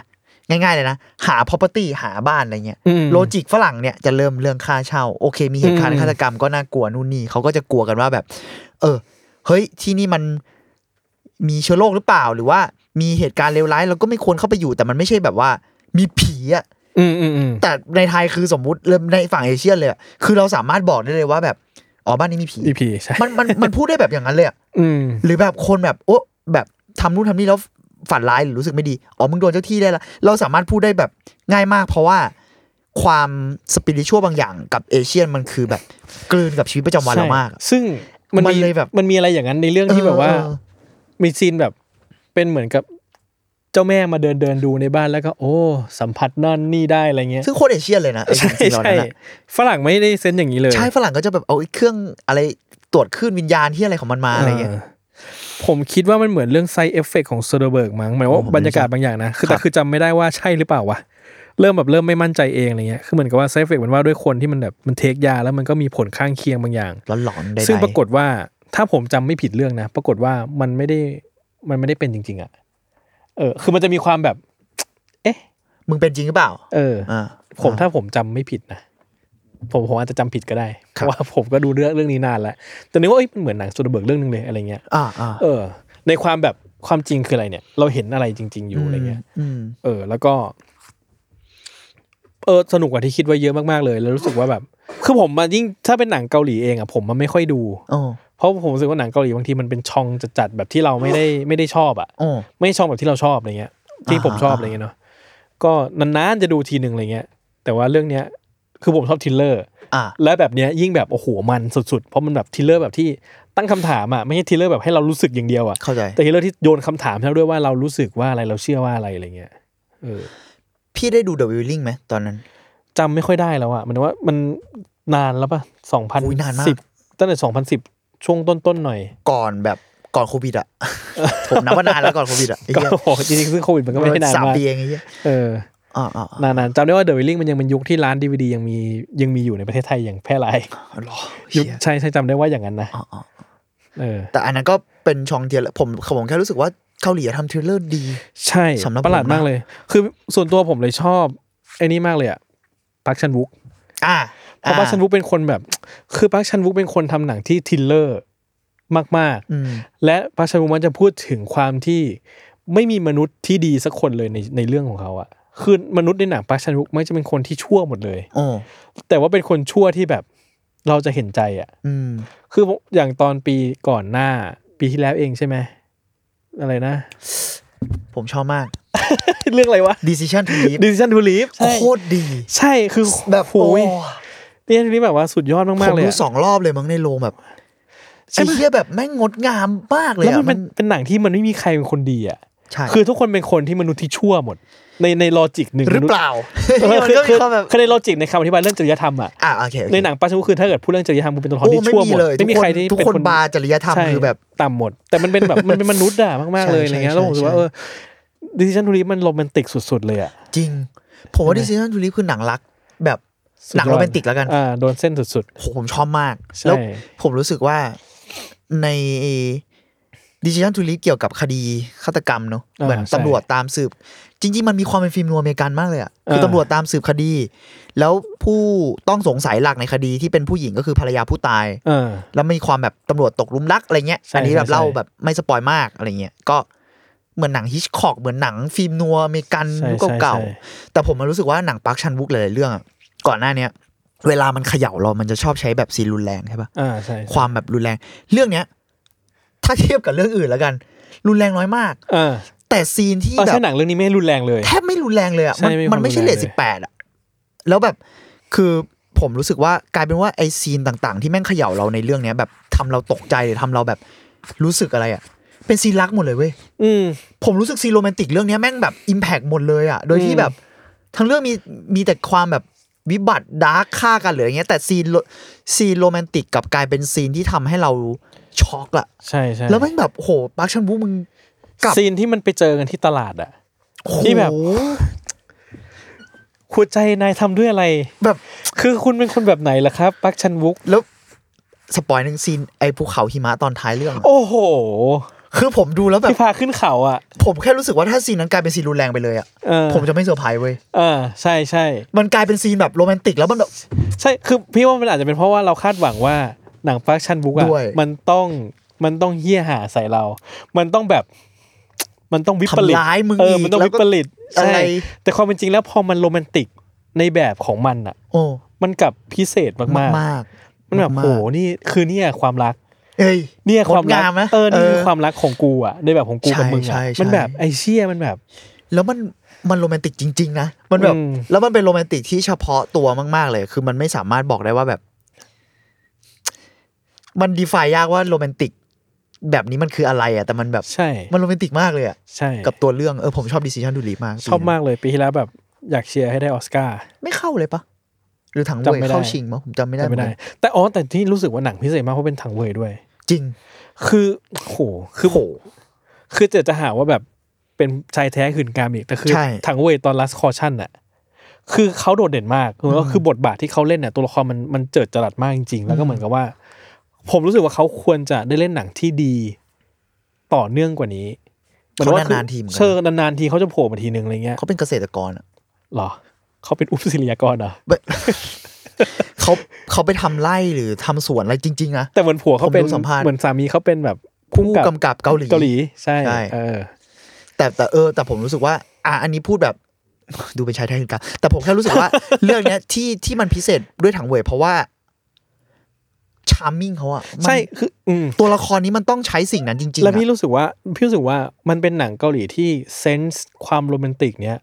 ง่ายๆเลยนะ หา property หาบ้านอะไรเงี้ย อืม โลจิกฝรั่งเนี่ยจะเริ่มเรื่องค่าเช่า โอเค มีเหตุการ อื ณ์ ม ฆาตกรรมก็น่ากลัวนู่นนี่เขาก็จะกลัวกันว่าแบบ เออ เฮ้ยที่นี่มันมีเชื้อโรคหรือเปล่า หรือว่ามีเหตุการณ์เลวร้ายเราก็ไม่ควรเข้าไปอยู่แต่มันไม่ใช่แบบว่า มีผีอะ อืมอืมอืม แต่ในไทยคือสมมุติเริ่มในฝั่งเอเชียเลยอะคือเราสามารถบอกได้เลยว่าแบบอ๋อบ้านนี้มีผี อีพีใช่ มันมันมันพูดได้แบบอย่างนั้นเลยอะ อืม หรือแบบคนแบบโอ้แบบทำนู่นทำนี่แล้วฝันร้ายหรือรู้สึกไม่ดีอ๋อมึงโดนเจ้าที่ได้ละเราสามารถพูดได้แบบง่ายมาก เพราะว่าความสปิริตชั่วบางอย่างกับเอเชียนมันคือแบบกลืนกับชีวิตประจำวันเรามาก ใช่ซึ่งมัน มัน มี เลยแบบ มันมีอะไรอย่างนั้นในเรื่องที่แบบว่า เออ มีซีนแบบเป็นเหมือนกับเจ้าแม่มาเดินเดินดูในบ้านแล้วก็ โอ้ สัมผัสนั่นนี่ได้อะไรเงี้ย ซึ่งโคตรเอเชียนเลยนะไอ้ ใช่ สิ่งเหล่า ใช่ นั้นอะ ฝรั่งไม่ได้เซนส์อย่างนี้เลย ใช่ฝรั่งก็จะแบบเอาไอ้เครื่องอะไรตรวจคลื่นวิญญาณที่อะไรของมันมาอะไรเงี้ย ผมคิดว่ามันเหมือนเรื่องไซเอฟเฟกของโซเดอร์เบิร์กมั้งหมายว่า โอ้ผมไม่ บรรยากาศบางอย่างนะคือ ครั แต่ บ คือจำไม่ได้ว่าใช่หรือเปล่าวะเริ่มแบบเริ่มไม่มั่นใจเองอะไรเงี้ยคือเหมือนกับว่าไซเอฟเฟกมันว่าด้วยคนที่มันแบบมันเทคยาแล้วมันก็มีผลข้างเคียงบางอย่าง หลอนๆได้ ซึ่งปรากฏว่าถ้าผมจำไม่ผิดเรื่องนะ ปรากฏว่ามันไม่ได้มันไม่ได้เป็นจริง ๆอะเออ คือมันจะมีความแบบ เอ๊ะ มึงเป็นจริงหรือเปล่า เออ อ่า ผมถ้าผมจำไม่ผิดนะ ผมผมอาจจะจำผิดก็ได้เพ ครับ ราะว่าผมก็ดูเรื่องเรื่องนี้นานแล้ว แต่นึกว่าเอ้ยมันเหมือนหนังสตูดิโอเบิร์กเรื่องนึงเลยอะไรเงี้ย อ่าอ่า เออ ในความแบบความจริงคืออะไรเนี่ย เราเห็นอะไรจริง ๆ อยู่อะไรเงี้ย อืม เออ แล้วก็ เออสนุกกว่าที่คิดไว้เยอะมากๆเลย แล้วรู้สึกว่าแบบ คือผมมายิ่งถ้าเป็นหนังเกาหลีเองอะผมมันไม่ค่อยดู โอ้ เพราะผมรู้สึกว่าหนังเกาหลีบางทีมันเป็นช่องจัดๆแบบที่เราไม่ได้ไม่ได้ชอบอ่ะ โอ้ ไม่ช่องแบบที่เราชอบอะไรเงี้ย ที่ผมชอบ อ่า อะไรเงี้ยเนาะก็นานๆจะดูทีหนึ่งอะไรเงี้ย แต่ว่าเรื่องเนี้ยคือผมชอบทริลเลอร์ อ่า และแบบเนี้ยยิ่งแบบโอ้โหมันสุดๆ เพราะมันแบบทริลเลอร์แบบที่ตั้งคำถามอ่ะไม่ใช่ทริลเลอร์แบบให้เรารู้สึกอย่างเดียวอ่ะ เข้าใจ แต่ทริลเลอร์ที่โยนคำถามให้เราด้วยว่าเรารู้สึกว่าอะไรเราเชื่อว่าอะไรอะไรเงี้ยเออ พี่ได้ดู The Wailing ไหมตอนนั้น จำไม่ค่อยได้แล้วอ่ะมันว่ามันนานแล้วป่ะสองพัน อุ๊ยนานมาก สิบตั้งแต่สองพันสิบช่วงต้นๆหน่อย ก่อนแบบก่อนโควิดอ่ะ ผมนับว่านานแล้วก่อนโควิดอ่ะไอ้ ก็ เหี้ย โอ้โหจริงๆซึ่งโควิดมันก็ไม่ได้นาน สาม มาก ปีเองไอ้เหี้ย เออ อ่าอ่าอ่าน านๆจำได้ว่าเดอะวิลลิงมันยังเป็นยุคที่ร้านดีวดียังมียังมีอยู่ในประเทศไทยอย่างแพร่หลาย หรอ ยุค เหี้ย ใช่ใช่จำได้ว่าอย่างนั้นนะ อ่าอ่า เออ แต่อันนั้นก็เป็นชองเทียร์ผมผมแค่รู้สึกว่าเกาหลีอะทำเทรลเลอร์ดี ใช่ สำหรับผมนะ ประหลาดมากเลย คือส่วนตัวผมเลยชอบไอ้นี่มากเลยอะพักชันวุก อ่า เพราะพักชันวุกเป็นคนแบบ คือพักชันวุกเป็นคนทำหนังที่ทริลเลอร์มาก อืม ๆ และพักชันวุกมันจะพูดถึงความที่ไม่มีมนุษย์ที่ดีสักคนเลยในในเรื่องของเขาอะคือมนุษย์ในหนังพักชันวุกไม่จะเป็นคนที่ชั่วหมดเลย โอ้ แต่ว่าเป็นคนชั่วที่แบบเราจะเห็นใจอ่ะ อืม คืออย่างตอนปีก่อนหน้า ปีที่แล้วเองใช่ไหมอะไรนะ ผมชอบมาก เรื่องอะไรวะ Decision to Leave Decision to Leave ใช่ โคตรดี ใช่คือ แบบ โอ้ย โอ้ นี่อันนี้แบบว่าสุดยอด ผม ากๆเลย ดู อะ สองรอบเลยมั้งในโรงแบบ ใช่ ไอ้ ปะ เหี้ยแบบแม่งงดงามมากเลย แล้วมั อ่ะ นเป็นเป็นหนังที่มันไม่มีใครเป็นคนดีอ่ะ ใช่ คือทุกคนเป็นคนที่มนุษย์ที่ชั่วหมด ในในลอจิกหนึ่ง หรือเปล่า เออ มัน คือ ก็ คื มี อ ความแบบ คือในลอจิกในคำอธิบายเรื่องจริยธรรมอ่ะ อ่าโอเคโอเค ในหนังปาชมุคือถ้าเกิดพูดเรื่องจริยธรรมกูเป็นตัวละคร โอ้ ที่ ไม่ ชั่วห มี มด เลยทุ ไม่มีกค ใคร น ที่ ทุก เป็น คน คน บาจริยธรรม ใช่ คือแบบ ต่ำหมด แต่มันเป็นแบบ มันเป็นมนุษย์อะมาก ๆ เลย ใช่ อะไรเงี้ย ใช่ แล้วผมรู้สึกว่า ใช่ เออดิจิชันทูริมันโรแมนติกสุด ๆ เลยอะ จริง ผมว่าดิซีซันทูลิฟคือหนังรัก แบบหนังโรแมนติกแล้วกัน อ่าโดนเส้นสุด โหผมชอบมาก ใช่ แล้วผมรู้สึกว่าในดิจิทัลทูลิฟเกี่ยวกับคดีฆาตกรรมเนอะ อ่า เหมือน ใช่ ตำรวจตามสืบ จริง ๆ มันมีความเป็นฟิล์มนัวอเมริกันมากเลยอะคือ เออ ตำรวจตามสืบคดี แล้วผู้ต้องสงสัยหลักในคดีที่เป็นผู้หญิงก็คือภรรยาผู้ตาย ๆอ่า แล้วมีความแบบตำรวจตกหลุมรักอะไรเงี้ย ใช่ อันนี้แบบ ใช่ เล่าแบบไม่สปอยมากอะไรเงี้ย ก็เหมือนหนังฮิชคอกเหมือนหนังฟิล์มนัวอเมริกัน ใช่ ยุคเก่า ใช่ใช่ ๆ แต่ผมมารู้สึกว่าหนังปาร์คชันวุกหลายๆเรื่องอะก่อนหน้าเนี้ย เวลามันเขย่าเรามันจะชอบใช้แบบซีนรุนแรงใช่ปะ อ่าใช่ ความแบบรุนแรง เรื่องเนี้ย ถ้าเทียบกับเรื่องอื่นแล้วกัน รุนแรงน้อยมาก อ่า แต่ซีนที่ เอา แบบ ใช่หนังเรื่องนี้ไม่รุนแรงเลย แทบไม่รุนแรงเลยอ่ะ ใช่ มัน ไม่มี มันไม่ใช่ ความรุน เล แรง ท เลย สิบแปดอ่ะ แล้วแบบคือผมรู้สึกว่ากลายเป็นว่าไอซีนต่างๆ ที่แม่งเขย่าเราในเรื่องเนี้ยแบบทำเราตกใจหรือทำเราแบบรู้สึกอะไรอ่ะ เป็นซีนรักหมดเลยเว้ย อืม ผมรู้สึกซีนโรแมนติกเรื่องเนี้ยแม่งแบบอิมแพกหมดเลยอ่ะ โดยที่ อืม แบบทั้งเรื่องมีมีแต่ความแบบวิบัติดาร์กฆ่ากันหรืออย่างเงี้ยแต่ซีนโรซีนโรแมนติกกลับกลายเป็นซีนที่ทำให้เราช็อกอะ ใช่ใช่ แล้วแม่งแบบโหปักชันวุกมึง กลับ ซีนที่มันไปเจอกันที่ตลาดอะ โอ้โห ที่แบบ หัวใจนายทำด้วยอะไร แบบ คือคุณเป็นคนแบบไหนล่ะครับปักชันวุก แล้วสปอยหนึ่งซีนไอ้ภูเขาหิมะตอนท้ายเรื่องอะ โอ้โห คือผมดูแล้วแบบ ที่พาขึ้นเขาอะ ผมแค่รู้สึกว่าถ้าซีนนั้นกลายเป็นซีนรุนแรงไปเลยอ่ะ เออ ผมจะไม่เซอร์ไพรส์เว้ย อ่าใช่ใช่ มันกลายเป็นซีนแบบโรแมนติกแล้วมันแบบ ใช่ คือพี่ว่ามันอาจจะเป็นเพราะว่าเราคาดหวังว่าหนังฟักชันบุ๊กอะ ด้วย มันต้องมันต้องเหี้ยหาใส่เรา มันต้องแบบ มันต้องวิปริต ทำร้ายมึง เออ อีก มันต้องวิปริต แล้วก็ ใช่ อะไร แต่ความเป็นจริงแล้วพอมันโรแมนติกในแบบของมันอะ โอ้ มันกลับพิเศษมาก มาก ๆ มันแบบ มาก โหนี่คือเนี่ยความรัก เอ้ย เนี่ยความ งด รัก งามนะ เออนี่คือความรักของกูอะในแบบของกู ใช่ กับมึง ใช่ อะ ใช่ มันแบบไอเชี่ยมันแบบ แล้วมันมันโรแมนติกจริง ๆ นะ มันแบบ อืม แล้วมันเป็นโรแมนติกที่เฉพาะตัวมาก ๆ เลย คือมันไม่สามารถบอกได้ว่าแบบ มันดีฟายยากว่าโรแมนติก แบบนี้มันคืออะไรอ่ะ แต่มันแบบ ใช่ มันโรแมนติกมากเลยอ่ะ ใช่ กับตัวเรื่องเออผมชอบดิซิชันดูลีมาก ชอบมากเลยปีที่แล้วแบบอยากเชียร์ให้ได้ออสการ์ ไม่เข้าเลยปะหรือถังเว่ย จำไม่ได้ เข้าชิงมั้งผมจำไม่ได้ แต่ไม่ได้ เหอนกัน แต่อ๋อแต่ที่รู้สึกว่าหนังพิเศษมากเพราะเป็นถังเวยด้วย จริง คือโหคือ โห คือจะจะหาว่าแบบเป็นชายแท้หืนกามอีกแต่คือ ใช่ ถังเวยตอนลัสคอชั่นน่ะคือเขาโดดเด่นมากคือก็คือบทบาทที่เขาเล่นเนี่ยตัวละครมันมันเจิดจรัสมากจริงๆ แล้วก็เหมือนกับว่า ผมรู้สึกว่าเขาควรจะได้เล่นหนังที่ดีต่อเนื่องกว่านี้หมือ เขา ว่คือน านๆทีเหมือนกั เชิญ น นานๆทีเขาจะโผล่มาทีนึงอะไรเงี้ย เขาเป็นเกษตรกรอะ หรอเขาเป็นอุ ปศิริยากรเหรอ เว้ย เขาเขาไปทำไร่หรือทำสวนอะไรจริงๆนะ แต่เหมือนผัวเขาเป็น ผมดูสัมภาษณ์ เหมือนสามีเขาเป็นแบบ ผู้กำกับเกาหลี เกาหลีใช่ ใช่ เออ แต่แต่เออแต่ผมรู้สึกว่า อ่ะอันนี้พูดแบบ ดูเป็นชายไทยกันแต่ผมแค่รู้สึกว่า เรื่องเนี้ยที่ที่มันพิเศษด้วยถังเว่ยเพราะว่าชาร์มมิ่งเขาอะมัน ใช่คืออืม ตัวละครนี้มันต้องใช้สิ่งนั้นจริงๆ แล้วพี่ อะ รู้สึกว่าพี่รู้สึกว่ามันเป็นหนังเกาหลีที่เซนส์ความโรแมนติกเนี้ย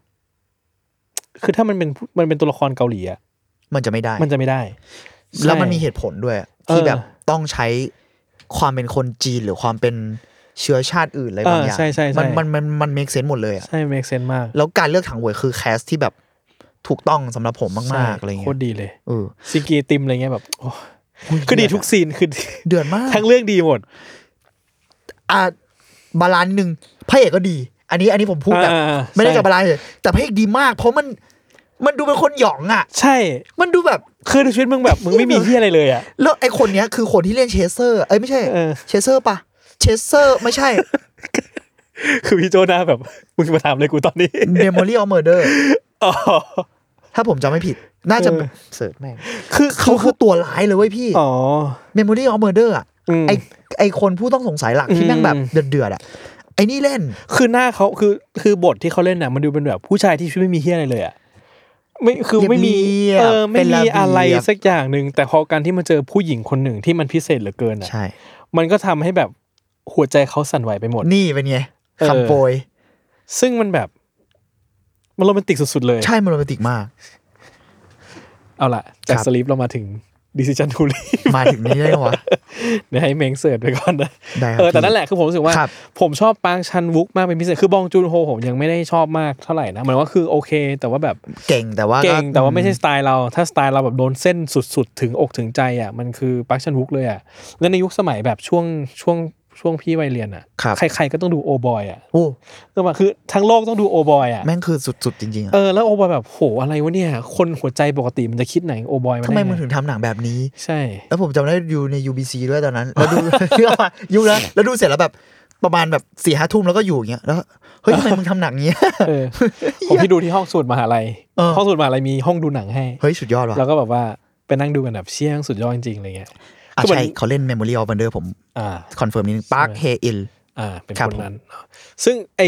คือถ้ามันเป็นมันเป็นตัวละครเกาหลีอะ มันจะไม่ได้ มันจะไม่ได้ แล้วมัน ใช่ มีเหตุผลด้วย ที่ เออ แบบต้องใช้ความเป็นคนจีนหรือความเป็นเชื้อชาติอื่นอะไรบางอย่าง เใช่ใช่ใช่ มันมันมันมันเมคเซนหมดเลยอะ ใช่ make sense มาก แล้วการเลือกถังเว่ยคือแคสที่แบบถูกต้องสำหรับผม ใช่ มากๆอะไรเงี้ โคตร ย ดีเลย เออ ซีกีติมอะไรเงี้ยแบบโอ้คือดีทุกซีนคือ ดี เดือดมาก ทั้งเรื่องดีหมด อ่ะบาลานซ์หนึ่งพระเอกก็ดี อันนี้อันนี้ผมพูดแบบ อ่า ไม่ได้ ใช่ จะบาลานซ์เลยแต่พระเอกดีมาก เพราะมันมันดูเป็นคนหยองอ่ะ ใช่ มันดูแบบ คือในชีวิตมึงแบบมึงไม่มีที่อะไรเลยอะ แล้วไอคนเนี้ยคือคนที่เล่นเชสเซอร์เอ้ยไม่ใช่ เออ เชสเซอร์ปะเชสเซอร์ไม่ใช่ คือพี่โจหน้าแบบ มึงมาถามเลยกูตอนนี้ Memory of Murder อ๋อ ถ้าผมจำไม่ผิด น่าจะ เออ เสิร์ชแม่ง คือ เขาคือตัวร้ายเลยเว้ยพี่ อ๋อ Memory of Murder อ่ะ อืม ไอไอคนผู้ต้องสงสัยหลักที่แม่งแบบเดือดๆอ่ะไอนี่เล่น คือหน้าเขาคือคือบทที่เขาเล่นน่ะมันดูเป็นแบบผู้ชายที่ชีวิตไม่มีเฮียอะไรเลยอ่ะไม่คือไม่มี เรียบๆ เออไม่ เป็นระ มี เบียบ อะไรสักอย่างหนึ่งแต่พอการที่มาเจอผู้หญิงคนหนึ่งที่มันพิเศษเหลือเกินอ่ะ ใช่ มันก็ทำให้แบบหัวใจเขาสั่นไหวไปหมด นี่เป็นไง เออ คำโปรย ซึ่งมันแบบมันโรแมนติกสุดๆเลย ใช่มันโรแมนติกมาก เอาล่ะ จาก ครับ สลีปเรามาถึงดิสิชันทูลี มาถึงนี้ได้ไงวะ เดี๋ยวให้เมงเสิร์ชไปก่อนนะ ได้ครับ เออแต่นั่น พี่ แหละคือผมรู้สึกว่า ครับ ผมชอบปางชันวุกมากเป็นพิเศษคือบองจูนโฮผมยังไม่ได้ชอบมากเท่าไหร่นะเหมือนว่าคือโอเค แต่ว่าแบบ เก่งแต่ว่า เก่งแต่ว่าไม่ใช่สไตล์เรา ถ้าสไตล์เราแบบโดนเส้นสุดๆ ถึงอกถึงใจอ่ะมันคือปักชันฮุกเลยอ่ะแล้วในยุคสมัยแบบช่วงช่วงช่วงพี่วัยเรียนอ่ะ ครับ ใครๆก็ต้องดูโอบอยอ่ะ โอ้ คือว่าคือทั้งโลกต้องดูโอบอยอ่ะ แม่งคือสุดๆจริงๆอะ เออแล้วโอบอยแบบโหอะไรวะเนี่ย คนหัวใจปกติมันจะคิดไหนโอบอยมา ทำไม ได้ มึ ไง งถึงทำหนังแบบนี้ ใช่ แล้วผมจำได้อยู่ใน UBC ด้วย ตอนนั้นแล้วดู เรื่องว่ายุคแล้วแล้วดูเสร็จแล้วแบบประมาณแบบสี่ห้าทุ่มแล้วก็อยู่อย่างเงี้ยแล้วเฮ้ยทำไมมึงทำหนังเงี้ย เออผมพี่ดูที่ห้องสูตรมหาลัย เออ ห้องสูตรมหาลัยมีห้องดูหนังให้ เฮ้ยสุดยอดว่ะ แล้วก็แบบว่าไปนั่งดูกันแบบเชี่ยงสุดยอดจริงๆอะไรเงี้ย อ่ะ คือมัน ใช่เขาเล่น Memory of Wonder ผม อ่า คอนเฟิร์มนิดนึงปาร์คเฮอิน อ่าเป็น ครั คนบผม นั้น ซึ่งไอ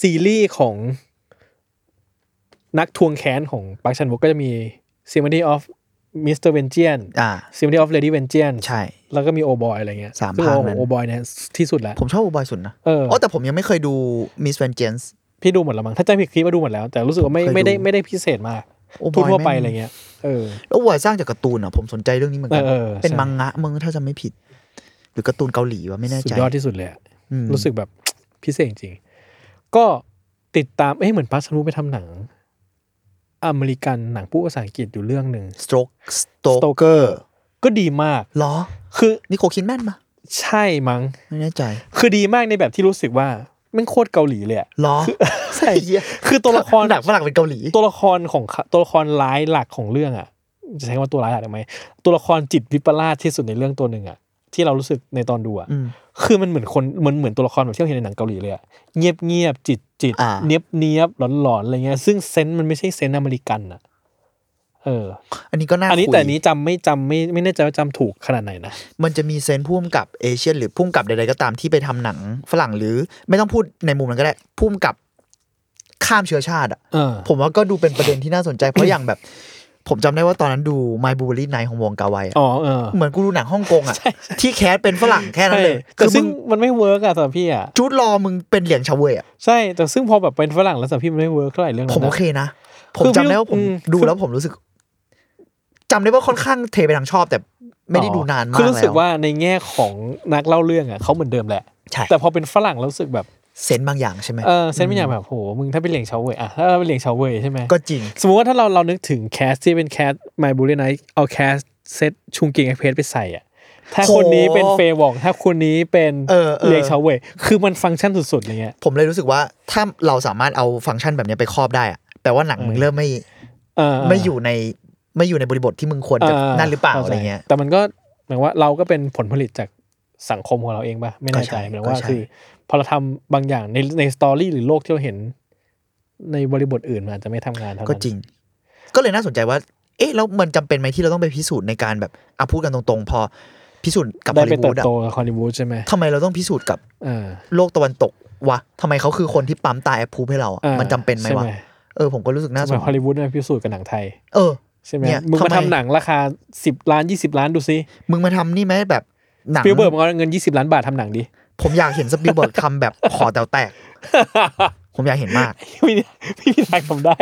ซีรีส์ของนักทวงแค้นของปักชันวุกก็จะมี s y m p h o n y of Mr. v e n g e a n อ่า s y m p h o n y of Lady v e n g e a n ใช่ แล้วก็มีโอบอยอะไรเงี้ย สาม ซึ่ง ภาค โอ้โห นั้น โอบอยเนี่ยที่สุดแล้ว ผมชอบบอยสุดนะ เออ แต่ผมยังไม่เคยดู Miss Vengeance พี่ดูหมดแล้วมั้งถ้าจำผิดคลิปว่าดูหมดแล้ว แต่รู้สึกว่าไม่ ผมเคย ไม่ได้ ดู ไม่ได้พิเศษมาก โอ้บอย ทั่วๆไป แม่ง อะไรเงี้ย เออ แล้วบอยสร้างจากการ์ตูนอ่ะผมสนใจเรื่องนี้เหมือนกั เออเออ เป็น ใช่ มังงะมึงถ้าจำไม่ผิด หรือการ์ตูนเกาหลีวะไม่แน่ สุ ใจ ดยอดที่สุดเลยอะ อืม รู้สึกแบบ พิเศษจริงๆก็ติดตามเอ้ยเหมือนปักชันวุกไปทำหนัง อเมริกันหนังผู้ภาษาอังกฤษอยู่เรื่องหนึ่ง สโตรกสโตรก Stoker ก็ดีมาก หรอ คือ นิโคลคิดแม่นปะ ใช่มั้ง ไม่แน่ใจ คือดีมากในแบบที่รู้สึกว่าแมันโคตรเกาหลีเลยอะ หรอใช่เหี้ย คือตัวละคร หนักฝรั่งเป็นเกาหลี ตัวละครของเขาตัวละครร้ายหลักของเรื่องอะจะใช้คำว่าตัวร้ายหลักได้ไหมตัวละครจิตวิปลาสที่สุดในเรื่องตัวหนึ่งอะที่เรารู้สึกในตอนดูอะ อืม คือมันเหมือนคนเหมือนเหมือนตัวละครแบบที่เราเห็นในหนังเกาหลีเลยอะเงียบเงียบจิตจิต อ่า เนียบเนียบหลอนหลอนๆอะไรเงี้ยซึ่งเซนส์มันไม่ใช่เซนส์อเมริกันอะเออ อันนี้ก็น่า อันนี้ คุย แต่อันนี้จำไม่จำไม่ไม่แน่ใจว่าจำถูกขนาดไหนนะ มันจะมีเซนพุ่มกับเอเชียนหรือพุ่มกับใดๆก็ตามที่ไปทำหนังฝรั่งหรือไม่ต้องพูดในมุมนั้นก็ได้พุ่มกับข้ามเชื้อชาติอ่ะ เออ ผมว่าก็ดูเป็นประเด็นที่น่าสนใจ เพราะอย่างแบบ ผมจำได้ว่าตอนนั้นดู My b u l l y Night ของวงกาไวอะ อ๋อเออ เหมือนกูดูหนังฮ่องกงอ่ะที่แคสเป็นฝรั่งแค่นั้นเลย ใช่แต่ คือ ซึ่ มึ ง ง มันไม่เวิร์กอะสำหรับพี่อะ จูดรอมึงเป็นเหลียงชาเวยอะ ใช่แต่ซึ่งพอแบบเป็นฝรั่งแล้วสำหรับพี่มันไม่เวิร์กเท่าไหร่เรื่อง ผ นั้ ม น โอ อะ เคนะ ผ คื ม อ จำได้ว่า พี่ ผม อืม ดูแล้วผมรู้สึกจำได้ว่าค่อนข้างเทไปทางชอบ แต่ไม่ได้ดูนานมาก คือรู้สึก แล้ว ว่าในแง่ของนักเล่าเรื่องอะเขาเหมือนเดิมแหละ ใช่ แต่พอเป็นฝรั่งแล้วรู้สึกแบบ เซนส์บางอย่างใช่ไหม เออเซนไม่อยากแบบโหมึงถ้าเป็นเหลียงเฉาเว่ยอะถ้าเราเป็นเหลียงเฉาเว่ยใช่ไหม ก็จริง สมมติว่าถ้าเราเรานึกถึงแคสที่เป็นแคสไมบูเรนไนเอาแคสเซตชุงกิงเอ็กเพรสไปใส่อะ ถ้าคนนี้เป็นเฟย์บอกถ้าคนนี้เป็น เออเออ ยกชาวเวยคือมันฟังก์ชันสุดๆอะไรเงี้ย ผมเลยรู้สึกว่าถ้าเราสามารถเอาฟังก์ชันแบบเนี้ยไปครอบได้อะแปลว่าหนังมึง เออ เริ่มไม่ เออ ไม่อยู่ในไม่อยู่ในบริบทที่มึงควรจะนั่นหรือเปล่า ข้ อะ ใจ ไรเงี้ย แต่มันก็หมายว่าเราก็เป็นผลผลิตจากสังคมของเราเองป่ะไม่แน่ใจ ก็ใช่ หมาย ก็ ว่า ใช่ คือพอเราทำบางอย่างในในสตอรี่หรือโลกที่เราเห็น ในบริบทอื่นมันอาจจะไม่ทำงานเท่านั้น ก็จริง ก็เลยน่าสนใจว่า เอ๊ะแล้วมันจำเป็นไหมที่เราต้องไปพิสูจน์ในการแบบอ่ะพูดกันตรงๆ พอพิสูจน์กับฮ ได้ อล ไป ลีวู เติบดอะ โตกับฮอลลีวูดใช่ไหม ทำไมเราต้องพิสูจน์กับ เออ โลกตะวันตกวะทำไมเขาคือคนที่ปั๊มตาแอปพูให้เราอะ เออ มันจำเป็นไหม ใช่ วะเออผมก็รู้สึกน่า ทำ ส ไม น ฮอลลีวูดไม่พิสูจน์กับหนังไทย เออ ใช่ไหม เนี่ย มึงมา ทำไม ทำหนังราคาสิบล้านยี่สิบล้านดูซิ มึงมาทำนี่ไหมแบบหนัง ฟิลเบิร์กเอาเงินยี่สิบล้านบาททำหนังดิ ผมอยากเห็นสปิลเบิร์กทำแบบ ขอแตวแตก ผมอยากเห็นมาก ไม่มีไม่มีทางทำได้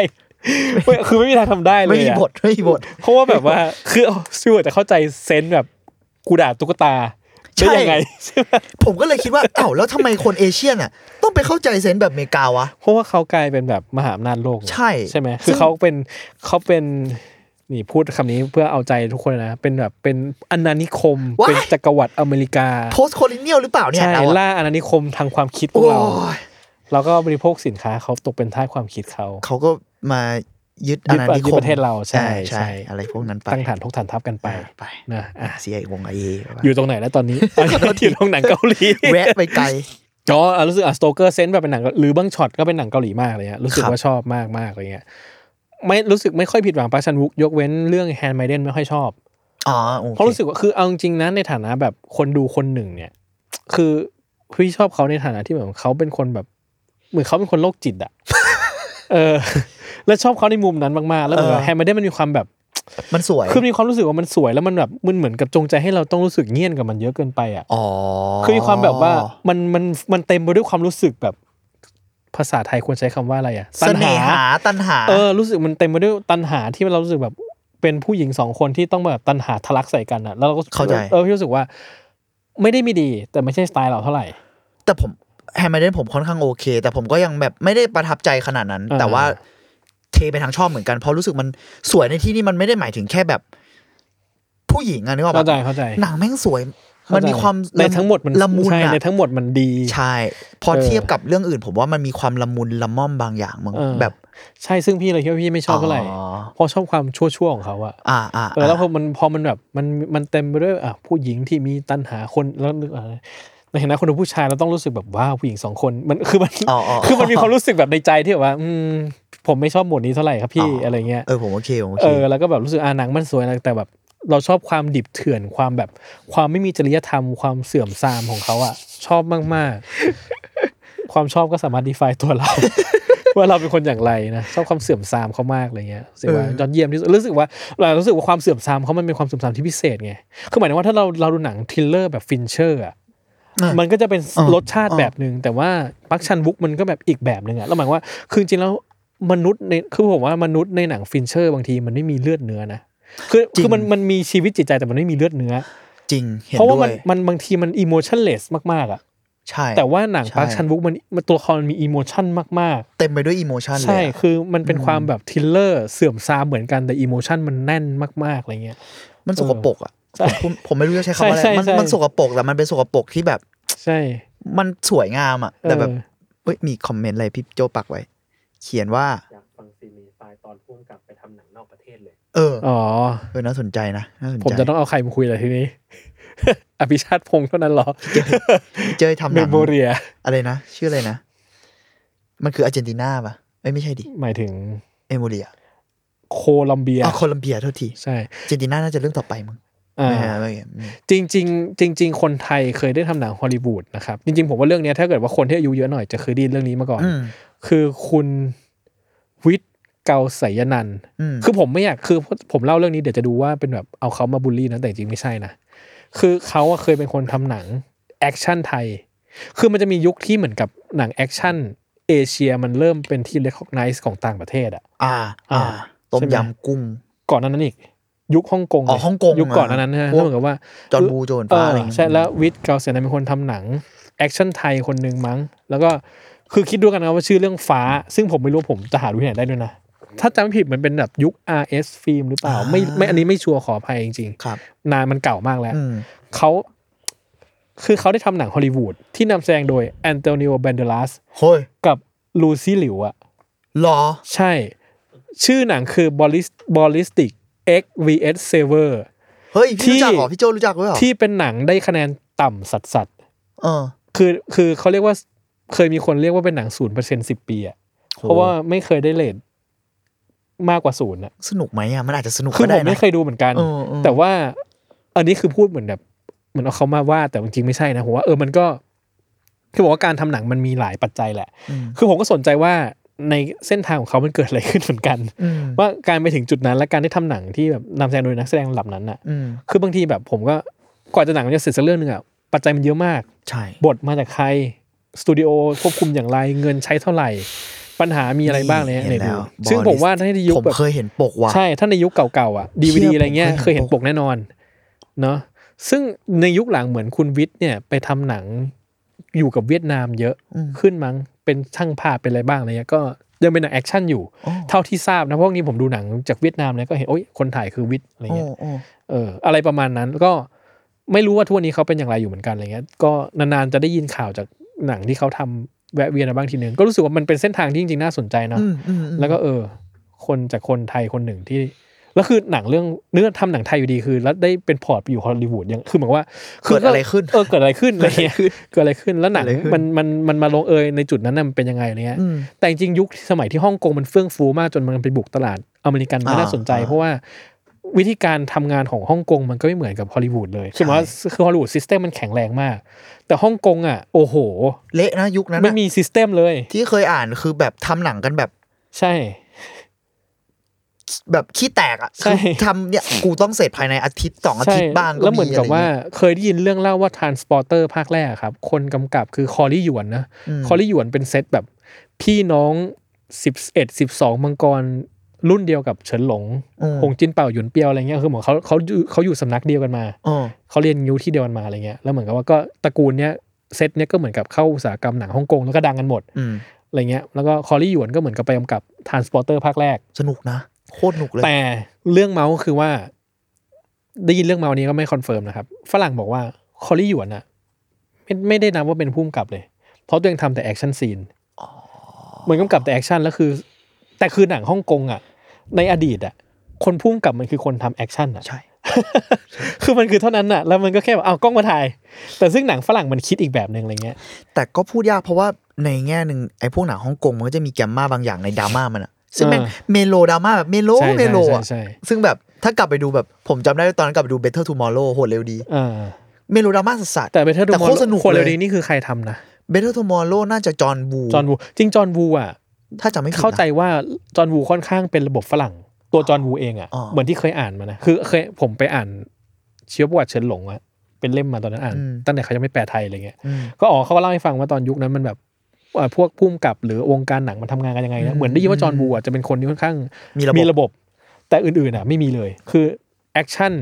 เว้ยคือไม่มีทางทำได้เลย ไม่มี อะ บทไม่มีบท เพราะว่าแบบว่า คือซิวจะเข้าใจเซนส์แบบกูด่าตุ๊กตา ใช่ ได้ยังไงใช่ไหม ผมก็เลยคิด ว่า อ้าวแล้วทำไมคนเอเชียนอ่ะ ต้องไปเข้าใจเซนส์แบบอเมริกาวะ เพราะว่าเขากลายเป็นแบบมหาอำนาจโลกไง ใช่ ใช่ไหมคืซึ่งอเขาเป็นเขาเป็นนี่พูดคำนี้เพื่อเอาใจทุกคนนะเป็นแบบเป็นอนานิคม เป็นจักรวรรดิอเมริกา โพสโคลิเนียลหรือเปล่าเนี่ย ใช่ เราอะ ล่าอาณานิคมทางความคิดของโอ้เรา ย แล้วก็บริโภคสินค้าเขาตกเป็นท่าสความคิดเขา เขาก็มายึด ยึ อา ด ณานิค ยึด ม ประเทศเราใช่ อ่ ใช่ ใช่ อะไรพวกนั้นไป ตั้งฐานทกฐานทัพกันไป อ่าไป นะอ่ะ เสียอีกวงไอเอ อยู่ตรงไหนแล้วตอนนี้ ตอนนี้อยู่ตรงหนังเกาหลี แวะไปไกล จออ่ะรู้สึกอ่ะสโตเกอร์เซนแบบเป็นหนังเกาหรือบางช็อตก็เป็นหนังเกาหลีมากเลยฮะรู้สึก ครับ ว่าชอบมากมากอะไรเงี้ยไม่รู้สึกไม่ค่อยผิดหวังปาชันวุกยกเว้นเรื่องแฮนด์ไมเดนไม่ค่อยชอบ อ๋อโอ เพราะ เค รู้สึกว่าคือเอาจริงๆนะในฐานะแบบคนดูคนหนึ่งเนี่ย คือพี่ชอบเขาในฐานะที่แบบเขาเป็นคนแบบ เหมือนเขาเป็นคนโรคจิต อะ เออ แล้วชอบเขาในมุมนั้นมากๆแล้วเหมือนแฮนด์ไมเดนมันมีความแบบ มันสวย คือมีความรู้สึกว่ามันสวยแล้วมันแบบมันเหมือนกับจงใจให้เราต้องรู้สึกเงียนกับมันเยอะเกินไปอ่ะ อ๋อ คือมีความแบบว่ามันมันมันเต็มไปด้วยความรู้สึกแบบภาษาไทยควรใช้คำว่าอะไรอ่ะ เสน่หาตันหา เออรู้สึกมันเต็มไปด้วยตัณหาที่เรารู้สึกแบบเป็นผู้หญิงสองคนที่ต้องแบบตัณหาทะลักใส่กันอ่ะแล้วเราก็ เข้าใจ เออพี่รู้สึกว่า ไม่ได้ไม่ดี แต่ไม่ใช่สไตล์เราเท่าไหร่ แต่ผมแฮมเมเดนผมค่อนข้างโอเค แต่ผมก็ยังแบบไม่ได้ประทับใจขนาดนั้น อ่า แต่ว่าเทไปทางชอบเหมือนกัน เพราะรู้สึกมันสวยในที่นี่มันไม่ได้หมายถึงแค่แบบ ผู้หญิงอะนึกออก เข้าใจ ปะ เข้าใจ หนังแม่งสวย เข้ มันมี ใจ ความ ใน ละ ทั้งหมดมัน ละมุน ใช่ อะ ในทั้งหมดมันดี ใช่ พอ เออ เทียบกับเรื่องอื่น ผมว่ามันมีความละมุนละม่อมบางอย่างมึง เออ แบบ ใช่ซึ่งพี่เลยคิดว่าพี่ไม่ชอบเท่าไหร่ อ๋อ เพราะชอบความชั่วๆของเขาอะ อ่าอ่า เออแล้วพอมันพอมันแบบมันมันเต็มไปด้วยอ่ะผู้หญิงที่มีตัณหาคนแล้วนึกอะไรในฐานะคนเป็นผู้ชายเราต้องรู้สึกแบบว้าวผู้หญิงสองคนมันคือมัน อ๋ออ๋อ คือมันมีความรู้สึกแบบในใจที่แบบว่า อืมผมไม่ชอบหมวดนี้เท่าไหร่ครับพี่อะไรเงี้ย เออผมโอเคผมโอ เอ เค อแล้วก็แบบรู้สึกอ่าหนังมันสวยนะแต่แบบ เราชอบความดิบเถื่อนความแบบ ความไม่มีจริยธรรมความเสื่อมทรามของเขาอ่ะชอบมาก ๆ ความชอบก็สามารถ define ตัวเรา ว่าเราเป็นคนอย่างไรนะชอบความเสื่อมทรามเขามากอะไรเงี้ยรู้สึกว่ายอดเยี่ยมที่สุดรู้สึกว่าเรารู้สึกว่าความเสื่อมทรามเขามันเป็นความเสื่อมทรามที่พิเศษไงคือหมายถึงว่าถ้าเราเราดูหนังทริลเลอร์แบบฟินเชอร์อ่ะ อ่ะ มันก็จะเป็น อ่ะ รสชาติ อ่ะ แบบหนึ่งแต่ว่าปักชันบุ๊กมันก็แบบอีกแบบหนึ่งอ่ะแล้วหมายว่าคือจริงๆแล้วมนุษย์ในคือผมว่ามนุษย์ในหนังฟินเชอร์บางทีมันไม่มีเลือดเนื้อนะคือคือมันมันมีชีวิตจิตใจแต่มันไม่มีเลือดเนื้อ จริงเห็น เพราะว่า ด้ว มัน ย มันบางทีมันอิโมชันเลสมากๆอ่ะ ใช่ แต่ว่าหนัง ใช่ ปักชันบุ๊กมันมันตัวละครมันมีอิโมชันมากๆ เต็มไปด้วยอิโมชันเล ใช่ ยอะ คือมันเป็นความแบบทริลเลอร์เสื่อมซามเหมือนกันแต่อิโมชันมันแน่นมากๆอะไรเงี้ย มันสกปรกอ่ะ ใช่ ผมผมผมไม่รู้จะใช้คำว่าอะไร ใช่ใช่ มัน ใช่ มันสกปรกแต่มันเป็นสกปรกที่แบบ ใช่ มันสวยงามอ่ะ เออ แต่แบบเอ้ยมีคอมเมนต์อะไรพี่โจปักไว้ เขียนว่า อยากฟังซีรีส์ตายตอนพ่วงกลับไปทำหนังนอกประเทศเลย เออ อ๋อ เออน่าสนใจนะน่าสนใจ ผมจะต้องเอาใครมาคุยอะไรทีนี้ อภิชาติพงษ์เท่านั้นเหรอ พี่เจยทำห เม นัง มโมเรีย อะไรนะ ชื่ออะไรนะ มันคืออาร์เจนตินาป่ะเอ้ยไม่ใช่ดิ หมายถึง เอโมเรีย โคลัมเบีย อ๋อโคลัมเบียโทษที ใช่ อาร์เจนตินาน่าจะเรื่องต่อไปมึง อ่า ไม่ไม่ไม่ไม่ จริง ๆ จริง ๆ คนไทยเคยได้ทำหนังฮอลลีวูดนะครับ จริง ๆ ผมว่าเรื่องเนี้ยถ้าเกิดว่าคนที่อายุเยอะหน่อยจะเคยไดยินเรื่องนี้มาก่อน อืม คือคุณวิทย์เกาสยนันท์ อืม คือผมไม่อยากคือผมเล่าเรื่องนี้เดี๋ยวจะดูว่าเป็นแบบเอาเขามาบูลลี่นะแต่จริงไม่ใช่นะ คือเขาอะเคยเป็นคนทำหนังแอคชั่นไทย คือมันจะมียุคที่เหมือนกับหนังแอคชั่นเอเชียมันเริ่มเป็นที่ recognize ของต่างประเทศอะ อ่า อ่า อ่า ต้ม ใช่ไหม ยำกุ้ง ก่อนหนานั้นอีก ยุคฮ่องกง อ๋อฮ่องกง ยุคก่อนหนานั้นนะฮะ พวก แล้วเหมือนกับว่า จอห์นบูโจน เอ ฟ้า อ อะไรอย่างเงี้ย ใช่แล้ววิทย์เกาเสนาเป็นคนทำหนังแอคชั่นไทยคนหนึ่งมั้ง แล้วก็คือคิดดูกันนะว่าชื่อเรื่องฟ้า ซึ่งผมไม่รู้ผมจะหาดูที่ไหนได้ด้วยนะ ถ้าจำไม่ผิดมันเป็นแบบยุค RS ฟิล์มหรือเปล่า ไม่ไม่อันนี้ไม่ชัวร์ขออภัยจริง ครับ ๆนานมันเก่ามากแล้ว อืม เขาคือเขาได้ทำหนังฮอลลีวูดที่นำแสดงโดยแอนโตนิโอแบนเดลัส โฮ้ย กับลูซี่หลิวอะ หรอ ใช่ ชื่อหนังคือ Ballis- Ballistic X vs Saver เฮ้ย ที่ พี่รู้จักเหรอ พี่โจรู้จักด้วยเหรอ ที่เป็นหนังได้คะแนนต่ำสัดสัด เออ ๆคือคือเขาเรียกว่าเคยมีคนเรียกว่าเป็นหนังศูนย์เปอร์เซ็นสิบปีอะเพราะว่าไม่เคยได้เลทมากกว่าศูนย์อะ สนุกไหมอ่ะ มันอาจจะสนุก คือผก็ได้ ม นะ ไม่เคยดูเหมือนกัน เออเออ แต่ว่าอันนี้คือพูดเหมือนแบบเหมือนเอาเขามาว่าแต่จริงๆไม่ใช่นะผมว่าเออมันก็คือบอกว่าการทำหนังมันมีหลายปัจจัยแหละ อืม คือผมก็สนใจว่าในเส้นทางของเขามันเกิดอะไรขึ้นเหมือนกัน อืม ว่าการไปถึงจุดนั้นและการได้ทำหนังที่แบบนำแสดงโดยนักแสดงระดับนั้นน่ะ อืม คือบางทีแบบผมก็กว่าจะหนังมันจะเสร็จสักเรื่องหนึ่งอะปัจจัยมันเยอะมาก ใช่ บทมาจากใครสตูดิโอควบคุมอย่างไรเงินใช้เท่าไหร่ ปัญหามีอะไรบ้างเลย ห็ ใน นแล้ว ซึ่งผมว่าถ้าในยุค ผมเคยเห็นปกว่ะ ใช่ ถ้าในยุคเก่าๆอ่ะดีว เชี่ ดี ย อะไรเงี้ย ผม เค เค ย ยเห็ เห็น น ป ป ก ก แน่นอนเนาะซึ่งในยุคหลังเหมือนคุณวิทย์เนี่ยไปทำหนังอยู่กับเวียดนามเยอะ อืม ขึ้นมั้งเป็นช่างภาพเป็นอะไรบ้างอะไรเงี้ยก็ยังเป็นหนังแอคชั่นอยู่ อ๋อ เท่าที่ทราบนะเพราะวกนี้ผมดูหนังจากเวียดนามเนี่ยก็เห็นโอ๊ยคนถ่ายคือวิทย์อะไร โอ้ เงี้ย โอ้ เอออะไรประมาณนั้นก็ไม่รู้ว่าทุกวันนี้เขาเป็นอย่างไรอยู่เหมือนกันอะไรเงี้ยก็นานๆจะได้ยินข่าวจากหนังที่เขาทำแวะเวียนมาบ้างทีนึงก็รู้สึกว่ามันเป็นเส้นทางที่จริงๆน่าสนใจเนาะ อืมอืมอืม แล้วก็เออ คนจากคนไทยคนหนึ่งที่ แล้วคือหนังเรื่องเนื้อทำหนังไทยอยู่ดีคือ แล้วได้เป็นพอร์ตไปอยู่ฮอลลีวูดยังคือหมายความว่าคื เกิดอะไรขึ้น เออเกิดอะไรขึ้นอะไรเงี้ยเกิดอะไรขึ้นแล้วหนัง เกิดอะไรขึ้น มันมันมันมาลงเอยในจุดนั้นน่ะมันเป็นยังไงอะไรเงี้ย อืม แต่จริงๆยุคสมัยที่ฮ่องกงมันเฟื่องฟูมากจนมันไปบุกตลาดอเมริกันมันน่า อ่า สนใจ อ่า เพราะว่าวิธีการทำงานของฮ่องกงมันก็ไม่เหมือนกับฮอลลีวูดเลย ใช่ คือหมายว่าคือฮอลลีวูดซิสเต็มมันแข็งแรงมาก แต่ฮ่องกงอ่ะ โอ้โห เละนะยุคนั้น ไม่ น่ะ มีซิสเต็มเลย ที่เคยอ่านคือแบบทำหนังกันแบบ ใช่ แบบขี้แตกอ่ะ ใช่ คือทำ เนี่ยกูต้องเสร็จภายในอาทิตย์สองอา ใช่ ทิตย์บ้างก็ แล้วเหมือนกับ ะไร ว่า ย่งเงี้ย เคยได้ยินเรื่องเล่าว่าทรานสปอร์เตอร์ภาคแรกอะครับ คนกำกับคือคอรี่หยวนนะ อืม คอรี่หยวนเป็นเซตแบบพี่น้องสิบเอ็ดสิบสองมังกรรุ่นเดียวกับเฉินหลง อืม หงจินเป่าหยวนเปียวอะไรเงี้ยคือเหมือนเขาเขาอยู่เขาอยู่สำนักเดียวกันมา อ๋อ เขาเรียนนิ้วที่เดียวกันมาอะไรเงี้ยแล้วเหมือนกับว่าก็ตระกูลเนี้ยเซตเนี้ยก็เหมือนกับเข้าอุตสาหกรรมหนังฮ่องกงแล้วก็ดังกันหมด อืม อะไรเงี้ยแล้วก็คอรี่หยวนก็เหมือนกับไปกำกับทรานสปอร์เตอร์ภาคแรก สนุกนะ โคตรสนุกเลย แต่เรื่องเมาส์คือว่า ได้ยินเรื่องเมาส์นี้ก็ไม่คอนเฟิร์มนะครับ ฝรั่งบอกว่าคอลลี่หยวนอะไม่ไม่ได้นับว่าเป็นผู้กำกับเลย เพราะตัวเองทำแต่แอคชั่นซีนเหมือนกำกับแต่แอคชั่นแล้วคือ แต่คือหนังฮ่องกงอะในอดีตอะคนพุ่งกับมันคือคนทำแอคชั่นอะ ใช่ คือมันคือเท่านั้นอะแล้วมันก็แค่แบบเอากล้องมาถ่าย แต่ซึ่งหนังฝรั่งมันคิดอีกแบบหนึ่งอะไรเงี้ย แต่ก็พูดยากเพราะว่าในแง่หนึ่งไอ้พวกหนังฮ่องกงมันก็จะมีแกมมาบางอย่างในดราม่ามันอะซึ่งแม่ง อ่า เมโลดราม่าแบบเมโล ใช่ เม ใช่ โล ใช่ อะ ใช่ ซึ่งแบบถ้ากลับไปดูแบบผมจำได้ตอนนั้นกลับไปดู Better Tomorrow โหดเร็วดี อ่า เมโลดราม่าสัสๆ แต่เบเทอร์ดู แต่ มอ โคตรสนุก คนเร เลย ดีนี่คือใครทำนะ Better Tomorrow น่าจะจอห์นบู จอห์นวูจริงจอห์นวูอะ ถ้าจำไม่ผิดนะ เข้าใจว่าจอห์นวูค่อนข้างเป็นระบบฝรั่ง ตัวจอห์นวูเองอะ อ๋อ เหมือนที่เคยอ่านมานะคือเคยผมไปอ่านเชียวประวัติเฉินหลงอะเป็นเล่มมาตอนนั้นอ่าน ตั้งแต่เขายังไม่แปลไทยอะไรเงี้ย อืม ก็อ๋อเขาก็เล่าให้ฟังว่าตอนยุคนั้นมันแบบเอ่อพวกพุ่มกับหรือวงการหนังมันทำงานกันยังไงนะ อืม เหมือนได้ยินว่าจอห์นวูอะจะเป็นคนที่ค่อนข้าง มีระบบ ระบบ แต่อื่นๆอะไม่มีเลย คือแอคชั่น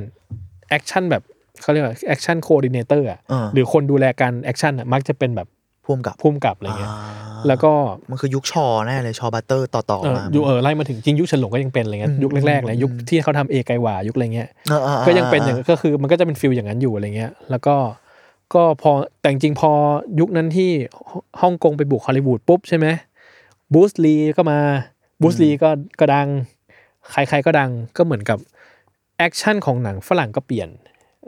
แอคชั่นแบบเขาเรียกว่าแอคชั่นโคดิเนเตอร์อะ เออ หรือคนดูแลการแอคชั่นอะมักจะเป็นแบบ พ่วงกับ พุ่มกับอะไรเงี้ย อ่า แล้วก็ มันคือยุคชอแน่เลยชอบัตเตอร์ต่อต่อ เออ มา ยุคเออไล่มาถึงจริงยุคเฉนหลงก็ยังเป็นอะไรเงี้ย อืม ยุคแรกๆเลย อืม ยุคที่เขาทำเอไกวายุคอะไรเงี้ย เออเออ ก็ยังเป็นอย่างก็คือมันก็จะเป็นฟิลอย่างนั้นอยู่อะไรเงี้ย แล้วก็ก็พอแต่จริงๆพอยุคนั้นที่ฮ่ฮ่องกงไปบุกฮอลลีวูดปุ๊บใช่ไหมบูสลีก็มาบูสลีก็ก็ดัง ใครๆก็ดังก็เหมือนกับแอคชั่นของหนังฝรั่งก็เปลี่ยน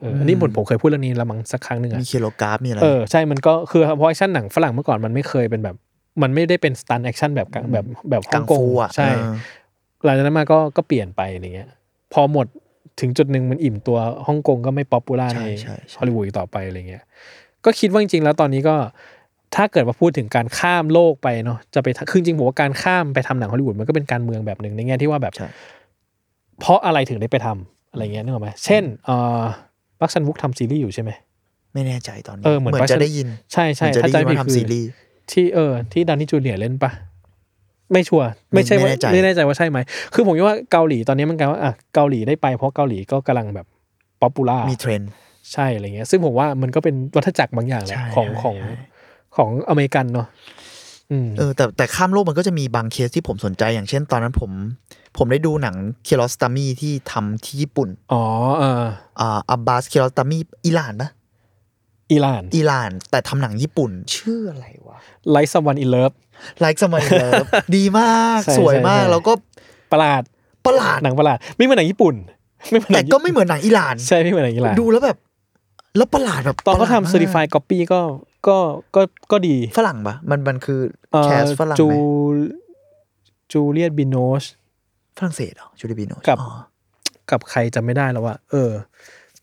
เอออันนี้ผมผมเคยพูดเรื่องนี้และมั้งสักครั้งหนึ่งอะ มีเคโลกราฟมีอะไร เออใช่ มันก็คือเพราะแอคชั่นหนังฝรั่งเมื่อก่อนมันไม่เคยเป็นแบบ มันไม่ได้เป็นสตันแอคชั่นแบบกังแบบแบบ กั ฮ่อง งกง ฟูอะ ใช่ เออ หลังจากนั้นมาก็ก็เปลี่ยนไปอะไรเงี้ย พอหมดถึงจุดหนึ่งมันอิ่มตัวฮ่องกงก็ไม่ป๊อปปูล่า ใช่ ใน ใช่ใช่ ฮอลลีวูดอีกต่อไปอะไรเงี้ย ก็คิดว่าจริงๆแล้วตอนนี้ก็ถ้าเกิดว่าพูดถึงการข้ามโลกไปเนาะจะไปทคือจริงๆผมว่าการข้ามไปทำหนังฮอลลีวูดมันก็เป็นการเมืองแบบหนึ่งในแง่ที่ว่าแบบ ใช่ เพราะอะไรถึงได้ไปทำอะไรเงี้ยนึกออกไหมเช่นเอ่อบักซันวุกทำซีรีส์อยู่ใช่ไหม ไม่แน่ใจตอนนี้ เออเหมือน จะ Russian ได้ยิน ใช่ เหมื ใช่ อนจะ ถ้า ได้ จำไม่ยินผิด ว่า คื ทำซี อ รีส์ ที่เออที่ดานนี่จูเนียร์เล่นปะไม่ชัวร์ไม่ใช่ว่า ไม่แน่ใจ ไม่แน่ใจว่าใช่ไหม คือผมคิดว่าเกาหลีตอนนี้มันกลายว่าอ่ะเกาหลีได้ไปเพราะเกาหลีก็กำลังแบบป๊อปปูล่า มีเทรนด์ ใช่อะไรเงี้ย ซึ่งผมว่ามันก็เป็นวัฏจักรบางอย่างแหละ ใช่ ของ ใช่ ของ ใช่ ของอเมริกันเนาะ อืม เออแต่แต่ข้ามโลกมันก็จะมีบางเคสที่ผมสนใจ อย่างเช่นตอนนั้นผม ผมได้ดูหนังเคโรสตามีที่ทำที่ญี่ปุ่น อ๋อเออ อ่าอับบาสเคโรสตามีอิหร่านปะ อิหร่าน อิหร่าน แต่ทำหนังญี่ปุ่น ชื่ออะไรวะ ไลซ์ซัมวันอินเลิฟ ไลค์สมัยเลิฟ ดีมาก ใช่ สวยมา ใช่ ก ใช่ แล้วก็ ประหลาด ประหลาด หนังประหลาดไม่เหมือนหนังญี่ปุ่น ไม่เหมือนห แต่ นัง ก็ไม่เหมือนหนังอิหร่าน ใช่ไม่เหมือนหนังอิหร่าน ดูแล้วแบบ แล้วประหลาดแบบ ตอนเขา ประหลดม ทำ ก certified copy ก็ก็ก็ก็ดี ฝรั่งปะมันมันคือ เอ่อ แคสฝรั่ง จู ไหม จูเลียตบิโนช ฝรั่งเศสเหรอจูเลียบิโน กับ อ๋อ กับใครจำไม่ได้แล้วว่า เออ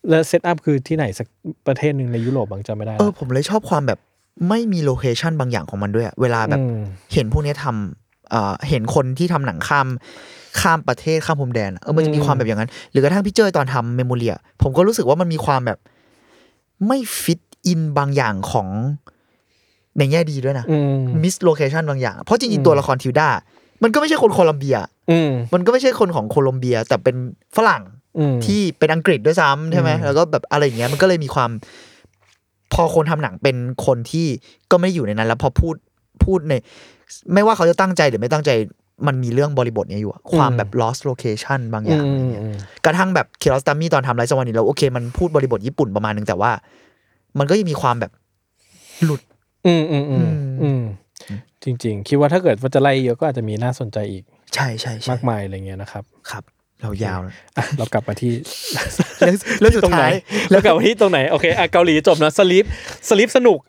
แล้วเซตอัพคือที่ไหนสักประเทศหนึ่งในยุโรปบางจำไม่ได้ เอ ละ อผมเลยชอบความแบบไม่มีโลเคชันบางอย่างของมันด้วยอะเวลาแบบ อืม เห็นพวกเนี้ยทำเอ่อเห็นคนที่ทำหนังข้าม ข้ามประเทศข้ามพรมแดนอะเออมันจะมี อืม ความแบบอย่างนั้น หรือกระทั่งพี่เจยตอนทำเมมโมเรีย ผมก็รู้สึกว่ามันมีความแบบไม่ฟิตอินบางอย่างของในแง่ดีด้วยนะ อืม มิสโลเคชันบางอย่าง เพราะจริ อื ง ม ๆ ตัวละครทิวดา มันก็ไม่ใช่คนโคลัมเบีย อืม มันก็ไม่ใช่คนของโคลอมเบีย แต่เป็นฝรั่ง อืม ที่เป็นอังกฤษด้วยซ้ำใช่ไหม อืม แล้วก็แบบอะไรอย่างเงี้ยมันก็เลยมีความ พอคนทำหนังเป็นคนที่ก็ไม่ได้อยู่ในนั้น แล้วพอพูดพูดใน ไม่ว่าเขาจะตั้งใจหรือไม่ตั้งใจมันมีเรื่องบริบทเนี้ยอยู่อะความแบบ lost location บางอ อื ย่าง ม อะไร อืม เงี้ย อืม กระทั่งแบบเคโรสตามี่ตอนทำไรสวรรค์นี่แล้วโอเค มันพูดบริบทญี่ปุ่นประมาณนึงแต่ว่า มันก็ยังมีความแบบหลุด อืมอืมอืม อื อืม ม จริง ๆ คิดว่าถ้าเกิดว่าจะไล่เยอะก็อาจจะมีน่าสนใจอีก ใช่ใช่ใช่ มากมายอะไรเงี้ยนะครับ ครับ เรายาวแล้ว อ่ะเรากลับมาที่ เรื่องเรื่องสุด ตรงไหน ท้าย แล้วกลับมาที่ตรงไหนโอเคอ่ะเกาหลีจบนะสลิปสลิปสนุก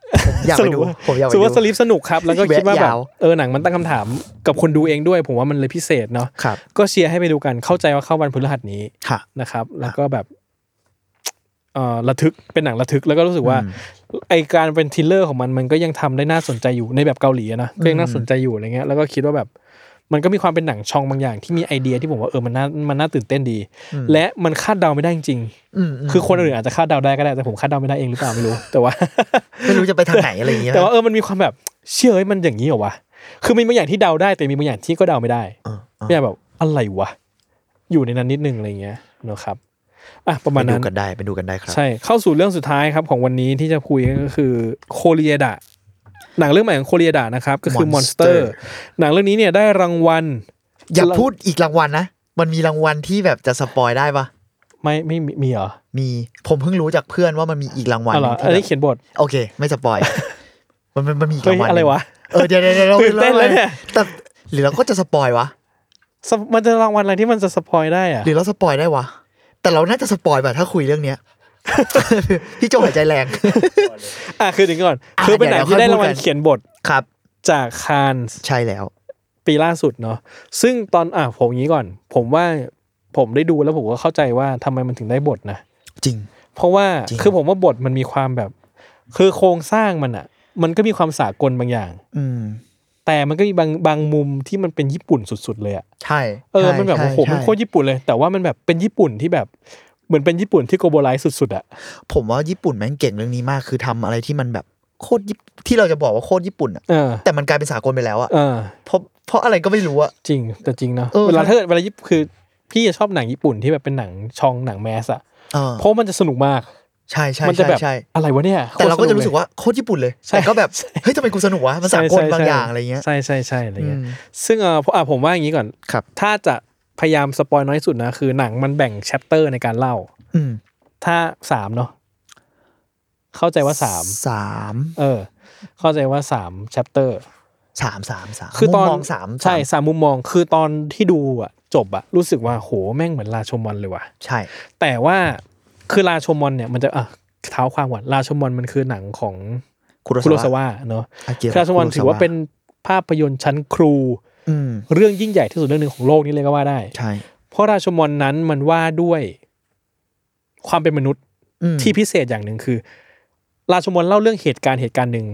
อยากไปดูผมอยากไป สุว่า ดู สลิปสนุกครับ แล้วก็คิดว่าแบบ แวะยาว เออหนังมันตั้งคำถามกับคนดูเองด้วย ผมว่ามันเลยพิเศษเนาะ ครับ ก็เชียร์ให้ไปดูกันเข้าใจว่าเข้าวันพฤหัสนี้ ค่ะ นะครับแล้วก็แบบเอ่อระทึกเป็นหนังระทึกแล้วก็รู้สึกว่า อืม ไอการเป็นทริลเลอร์ของมันมันก็ยังทำได้น่าสนใจอยู่ในแบบเกาหลีอะนะก็ยังน่าสนใจอยู่อะไรเงี้ยแล้วก็คิดว่าแบบ มันก็มีความเป็นหนังชองบางอย่างที่มีไอเดียที่ผมว่าเออมันน่ามันน่าตื่นเต้นดี อืม และมันคาดเดาไม่ได้จริง มม ๆคือคนอื่นอาจจะคาดเดาได้ก็ได้แต่ผมคาดเดาไม่ได้เองหรือเปล่าไม่รู้ แต่ว่า ไม่รู้จะไปทางไหนอะไรอย่างเงี้ย แต่ว่าเออมันมีความแบบเชื่อเอ้ยมันอย่างนี้เหรอวะคือมีบางอย่างที่เดาได้แต่มีบางอย่างที่ก็เดาไม่ได้ เออเออ ไม่อยากแบบอะไรวะ อยู่ในนั้นนิดนึงอะไรเงี้ยเนอะครับอ่ะประมาณ ไป นั้ ดู น กันได้ไปดูกันได้ครับ ใช่เข้าสู่เรื่องสุดท้ายครับของวันนี้ที่จะคุยก็คือโคเรียดะหนังเรื่องใหม่ของโคเรียดะนะครับ ก็คือ Monster Monster หนังเรื่องนี้เนี่ยได้รางวัล อย่าพูดอีกรางวัลนะ มันมีรางวัลที่แบบจะสปอยได้ปะ ไม่ไม่มีมีเหรอ มีผมเพิ่งรู้จากเพื่อนว่ามันมีอีกรางวัล อ๋อเหรออัน ที่ นี้ แบบ เขียนบท โอเค ไม่สปอย มันมันมันมีอีก เฮ้ ราย งวัล อะไรวะ เออเดี๋ยวเดี๋ยวเดี๋ยวเรา ตื่นเต้นแล้วเนี่ย แต่หรือเราก็จะสปอยวะ สปมันจะรางวัลอะไรที่มันจะสปอยได้อะ หรือเราสปอยได้วะ แต่เราน่าจะสปอยแบบถ้าคุยเรื่องเนี้ย พี่โจหายใจแรง อ่ะคือถึงก่อน อ่ะ คือเป็นหนังที่ เดี๋ ได้ ยวเราค่อย รางวัล พูดกัน เขียนบท ครับ จากคาน ใช่แล้ว ปีล่าสุดเนาะซึ่งตอนอ่ะผมอย่างนี้ก่อน ผมว่าผมได้ดูแล้วผมก็เข้าใจว่าทำไมมันถึงได้บทนะ จริง เพราะว่า จริง คือผมว่าบทมันมีความแบบ คือโครงสร้างมันอะมันก็มีความสากลบางอย่าง อืม แต่มันก็มีบางบางมุมที่มันเป็นญี่ปุ่นสุด ๆ เลยอะ ใช่ เออ ใช่ มันแบบ ใช่ โอ้โหมัน ใช่ โคตรญี่ปุ่นเลย แต่ว่ามันแบบเป็นญี่ปุ่นที่แบบเหมือนเป็นญี่ปุ่นที่โกโบไลซ์สุด ๆอะ ผมว่าญี่ปุ่นแม่งเก่งเรื่องนี้มาก คือทำอะไรที่มันแบบโคตรญี่ปุ่นที่เราจะบอกว่าโคตรญี่ปุ่นอะ เออ แต่มันกลายเป็นสากลไปแล้วอะ เออ เพราะเพราะอะไรก็ไม่รู้อะ จริงแต่จริงเนาะ เออ เวลา มัน ถ้าเกิดเวลาญี่ปุ่นคือพี่จะชอบหนังญี่ปุ่นที่แบบเป็นหนังชองหนังแมสอะ เออ เพราะมันจะสนุกมาก ใช่ใช่ มันจะ ใช่ แบบ ใช่ อะไรวะเนี่ย แต่เราก็จะรู้สึก โคตสนุลย ว่าโคตรญี่ปุ่นเลย ใช่ แต่ก็แบบเฮ้ยทำไมกูสนุกวะมันสากลบางอย่างอะไรเงี้ย ใช่ใช่ใช่อะไร อื เงี้ย ม ซึ่งเออผมอ่ะผมว่าอย่างนี้ก่อน ครับ ถ้าจะพยายามสปอยน้อยสุดนะคือหนังมันแบ่งแชปเตอร์ในการเล่า อืม ถ้าสามเนาะเข้าใจว่าสาม สาม เออ เข้าใจว่าสามแชปเตอร์ สามสามสาม คือตอน มุมมงสาม ใช่ สาม สามมุมมองคือตอนที่ดูอ่ะ จบอ่ะ รู้สึกว่าโหแม่งเหมือนลาชมอนเลยว่ะ ใช่ แต่ว่าคือลาชมอนเนี่ยมันจะอ่ะเท้าความก่อนลาชมอนมันคือหนังของ คุ คุโรซาว ะ วะเนาะ อาเกีย คุโรซาวะถือว่าเป็นภาพยนตร์ชั้นครู อืม เรื่องยิ่งใหญ่ที่สุดเรื่องหนึ่งของโลกนี้เลยก็ว่าได้ ใช่ เพราะราชมอนนั้นมันว่าด้วยความเป็นมนุษย์ อืม ที่พิเศษอย่างหนึ่งคือ ราชมอนเล่าเรื่องเหตุการณ์เหตุการณ์หนึ่ง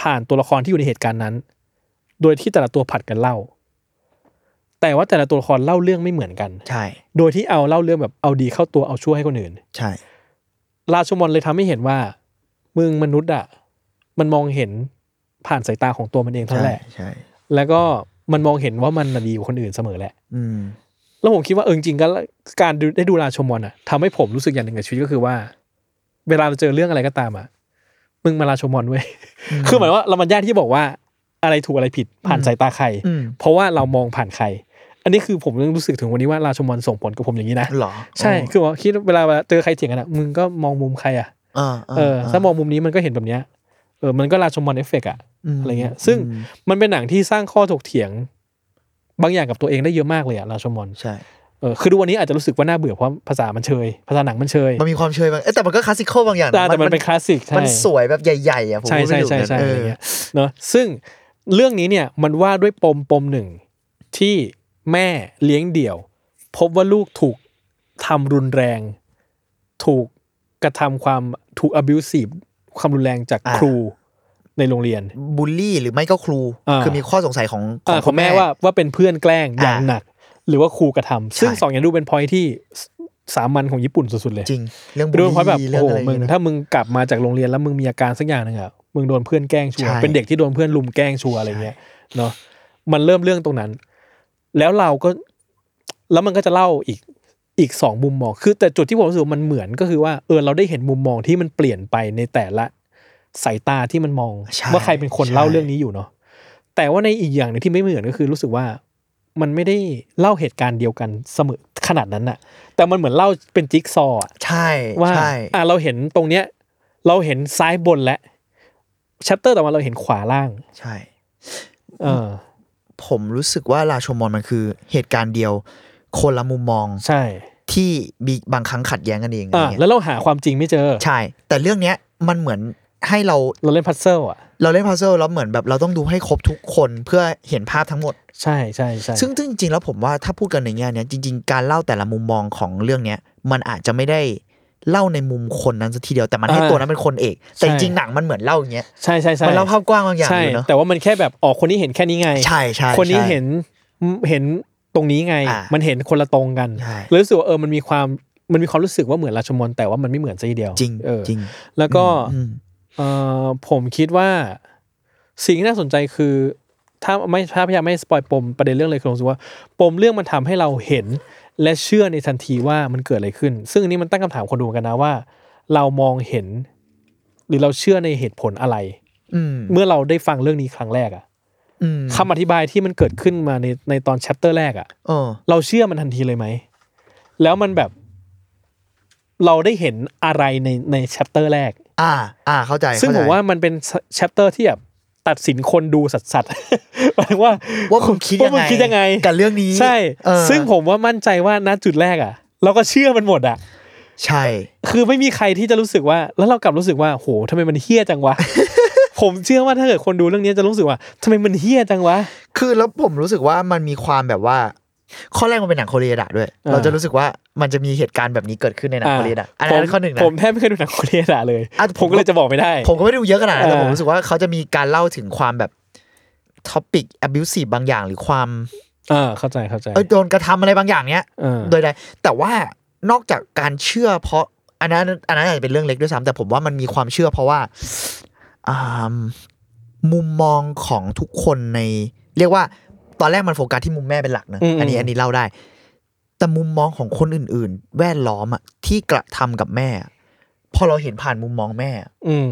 ผ่านตัวละครที่อยู่ในเหตุการณ์นั้น โดยที่แต่ละตัวผัดกันเล่า แต่ว่าแต่ละตัวละครเล่าเรื่องไม่เหมือนกัน ใช่ โดยที่เอาเล่าเรื่องแบบเอาดีเข้าตัวเอาชั่วให้คนอื่น ใช่ ราชมอนเลยทำให้เห็นว่ามึงมนุษย์อะมันมองเห็นผ่านสายตาของตัวมันเองเท่านั้ใช่นแหละ ใช่ แล้วก็มันมองเห็นว่ามันน่ะดีกว่าคนอื่นเสมอแหละ อืม แล้วผมคิดว่าเออจริงๆก็การดูได้ดูราชมอนอ่ะทำให้ผมรู้สึกอย่างหนึ่งกับชีวิตก็คือว่า เวลาเราเจอเรื่องอะไรก็ตามอ่ะมึงมาราชมอนเว้ยคือหมายว่าเรามันญาติที่บอกว่า อะไรถูกอะไรผิดผ่านสายตาใคร อืม เพราะว่าเรามองผ่านใคร อันนี้คือผมรู้สึกถึงวันนี้ว่าราชมอนส่งผลกับผมอย่างนี้นะ เหรอ ใช่ คือว่าคิดเวลาเจอใครเถียงกันอะมึงก็มองมุมใครอะ เออ เออ ถ้ามองมุมนี้มันก็เห็นแบบเนี้ย เออ มันก็ราชมอนเอฟเฟกอะ ม อะไรเงี้ย ซึ่งมันเป็นหนังที่สร้างข้อถกเถียง บางอย่างกับตัวเองได้เยอะมากเลยอะราชมอน ใช่ เออ คือดูวันนี้อาจจะรู้สึกว่าน่าเบื่อเพราะภาษามันเชย ภาษาหนังมันเชย มันมีความเชยบางเอ้ยแต่มันก็คลาสสิคอลบางอย่างะ แต่แต่มันเป็นคลาสสิกใช่ มันสวยแบบใหญ่ ๆอ่ะผม ใช่ พูดไม่ ใช่ ถูก ใช่ นะ ใช่ เอ อะไร อ เงี้ยเนอะซึ่งเรื่องนี้เนี่ยมันว่าด้วยปมปมหนึ่งที่แม่เลี้ยงเดี่ยว พบว่าลูกถูกทำรุนแรง ถูกกระทำความถูก abusive ความรุนแรงจากครูในโรงเรียน บูลลี่หรือไม่ก็ครู อ่า คือมีข้อสงสัยของ เอ่อของแม่ว่าว่าเป็นเพื่อนแกล้งอย่างหนัก หรือว่าครูกระทำซึ่งสองอย่างดูเป็นพอยที่สสามัญของญี่ปุ่นสุดๆเลย จริง เรื่องบูล เป็น ลี่ พอยแบบ เรื่ โอ้ อโหงอะไรอย่า มึง เยนะ ถ้ามึงกลับมาจากโรงเรียนแล้วมึงมีอาการสักอย่างหนึ่งอะมึงโดนเพื่อนแกล้งชัวร์ ใช่ เป็นเด็กที่โดนเพื่อนลุมแกล้งชัวร์อะไรเงี้ยเนาะมันเริ่มเรื่องตรงนั้น แล้วเราก็แล้วมันก็จะเล่าอีกอีกสองมุมมอง คือแต่จุดที่ผมรู้สึกว่ามันเหมือนก็คือว่าเออเราได้เห็นมุมมองที่มันเปลี่ยนไปในแต่ละสายตาที่มันมอง ใช่ ว่าใครเป็นคน ใช่ เล่าเรื่องนี้อยู่เนาะ แต่ว่าในอีกอย่างหนึงที่ไม่เหมือนก็คือรู้สึกว่ามันไม่ได้เล่าเหตุการณ์เดียวกันเสมอขนาดนั้นน่ะ แต่มันเหมือนเล่าเป็นจิ๊กซอว์อะ ใช่ ว่า ใช่ อ่ะเราเห็นตรงเนี้ย เราเห็นซ้ายบนและชัปเตอร์ต่อมาเราเห็นขวาล่าง ใช่ เออ ผมรู้สึกว่าราชมอนมันคือเหตุการณ์เดียว คนละมุมมอง ใช่ ที่มีบางครั้งขัดแย้งกันเองอะไร อ่ะ เงี้ย แล้วเราหาความจริงไม่เจอ ใช่ แต่เรื่องเนี้ยมันเหมือนให้เรา เราเล่นพัซเซิลอ่ะ เราเล่นพัซเซิลแล้วเหมือนแบบเราต้องดูให้ครบทุกคนเพื่อเห็นภาพทั้งหมด ใช่ใช่ใช่ ซึ่งซึ่งจริงๆแล้วผมว่าถ้าพูดกันในแง่เนี้ยจริง ๆ การเล่าแต่ละมุมมองของเรื่องเนี้ยมันอาจจะไม่ได้เล่าในมุมคนนั้นสักทีเดียวแต่มันให้ตัวนั้นเป็นคนเอก แต่จริงๆหนังมันเหมือนเล่าอย่างเงี้ย ใช่ใช่ใช่ มันเล่าภาพกว้างบางอย่าง ใช่ อยู่เนาะ แต่ว่ามันแค่แบบออกคนนี้เห็นแค่นี้ไง ใช่ใช่ คนนี้เห็นเห็นตรงนี้ไง อ่ามั มันเห็นคนละตรงกัน ใช่ เลยรู้สึกว่าเออมันมีความมันมีความรู้สึกว่าเหมือนราชมนต์แต่ว่ามันไม่เหมือนซะทีเดียว จริง เออ จริง แล้วก็ อืม เออผมคิดว่าสิ่งที่น่าสนใจคือ ถ้าไม่ถ้าพยายามไม่สปอยปมประเด็นเรื่องเลยคือผมรู้สึกว่า ปมเรื่องมันทำให้เราเห็น และเชื่อในทันทีว่ามันเกิดอะไรขึ้น ซึ่งอันนี้มันตั้งคำถามคนดูเหมือนกันนะว่า เรามองเห็น หรือเราเชื่อในเหตุผลอะไร อืม เมื่อเราได้ฟังเรื่องนี้ครั้งแรกอะ อืม คำอธิบายที่มันเกิดขึ้นมาในในตอนแชปเตอร์แรกอะ เออ เราเชื่อมันทันทีเลยไหม แล้วมันแบบ เราได้เห็นอะไรในในแชปเตอร์แรก อ่า อ่าเข้าใจ ซึ่งผเข้มใจว่ามันเป็นแชปเตอร์ที่แบบตัดสินคนดูสัสๆ หมายถึงว่า ว่าคุณคิด ว่า ยัง มึง ไง คิดยังไง กับเรื่องนี้ ใช่ เออ ซึ่งผมว่ามั่นใจว่าณจุดแรกอะเราก็เชื่อมันหมดอะ ใช่ คือไม่มีใครที่จะรู้สึกว่า แล้วเรากลับรู้สึกว่าโหทำไมมันเฮี้ยจัง วะ ผมเชื่อว่าถ้าเกิดคนดูเรื่องนี้จะรู้สึกว่าทำไมมันเฮี้ยจังวะ คือแล้วผมรู้สึกว่ามันมีความแบบว่า ข้อแรกมันเป็นหนังโคเรียดะด้วย อ่า เราจะรู้สึกว่ามันจะมีเหตุการณ์แบบนี้เกิดขึ้นในหนังโคเรียดะอัน ผม นั้นข้อหนึ่งนะ ผมแทบไม่เคยดูหนังโคเรียด่าเลย อ่ะ ผมก็เลยจะบอกไม่ได้ ผมก็ไม่ได้ดูเยอะขนาดนั้นแต่ เออ ผมรู้สึกว่าเขาจะมีการเล่าถึงความแบบท็อปิก abusive บางอย่างหรือความ เออเข้าใจเข้าใจ เออโดนกระทำอะไรบางอย่างเนี้ย เออ โดยใดแต่ว่านอกจากการเชื่อเพราะอันนั้นอันนั้นอาจจะเป็นเรื่องเล็กด้วยซ้ำแต่ผมว่ามันมีความเชื่อเพราะว่าอ่ามมุมมองของทุกคนใน เรียกว่าตอนแรกมันโฟกัสที่มุมแม่เป็นหลักนะอันนี้อันนี้เล่าได้ แต่มุมมองของคนอื่น ๆ แวดล้อมอะที่กระทำกับแม่อะพอเราเห็นผ่านมุมมองแม่อะ อืม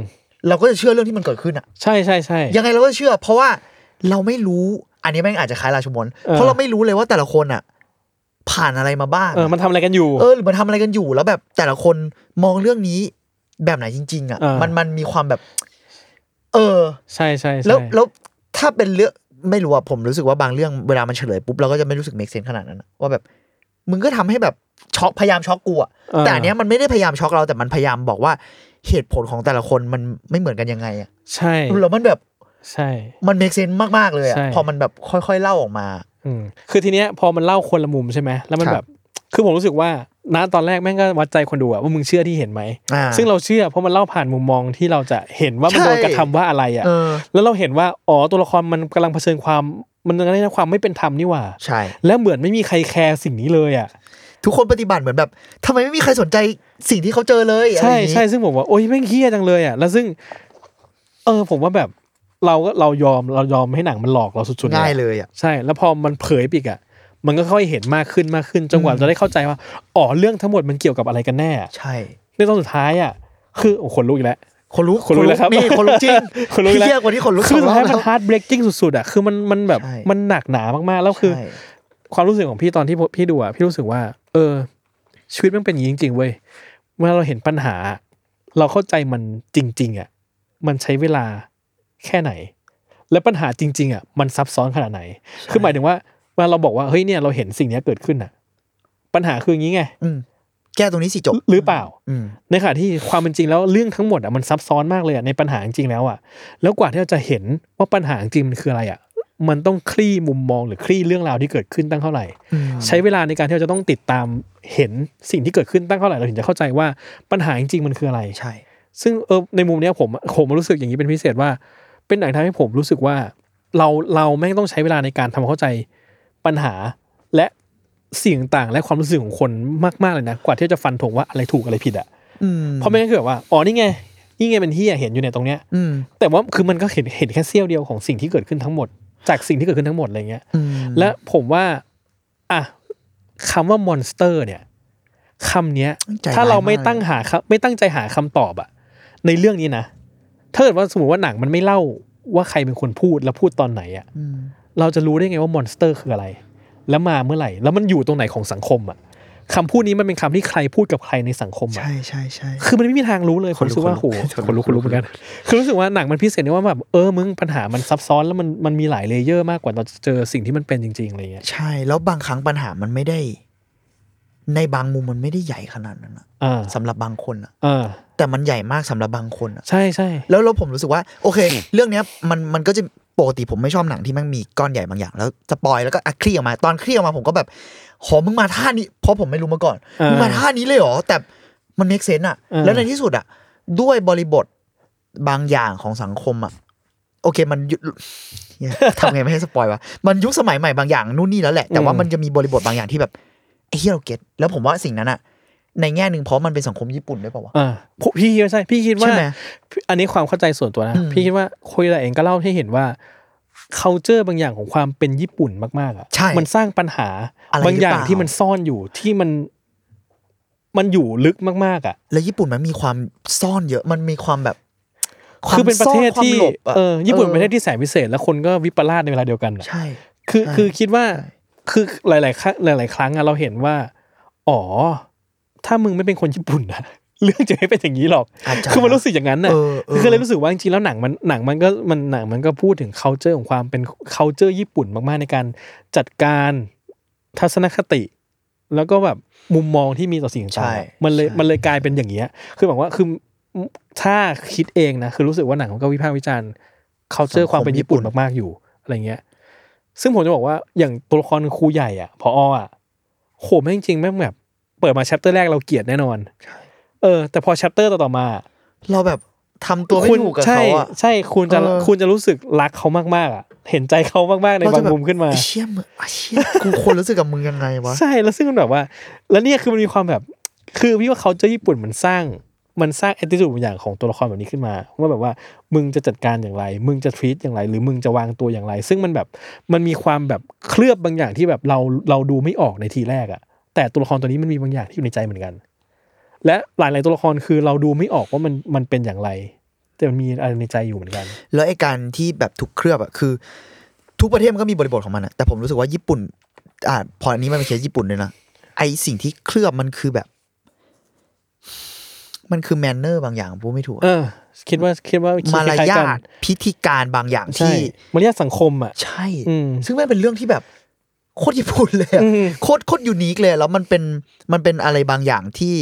เราก็จะเชื่อเรื่องที่มันเกิดขึ้นอะ ใช่ใช่ใช่ ยังไงเราก็เชื่อ เพราะว่าเราไม่รู้อันนี้แม่งอาจจะคล้ายราชมนต์ เออ เพราะเราไม่รู้เลยว่าแต่ละคนอะผ่านอะไรมาบ้าง เออมันทำอะไรกันอยู่ เออหรือมันทำอะไรกันอยู่แล้วแบบแต่ละคนมองเรื่องนี้แบบไหนจริง ๆ อ่ะ อ่ามั มันมันมีความแบบ เออ ใช่ใช่ใช่ แล้วแล้วถ้าเป็นเรื่องไม่รู้อะผมรู้สึกว่าบางเรื่องเวลามันเฉลยปุ๊บเราก็จะไม่รู้สึกเมกเซนขนาดนั้นอะว่าแบบ มึงก็ทำให้แบบช็อกพยายามช็อกกูอะ ออ แต่อันเนี้ยมันไม่ได้พยายามช็อกเราแต่มันพยายามบอกว่าเหตุผลของแต่ละคนมันไม่เหมือนกันยังไงอะ ใช่ แล้วมันแบบ ใช่ มันเมกเซนมากๆเลยอะ ใช่ พอมันแบบค่อยๆเล่าออกมา อืมคือทีเนี้ยพอมันเล่าคนละมุมใช่ไหมแล้วมัน ครับ แบบ คือผมรู้สึกว่าณตอนแรกแม่งก็วัดใจคนดูอะว่ามึงเชื่อที่เห็นไหม อ่า ซึ่งเราเชื่อเพราะมันเล่าผ่านมุมมองที่เราจะเห็นว่ามันโดนกระทำว่าอะไรอะ เออ แล้วเราเห็นว่าอ๋อตัวละครมันกำลังเผชิญความมันกำลังได้รับความไม่เป็นธรรมนี่หว่า ใช่ แล้วเหมือนไม่มีใครแคร์สิ่งนี้เลยอะ ทุกคนปฏิบัติเหมือนแบบทำไมไม่มีใครสนใจสิ่งที่เขาเจอเลยอะไร ใช่ อย่างงี้ ใช่ซึ่งผมว่าโอ้ยแม่งเฮี้ยจังเลยอ่ะแล้วซึ่ง เออ ผมว่าแบบเราก็เรายอมเรายอมให้หนังมันหลอกเราสุดๆ ง่าย อะ เลยอ่ะ ใช่ แล้วพอมันเผยไปอีกอ่ะ มันก็ค่อยเห็นมากขึ้นมากขึ้นจนกว่าจะได้เข้าใจว่าอ๋อเรื่องทั้งหมดมันเกี่ยวกับอะไรกันแน่ ใช่ ในตอนสุดท้ายอ่ะคือโอ้ขนลุกอีกแล้ว คนรู้ คนรู้แล้วครับ นี่คนรู้จริง คนรู้แล้ว เที่ยกว่าที่คนรู้ส คือ อสุดงรอท้ายบมั แล้ น ว ฮาร์ดเบรกกิ้งสุดๆอ่ะคือมันมันแบบ ใช่ มันหนักหนามากๆแล้วคือ ใช่ ความรู้สึกของพี่ตอนที่พี่ดูอ่ะพี่รู้สึกว่า เออ ชีวิตมันเป็นอย่างนี้จริง ๆ เว้ยเมื่อเราเห็นปัญหา เราเข้าใจมันจริง ๆ อ่ะ มันใช้เวลาแค่ไหน และปัญหาจริง ๆ อ่ะ มันซับซ้อนขนาดไหน คือหมายถึงว่าเวลาเราบอกว่าเฮ้ยเนี่ยเราเห็นสิ่งเนี้ยเกิดขึ้นอ่ะ ปัญหาคืออย่างนี้ไง อืมแก้ตรงนี้สิจบ หรือเปล่า อืม ในขณะที่ความเป็นจริงแล้วเรื่องทั้งหมดอ่ะมันซับซ้อนมากเลยอ่ะในปัญหาจริงๆแล้วอ่ะแล้วกว่าที่เราจะเห็นว่าปัญหาจริงมันคืออะไรอ่ะ มันต้องคลี่มุมมองหรือคลี่เรื่องราวที่เกิดขึ้นตั้งเท่าไหร่ อืม ใช้เวลาในการที่เราจะต้องติดตามเห็นสิ่งที่เกิดขึ้นตั้งเท่าไหร่เราถึงจะเข้าใจว่าปัญหาจริงๆมันคืออะไร ใช่ ซึ่งเออในมุมเนี้ยผมผมรู้สึกอย่างนี้เป็นพิเศษว่า เป็นหนังทำให้ผมรู้สึกว่า เราเราแม่งต้องใช้เวลาในการทำความเข้าใจปัญหาและสิ่งต่างๆและความรู้สึกของคนมากๆเลยนะกว่าที่จะฟันธงว่าอะไรถูกอะไรผิดอ่ะ อืม เพราะไม่งั้นคือแบบว่า อ๋อ นี่ไง นี่ไงเป็นที่เห็นอยู่ในยตรงเนี้ย อืม แต่ว่าคือมันก็เห็นเห็นแค่เสี้ยวเดียวของสิ่งที่เกิดขึ้นทั้งหมด จากสิ่งที่เกิดขึ้นทั้งหมดอะไรเงี้ย อืม และผมว่า อ่ะคำว่ามอนสเตอร์เนี่ยคำเนี้ย ใจย ถ้าเราไม่ ก ตั้งหาครับไม่ตั้งใจหาคำตอบอะในเรื่องนี้นะ ถ้าเกิดว่าสมมติว่าหนังมันไม่เล่าว่าใครเป็นคนพูดแล้วพูดตอนไหนอะ อืม เราจะรู้ได้ไงว่ามอนสเตอร์คืออะไร แล้วมาเมื่อไหร่ แล้วมันอยู่ตรงไหนของสังคมอะคำพูดนี้มันเป็นคำที่ใครพูดกับใครในสังคมอะ ใช่ใช่ใช่ คือมันไม่มีทางรู้เลยผ ข ม นลุก รู้สึกว่า ข โห นลุก คนรู้คนรู้เหมือนกัน คือรู้สึกว่าหนังมันพิเศษที่ว่าแบบเออมึงปัญหามันซับซ้อนแล้วมันมันมีหลายเลเยอร์มากกว่าเราจะเจอสิ่งที่มันเป็นจริงๆอะไรเงี้ย ใช่ แล้วบางครั้งปัญหามันไม่ได้ ในบางมุมมันไม่ได้ใหญ่ขนาดนั้นอะ อ่า สำหรับบางคนอะ อ่า แต่มันใหญ่มากสำหรับบางคนอะ ใช่ใช่ แล้วแล้วผมรู้สึกว่า โอเค เรื่องเนี้ยมันมันก็จะปกติผมไม่ชอบหนังที่มันมีก้อนใหญ่บางอย่าง แล้วสปอยแล้วก็อ่ะเครียดออกมาตอนเครียดออกมาผมก็แบบโหมึงมาท่านี้เพราะผมไม่รู้มาก่อน อ่ มึงมาท่านี้เลยเหรอแต่มันเมคเซนอะ อ่า แล้วในที่สุดอะด้วยบริบทบางอย่างของสังคมอะโอเคมันยุ เหี้ยทำไงไม่ให้สปอยวะ มันยุคสมัยใหม่บางอย่างนู่นนี่แล้วแหละ แต่ว่า อืม มันจะมีบริบทบางอย่างที่แบบไอ้เฮียเราเก็ตแล้วผมว่าสิ่งนั้นอะในแง่หนึ่งเพราะมันเป็นสังคมญี่ปุ่นด้วยเปล่าวะ อ่าผมพี่คิดว่าใช่พี่คิดว่า ใช่ไหม อันนี้ความเข้าใจส่วนตัวนะ อืม พี่คิดว่าคุยอะไรเองก็เล่าให้เห็นว่า c u เจอร์บางอย่างของความเป็นญี่ปุ่นมากๆอ่ะ ใช่ มันสร้างปัญหา อะไรหรือเปล่า บางอย่างที่มันซ่อนอยู่ที่มันมันอยู่ลึกมากๆอ่ะ แล้วญี่ปุ่นมันมีความซ่อนเยอะมันมีความแบบวาม คือเป็นประเทศ ซ่อน ที่ ความหลบะ เออญี่ปุ่นเป็นประเทศที่แสนพิเศษ แล้วคนก็วิปลาสในเวลาเดียวกันอะ ใช่ คือ ใช่ คือคิดว่าคือหลาย ๆ ครั้งหลาย ๆ ครั้งอะเราเห็นว่า อ๋อ ถ้ามึงไม่เป็นคนญี่ปุ่นนะ เรื่องจะไม่เป็นอย่างนี้หรอก อาจจะ คือมันรู้สึกอย่างนั้นน่ะ เออเออ คือเลยรู้สึกว่าจริงๆแล้วหนังมันหนังมันก็มันหนังมันก็พูดถึง c u เจอร์ของความเป็น c u เจอร์ญี่ปุ่นมากๆในการจัดการทัศนคติ แล้วก็แบบมุมมองที่มีต่อสิ่ง ใช่ ต่างๆอะมันเลย ใช่ มันเลยกลายเป็นอย่างเงี้ย คือแบบว่าคือถ้าคิดเองนะ คือรู้สึกว่าหนังมันก็วิพากษ์วิจารณ์ c u เจอร์ความเป็นญี่ปุ่นมากๆอยู่อะไรเงี้ย ซึ่งผมจะบอกว่าอย่างตัวละครครูใหญ่อ่ะพออ่ะโหแม่งจริงแม่งแบบเปิดมาแชปเตอร์แรกเราเกลียดแน่นอนเออ แต่พอแชปเตอร์ต่อๆมา เราแบบทำตัวไม่ คุณ ถูกกับ ใช่ เขาอะ ใช่คุณจะ เออ คุณจะรู้สึกรักเขามากๆอ่ะเห็นใจเขามากๆใน เรา บา จะ ง แบบ มุมขึ้นมา ไอ้เชี่ยมึงไอ้เชี่ยกูควรรู้สึกกับมึงยังไงวะ ใช่แล้วซึ่งมันแบบว่า แล้วเนี่ยคือมันมีความแบบ คือพี่ว่าเขาเจอญี่ปุ่นมันสร้างมันสร้างแอตติจูดบางอย่างของตัวละครแบบนี้ขึ้นมาว่าแบบว่ามึงจะจัดการอย่างไร มึงจะทีตอย่างไร หรือมึงจะวางตัวอย่างไร ซึ่งมันแบบมันมีความแบบเคลือบบางอย่างที่แบบเราเราดูไม่ออกในทีแรกอะแต่ตัวละครตัวนี้มันมีบางอย่างที่อยู่ในใจเหมือนกัน และหลายๆตัวละครคือเราดูไม่ออกว่ามันมันเป็นอย่างไร แต่มันมีอะไรในใจอยู่เหมือนกัน แล้วไอ้การที่แบบถูกเคลือบอะคือ ทุกประเทศมันก็มีบริบทของมันอะแต่ผมรู้สึกว่าญี่ปุ่น อ่าพออันนี้มันเป็นเคสญี่ปุ่นเลยนะไอสิ่งที่เคลือบมันคือแบบ มันคือแมนเนอร์บางอย่างพูดไม่ถูก เอ อะ อ คิดว่าคิดว่าคิด มาร คล้ๆ ยา กัน ทพิธีการบางอย่าง ใช่ ที่ มารยาทสังคมอ่ะ ใช่ อืม ซึ่งมันเป็นเรื่องที่แบบโคตรญี่ปุ่นเลยอะ อืม โคตรโคตรยูนิคเลย แล้วมันเป็นมันเป็นอะไรบางอย่างที่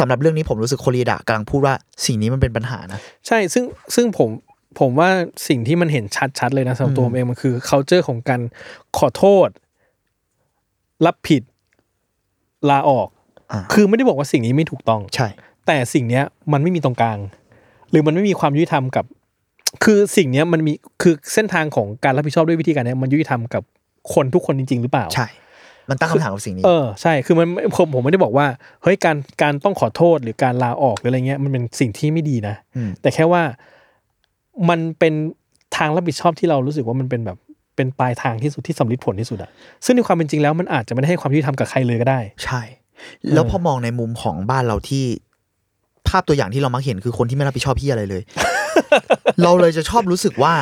สำหรับเรื่องนี้ผมรู้สึกโคเรียดะกำลังพูดว่าสิ่งนี้มันเป็นปัญหานะ ใช่ ซึ่งซึ่งผมผมว่าสิ่งที่มันเห็นชัดๆเลยนะสำหรับตัวผมเองมันคือ c u เจอร์ของการขอโทษ รับผิด ลาออก อ่า คือไม่ได้บอกว่าสิ่งนี้ไม่ถูกต้อง ใช่ แต่สิ่งเนี้ยมันไม่มีตรงกลาง หรือมันไม่มีความยุติธรรมกับ คือสิ่งเนี้ยมันมีคือเส้นทางของการรับผิดชอบด้วยวิธีการเนี้ยมันยุติธรรมกับคนทุกคนจริง ๆ หรือเปล่า ใช่ มันตั้งคำถามกับสิ่งนี้ เออใช่คือมันผมผมไม่ได้บอกว่าเฮ้ยการการต้องขอโทษหรือการลาออกหรืออะไรเงี้ยมันเป็นสิ่งที่ไม่ดีนะ อืม แต่แค่ว่ามันเป็นทางรับผิดชอบที่เรารู้สึกว่ามันเป็นแบบเป็นปลายทางที่สุดที่สำลิดผลที่สุดอะซึ่งในความเป็นจริงแล้วมันอาจจะไม่ได้ให้ความยุติธรรมกับใครเลยก็ได้ ใช่ แล้วพอมองในมุมของบ้านเราที่ ภาพตัวอย่างที่เรามักเห็นคือคนที่ไม่รับผิดชอบพี่อะไรเลย เราเลยจะชอบรู้สึกว่า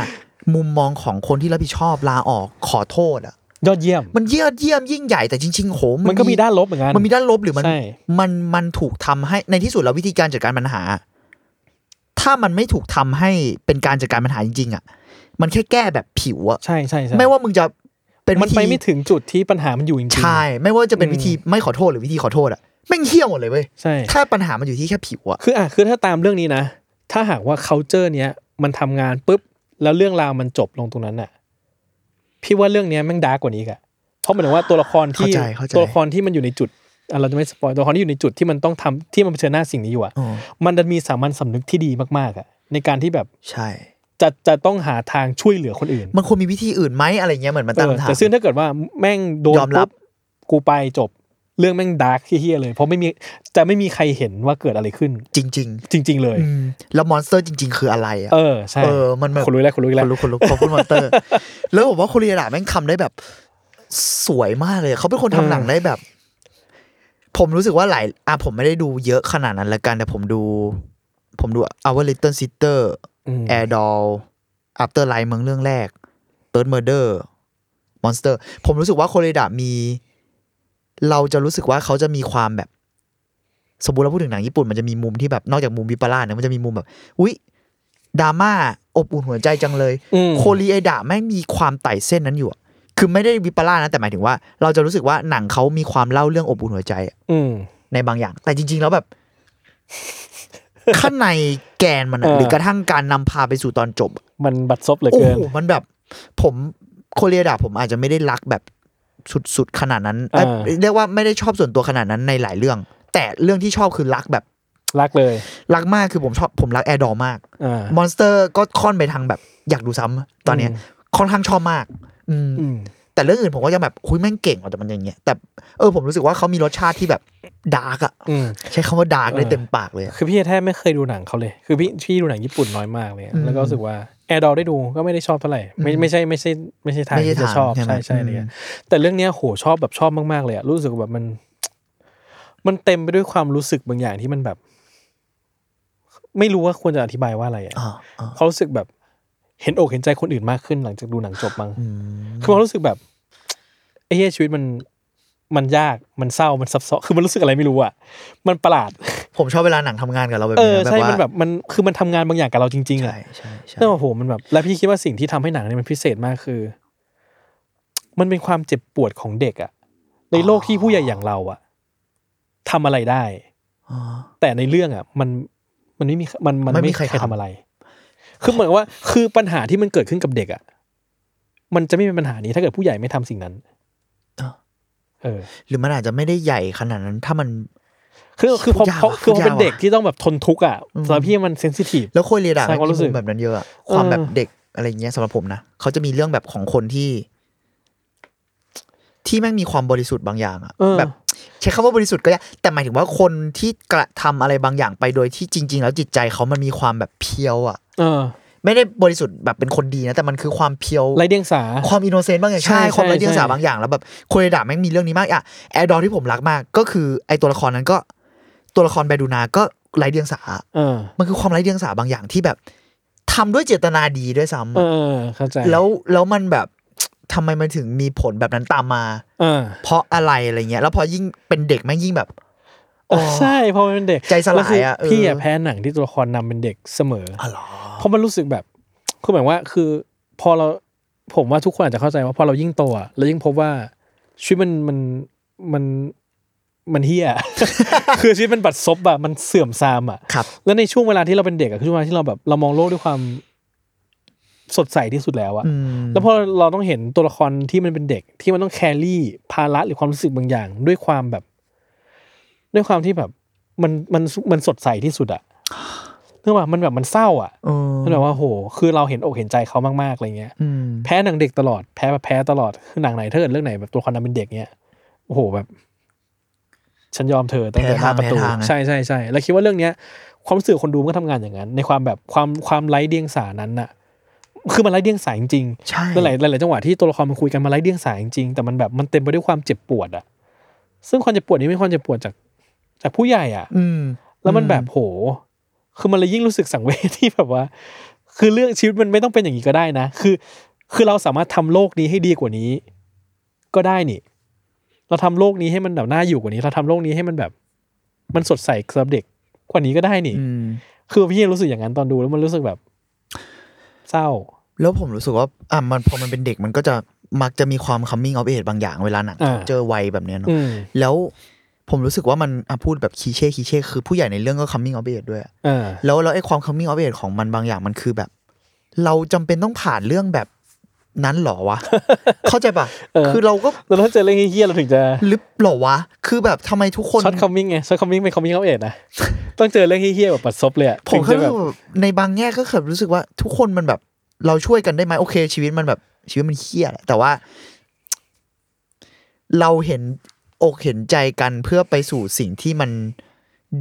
มุมมองของคนที่รับผิดชอบลาออกขอโทษอ่ะ ยอดเยี่ยม มันเยี่ยมเยี่ยมยิ่งใหญ่แต่จริง ๆโห มันก็มีด้านลบเหมือนกัน มันมีด้านลบหรือมัน ใช่ มันมันถูกทำให้ในที่สุดแล้ววิธีการจัดการปัญหา ถ้ามันไม่ถูกทำให้เป็นการจัดการปัญหาจริงๆอ่ะ มันแค่แก้แบบผิวอ่ะ ใช่ใช่ใช่ ไม่ว่ามึงจะเป็น มัน วิธี ไปไม่ถึงจุดที่ปัญหามันอยู่จริงๆ ใช่ไม่ว่าจะเป็น อืม วิธีไม่ขอโทษหรือวิธีขอโทษอ่ะแม่งเหี้ยหมดเลยเว้ย ใช่ ถ้าปัญหามันอยู่ที่แค่ผิวอ่ะ คืออ่ะคือถ้าตามเรื่องนี้นะ ถ้าหากว่า culture เนี้ยมันทำงานปุ๊บ แล้วเรื่องราวมันจบลงตรงนั้นน่ะ พี่ว่าเรื่องเนี้ยแม่งดาร์กกว่านี้อีกอะเพราะเหมือนว่าตัวละครที่ เข้าใจเข้าใจ ตัวละครที่มันอยู่ในจุดอ่ะเราจะไม่สปอยตัวละครที่อยู่ในจุดที่มันต้องทำที่มันเผชิญหน้าสิ่งนี้อยู่อะ อ๋อ มันดันมีสามัญสำนึกที่ดีมากๆอะในการที่แบบ ใช่ จะจะต้องหาทางช่วยเหลือคนอื่น มันควรมีวิธีอื่นไหมอะไรเงี้ยเหมือนมัน เอ ตั้ง อ คำถาม แต่ซึ่งถ้าเกิดว่าแม่งโดน ยอมรับ ปุ๊กูไปจบเรื่องแม่งดาร์กเฮี้ยๆเลย เพราะไม่มีจะไม่มีใครเห็นว่าเกิดอะไรขึ้น จริง จริง ๆ เล ๆ ย อืมแล้วมอนสเตอร์จริง ๆ คืออะไรอ่ะ เออใช่ เออมันแบบ คนรู้แล้วคนรู้ ค แล้ว นลุกคนลุกพอพูดมอนเตอร์ แล้วผมว่าโคเรียดาแม่งทำได้แบบ สวยมากเลย เขาเป็นคนทำหนังได้แบบ ผมรู้สึกว่าหลายอ่ะผมไม่ได้ดูเยอะขนาดนั้นละกัน แต่ผมดู ผมดู Our Little Sister อืม Air Doll After Life เมืองเรื่องแรก Third Murder Monster ผมรู้สึกว่าโคเรียดามี เราจะรู้สึกว่าเขาจะมีความแบบ สมมติเราพูดถึงหนังญี่ปุ่นมันจะมีมุมที่แบบนอกจากมุมวิปลาสเนี่ยมันจะมีมุมแบบอุ๊ยดราม่าอบอุ่นหัวใจจังเลย อืม โคลีไอดะแม่งมีความไต่เส้นนั้นอยู่อะคือไม่ได้วิปลาสนะแต่หมายถึงว่า เราจะรู้สึกว่าหนังเขามีความเล่าเรื่องอบอุ่นหัวใจอะ อืม ในบางอย่าง แต่จริ ง ๆแล้วแบบ ข้างในแกนมันอะ เออ หรือกระทั่งการนำพาไปสู่ตอนจบอะ มันบัดซบเหลือ โอ้ เกิน โหมันแบบ ผมโคลีไอดะผมอาจจะไม่ได้รักแบบสุดๆขนาดนั้นเอ้ย เออ เรียกว่าไม่ได้ชอบส่วนตัวขนาดนั้นในหลายเรื่อง แต่เรื่องที่ชอบคือรักแบบ รักเลย รักมากคือผมชอบผมรักแอร์ดอมาก อ่า มอนสเตอร์ก็ค่อนไปทางแบบอยากดูซ้ำตอนเนี้ย อืม ค่อนข้างชอบมาก อืม อืม แต่เรื่องอื่นผมก็ยังแบบคุยแม่งเก่งว่ะแต่มันอย่างเงี้ยแต่เออผมรู้สึกว่าเขามีรสชาติที่แบบดาร์กอะ อืม ใช้คำว่าดาร์กได้ เออ เต็มปากเลยอะ คือพี่แทบไม่เคยดูหนังเขาเลย คือพี่พี่ดูหนังญี่ปุ่นน้อยมากเลย อืม แล้วก็รู้สึกว่าแอร์ดอได้ดูก็ไม่ได้ชอบเท่าไหร่ ไม่ อืม ไม่ใช่ไม่ใช่ไม่ใช่ทาง ไม่ใช่ ที่จะ ทาง ชอบ ใช่ไหม ใช่ใช่ อืม เลยแต่เรื่องเนี้ยโหชอบแบบชอบมากๆเลยอะรู้สึกแบบมัน มันเต็มไปด้วยความรู้สึกบางอย่างที่มันแบบ ไม่รู้ว่าควรจะอธิบายว่าอะไรอะ อ่าอ่า เขารู้สึกแบบเห็นอกเห็นใจคนอื่นมากขึ้นหลังจากดูหนังจบมั้ง อืม คือมันรู้สึกแบบ ไอ้เหี้ยชีวิตมันมันยากมันเศร้ามันซับซ้อนคือมันรู้สึกอะไรไม่รู้อ่ะมันประหลาด ผมชอบเวลาหนังทำงานกับเราแบบ เอ นี้ อ นะ ใช่ ว่า มันแบบมันคือมันทำงานบางอย่างกับเราจริง ๆ ใช่ อ่ะ ใช่ใช่ แล้วโอ้โหมันแบบ แล้วพี่คิดว่าสิ่งที่ทำให้หนังเนี่ยมันพิเศษมากคือ มันเป็นความเจ็บปวดของเด็กอ่ะในโลกที่ผู้ใหญ่อย่างเราอ่ะทำอะไรได้ อ่า แต่ในเรื่องอ่ะ มันมันไม่มีมันมัน ไม่ ไม่ มี มีใค ใคร รทำ ทำ อะไร คือเหมือนว่า คือปัญหาที่มันเกิดขึ้นกับเด็กอ่ะมันจะไม่เป็นปัญหานี้ ถ้าเกิดผู้ใหญ่ไม่ทำสิ่งนั้นเออ หรือมันอาจจะไม่ได้ใหญ่ขนาดนั้นถ้ามัน คือคือพอพอ พู คือพอยดากว่ะพูดยากว่ะ เป็นเด็กที่ต้องแบบทนทุกข์อ่ะ อืม สำหรับพี่มันเซนซิทีฟ แล้วโคเรียดา ใช่ความรู้สึก มุมแบบนั้นเยอะอะความ เออ แบบเด็กอะไรเงี้ยสำหรับผมนะเขาจะมีเรื่องแบบของคนที่ ที่แม่งมีความบริสุทธิ์บางอย่างอะแบบ ใช้คำว่าบริสุทธิ์ก็ได้แต่หมายถึงว่าคนที่กระทำอะไรบางอย่างไปโดยที่จริง ๆ แล้วจิตใจเขามันมีความแบบเพียวอะ เออ ไม่ได้บริสุทธิ์แบบเป็นคนดีนะแต่มันคือความเพียว ไรเดียงสา ความอินโนเซนต์บางอย่าง ใช่ ใช่ความ ใช่ ไร้เดียงสา ใช่ บางอย่างแล้วแบบโคเรดาแม่งมีเรื่องนี้มากอะแอร์ดอที่ผมรักมาก ก็คือไอตัวละครนั้นก็ ตัวละครแบดูนาก็ไร้เดียงสา เออ มันคือความไร้เดียงสาบางอย่างที่แบบทำด้วยเจตนาดีด้วยซ้ำ เอ อะ อ เข้าใจ แล้วแล้วมันแบบทำไมมันถึงมีผลแบบนั้นตามมา เออ เพราะอะไรอะไรเงี้ย แล้วพอยิ่งเป็นเด็กแม่งยิ่งแบบโอ้ ใช่เพอมันเป็นเด็ก ใจสลายอะ แล้วคื เออ พี่อะแพ้หนังที่ตัวละครนำเป็นเด็กเสมอ อ๋อเหรอ เพราะมันรู้สึกแบบคือหมายว่าคือ พอเราผมว่าทุกคนอาจจะเข้าใจว่าพอเรายิ่งโตอะเรายิ่งพบว่าชีวิตมันมันมันมันเฮี้ ย คือชีวิตมันบัดซบอะมันเสื่อมทรามอะ ครับ แล้วในช่วงเวลาที่เราเป็นเด็กอะคือช่วงเวลาที่เราแบบเรามองโลกด้วยความสดใสที่สุดแล้วอะ อืม แล้วพอเราต้องเห็นตัวละครที่มันเป็นเด็กที่มันต้องแครี่ภาระหรือความรู้สึกบางอย่าง ด้วยความแบบ ด้วยความที่แบบมันมันมันสดใสที่สุ ดอะเนื่องว่ามันแบบมันเศร้าอะ เออ มันแบบว่าโห คือเราเห็นอกเห็นใจเขามากๆอะไรเงี้ย อืม แพ้หนังเด็กตลอดแพ้แบบแพ้ตลอดคือหนังไหนถ้าเกิดเรื่องไหนแบบตัวละครนั้นเป็นเด็กเนี้ยโอ้โหแบบ ฉันยอมเธอตั้งแต่หน้าประตูใช่ใช่ใช่แล้วคิดว่าเรื่องเนี้ย ความรู้สื่อคนดูมันก็ทำงานอย่างนั้น ในความแบบความความไร้เดียงสานั้นน่ะ คือมันไร้เดียงสาจริง ใช่ ๆหลายหลายหลายจังหวะที่ตัวละครมันคุยกันมันไร้เดียงสาจริงๆแต่มันแบบมันเต็มไปด้วยความเจ็บปวดอะซึ่งความเจ็บปวดนี้ไม่ความเจ็บปวดจาก จากผู้ใหญ่อะ อืม แล้วมัน อืม แบบโห คือมันเลยยิ่งรู้สึกสังเวช ที่แบบว่า คือเรื่องชีวิตมันไม่ต้องเป็นอย่างนี้ก็ได้นะ คือ คือเราสามารถทำโลกนี้ให้ดีกว่านี้ ก็ได้นี่ เราทำโลกนี้ให้มันแบบน่าอยู่กว่านี้ เราทำโลกนี้ให้มันแบบ มันสดใสสำหรับเด็กกว่านี้ก็ได้นี่ อืม คือพี่ยังรู้สึกอย่างนั้นตอนดูแล้วมันรู้สึกแบบ เศร้า แล้วผมรู้สึกว่าอ่ะมันพอมันเป็นเด็กมันก็จะมักจะมีความ coming of age บางอย่างเวลาหนัง อ่า เจอวัยแบบเนี้ยเนาะ อืม แล้วผมรู้สึกว่ามันอ่ะพูดแบบคีเช่คีเช่คือผู้ใหญ่ในเรื่องก็ coming of age ด้วยอะ อ่า แล้วแล้วไอ้ความ coming of age ของมันบางอย่างมันคือแบบ เราจำเป็นต้องผ่านเรื่องแบบนั้นเหรอวะ เข้าใจปะคือเราก็ แล้วถ้าเจอเรื่องเฮี้ยๆเราถึงจะ ลึบเหรอวะ คือแบบทำไมทุกคน ช็อตคอมมิ่งไงช็อตคอมมิ่งเป็นคอมมิ่งเอาเอ็ด นะ ต้องเจอเรื่องเฮี้ยๆแบบปัดซบเลยอะ ผม ถึง ก็ จะแบบ แบบในบางแง่ก็เคยรู้สึกว่าทุกคนมันแบบเราช่วยกันได้ไหมโอเค ชีวิตมันแบบชีวิตมันเฮี้ยแหละแต่ว่า เราเห็นอกเห็นใจกันเพื่อไปสู่สิ่งที่มัน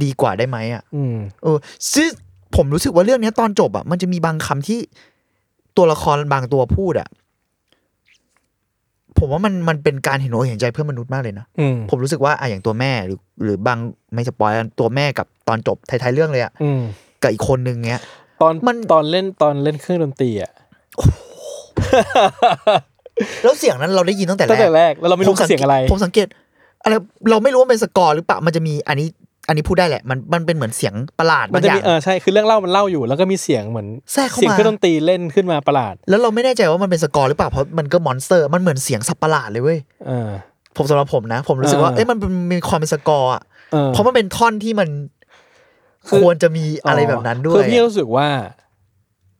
ดีกว่าได้ไหมอ่ะ อืม เออซึ่งผมรู้สึกว่าเรื่องเนี้ยตอนจบอ่ะมันจะมีบางคำที่ตัวละครบางตัวพูดอ่ะ ผมว่ามันมันเป็นการเห็นอกเห็นใจเพื่อนมนุษย์มากเลยนะ อืม ผมรู้สึกว่าอ่ะอย่างตัวแม่หรือหรือบางไม่สปอยล์กันตัวแม่กับตอนจบท้ายๆเรื่องเลยอ่ะ อืม กับอีกคนนึงเนี้ย ตอน มัน ตอนเล่นตอนเล่นเครื่องดนตรีอะ แล้วเสียงนั้นเราได้ยินตั้งแต่แร ตั้ ก งแต่แรกแล้วเราไม่รู้ ผสั เสียงอะไร ผมสังเกตอะไรเราไม่รู้ว่าเป็นสกอร์หรือเปล่ามันจะมีอันนี้อันนี้พูดได้แหละ มันมันเป็นเหมือนเสียงประหลาด มั บาน ง จะ อย่าง มีเออใช่คือเรื่องเล่ามันเล่าอยู่ แล้วก็มีเสียงเหมือน แทรกเข้ามา เสียงเครื่องดนตรีเล่นขึ้นมาประหลาด แล้วเราไม่แน่ใจว่ามันเป็นสกอร์หรือเปล่าเพราะมันก็มอนสเตอร์ มันเหมือนเสียงสับประหลาดเลยเว้ย เออ ผมสำหรับผมนะ ผมรู้สึกว่า เออ เอ้ยมันเป็นมีความเป็นสกอร์อ่ะ เออ เพราะมันเป็นท่อนที่มัน คื ค อ วรจะมีอะไรแบบนั้นด้ว คื ย อพี่รู้สึกว่า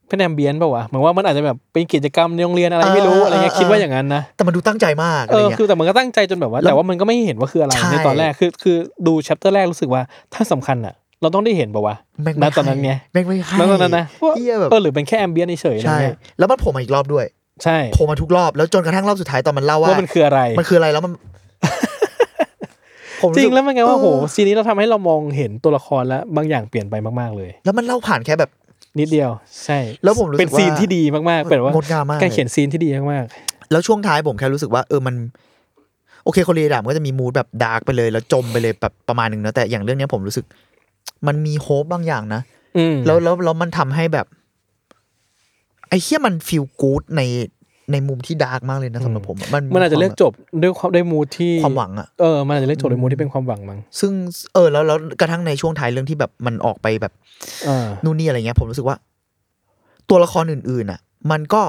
เป็นแอมเบียนซ์เปล่าวะเหมือนว่ามันอาจจะแบบเป็นกิจกรรมในโรงเรียนอะไรไม่รู้อะไรเงี้ยคิดว่าอย่างนั้นนะ แต่มันดูตั้งใจมากอะ เอ ไร อ เงี้ย คือแต่มันก็ตั้งใจจนแบบว่า แล้ว แต่ว่ามันก็ไม่เห็นว่าคืออะไร ใช่ ในตอนแรกคือคือดูแชปเตอร์แรกรู้สึกว่าถ้าสำคัญอ่ะ เราต้องได้เห็นป่าวะ แม่งไม่ ณตอนนั้นไง ให้แม่งไม่ให้ ณตอนนั้นนะว่า เหี้ยแบบ เออหรือเป็นแค่แอมเบียนซ์เฉยๆอะไร ใช่ เงี้ย แล้วมันโผล่มาอีกรอบด้วย ใช่ โผล่มาทุกรอบแล้วจนกระทั่งรอบสุดท้ายตอนมันเล่าว่า ว่ามันคืออะไร มันคืออะไร แล้วมัน ผม จ สึ ริ ก งแล้วมันไงว่า เออ โหซีนนี้เราทำให้เรามองเห็นตัวละครและบางอย่างเปลี่ยนไปมากๆเลย แล้วมันเล่าผ่านแค่แบบ นิดเดียว ใช่ แล้วผมรู้สึกเป็นว่าซีนที่ดีมากๆเป็นว่าง ดงามมากเลย การเขียนซีนที่ดีมาก แล้วช่วงท้ายผมแค่รู้สึกว่าเออมัน โอเคคนเรียนดามนก็จะมีมูดแบบดาร์กไปเลย แล้วจมไปเลยแบบประมาณหนึ่งนะแต่อย่างเรื่องเนี้ยผมรู้สึก มันมีโฮปบางอย่างนะ ๆอืม แล้วแล้วแล้วมันทำให้แบบ ไอ้เคี้ยมันฟีลกู๊ดในในมุมที่ดาร์กมากเลยนะสำหรับผมมัน มันอาจจะเลือกจบด้วยความด้วยมูดที่ ความหวังอะ เออมันอาจจะเลือกจบด้วยมูดที่เป็นความหวังมั้ง ซึ่งเออแล้วแล้วกระทั่งในช่วงท้ายเรื่องที่แบบมันออกไปแบบ เออ นู่นนี่อะไรเงี้ยผมรู้สึกว่า ตัวละครอื่นๆน่ะ มันก็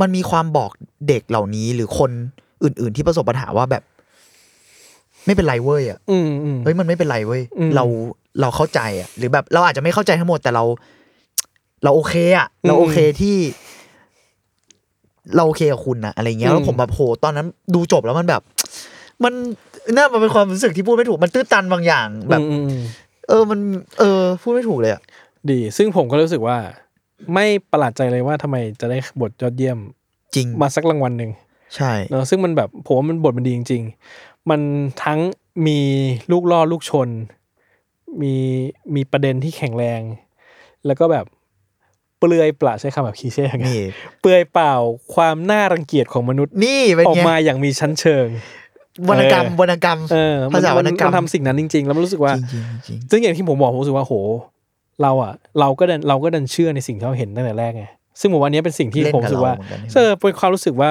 มันมีความบอกเด็กเหล่านี้ หรือคนอื่น ๆ ที่ประสบปัญหาว่าแบบ ไม่เป็นไรเว้ยอ่ะ อืมอืม เฮ้ยมันไม่เป็นไรเว้ย อืม เราเราเข้าใจอ่ะ หรือแบบ เราอาจจะไม่เข้าใจทั้งหมดแต่เรา เราโอเคอ่ะ เราโอเคที่ เราโอเคกับคุณนะอะไรเงี้ย อืม แล้วผมแบบโหตอนนั้น ดูจบแล้วมันแบบ มันน่ามันเป็นความรู้สึกที่พูดไม่ถูกมันตื้นตันบางอย่าง แบบ อืมอืมอืม เออมัน เออ พูดไม่ถูกเลยอ่ะ ดี ซึ่งผมก็รู้สึกว่า ไม่ประหลาดใจเลยว่าทำไมจะได้บทยอดเยี่ยม จริง มาสักรางวัลหนึ่ง ใช่ เนอะซึ่งมันแบบผมว่ามันบทมันดีจริง ๆ มันทั้งมีลูกล่อลูกชน มีมีประเด็นที่แข็งแรง แล้วก็แบบเปลือยเปล่าใช้คำแบบคีเช่อย่างเงี้ นี่ ยเปลือยเปล่าความน่ารังเกียจของมนุษย์ นี่เป็น ออก ไง มาอย่างมีชั้นเชิง วรรณกรรม เออ วรรณกรรม เออมัน ภาษาวรรณกรรม มันทำสิ่งนั้นจริง ๆ แล้วมันรู้สึกว่า จริงจริงจริง ซึ่งอย่างที่ผมบอกผมรู้สึกว่าโห เราอะเราก็ดันเราก็ดันเชื่อในสิ่งที่เราเห็นตั้งแต่แรกไงซึ่งผมว่าอันเนี้ยเป็นสิ่งที่ เล่น ผม กับ รู้สึ เรา กว่า เหมือนกัน เออเป็นความรู้สึกว่า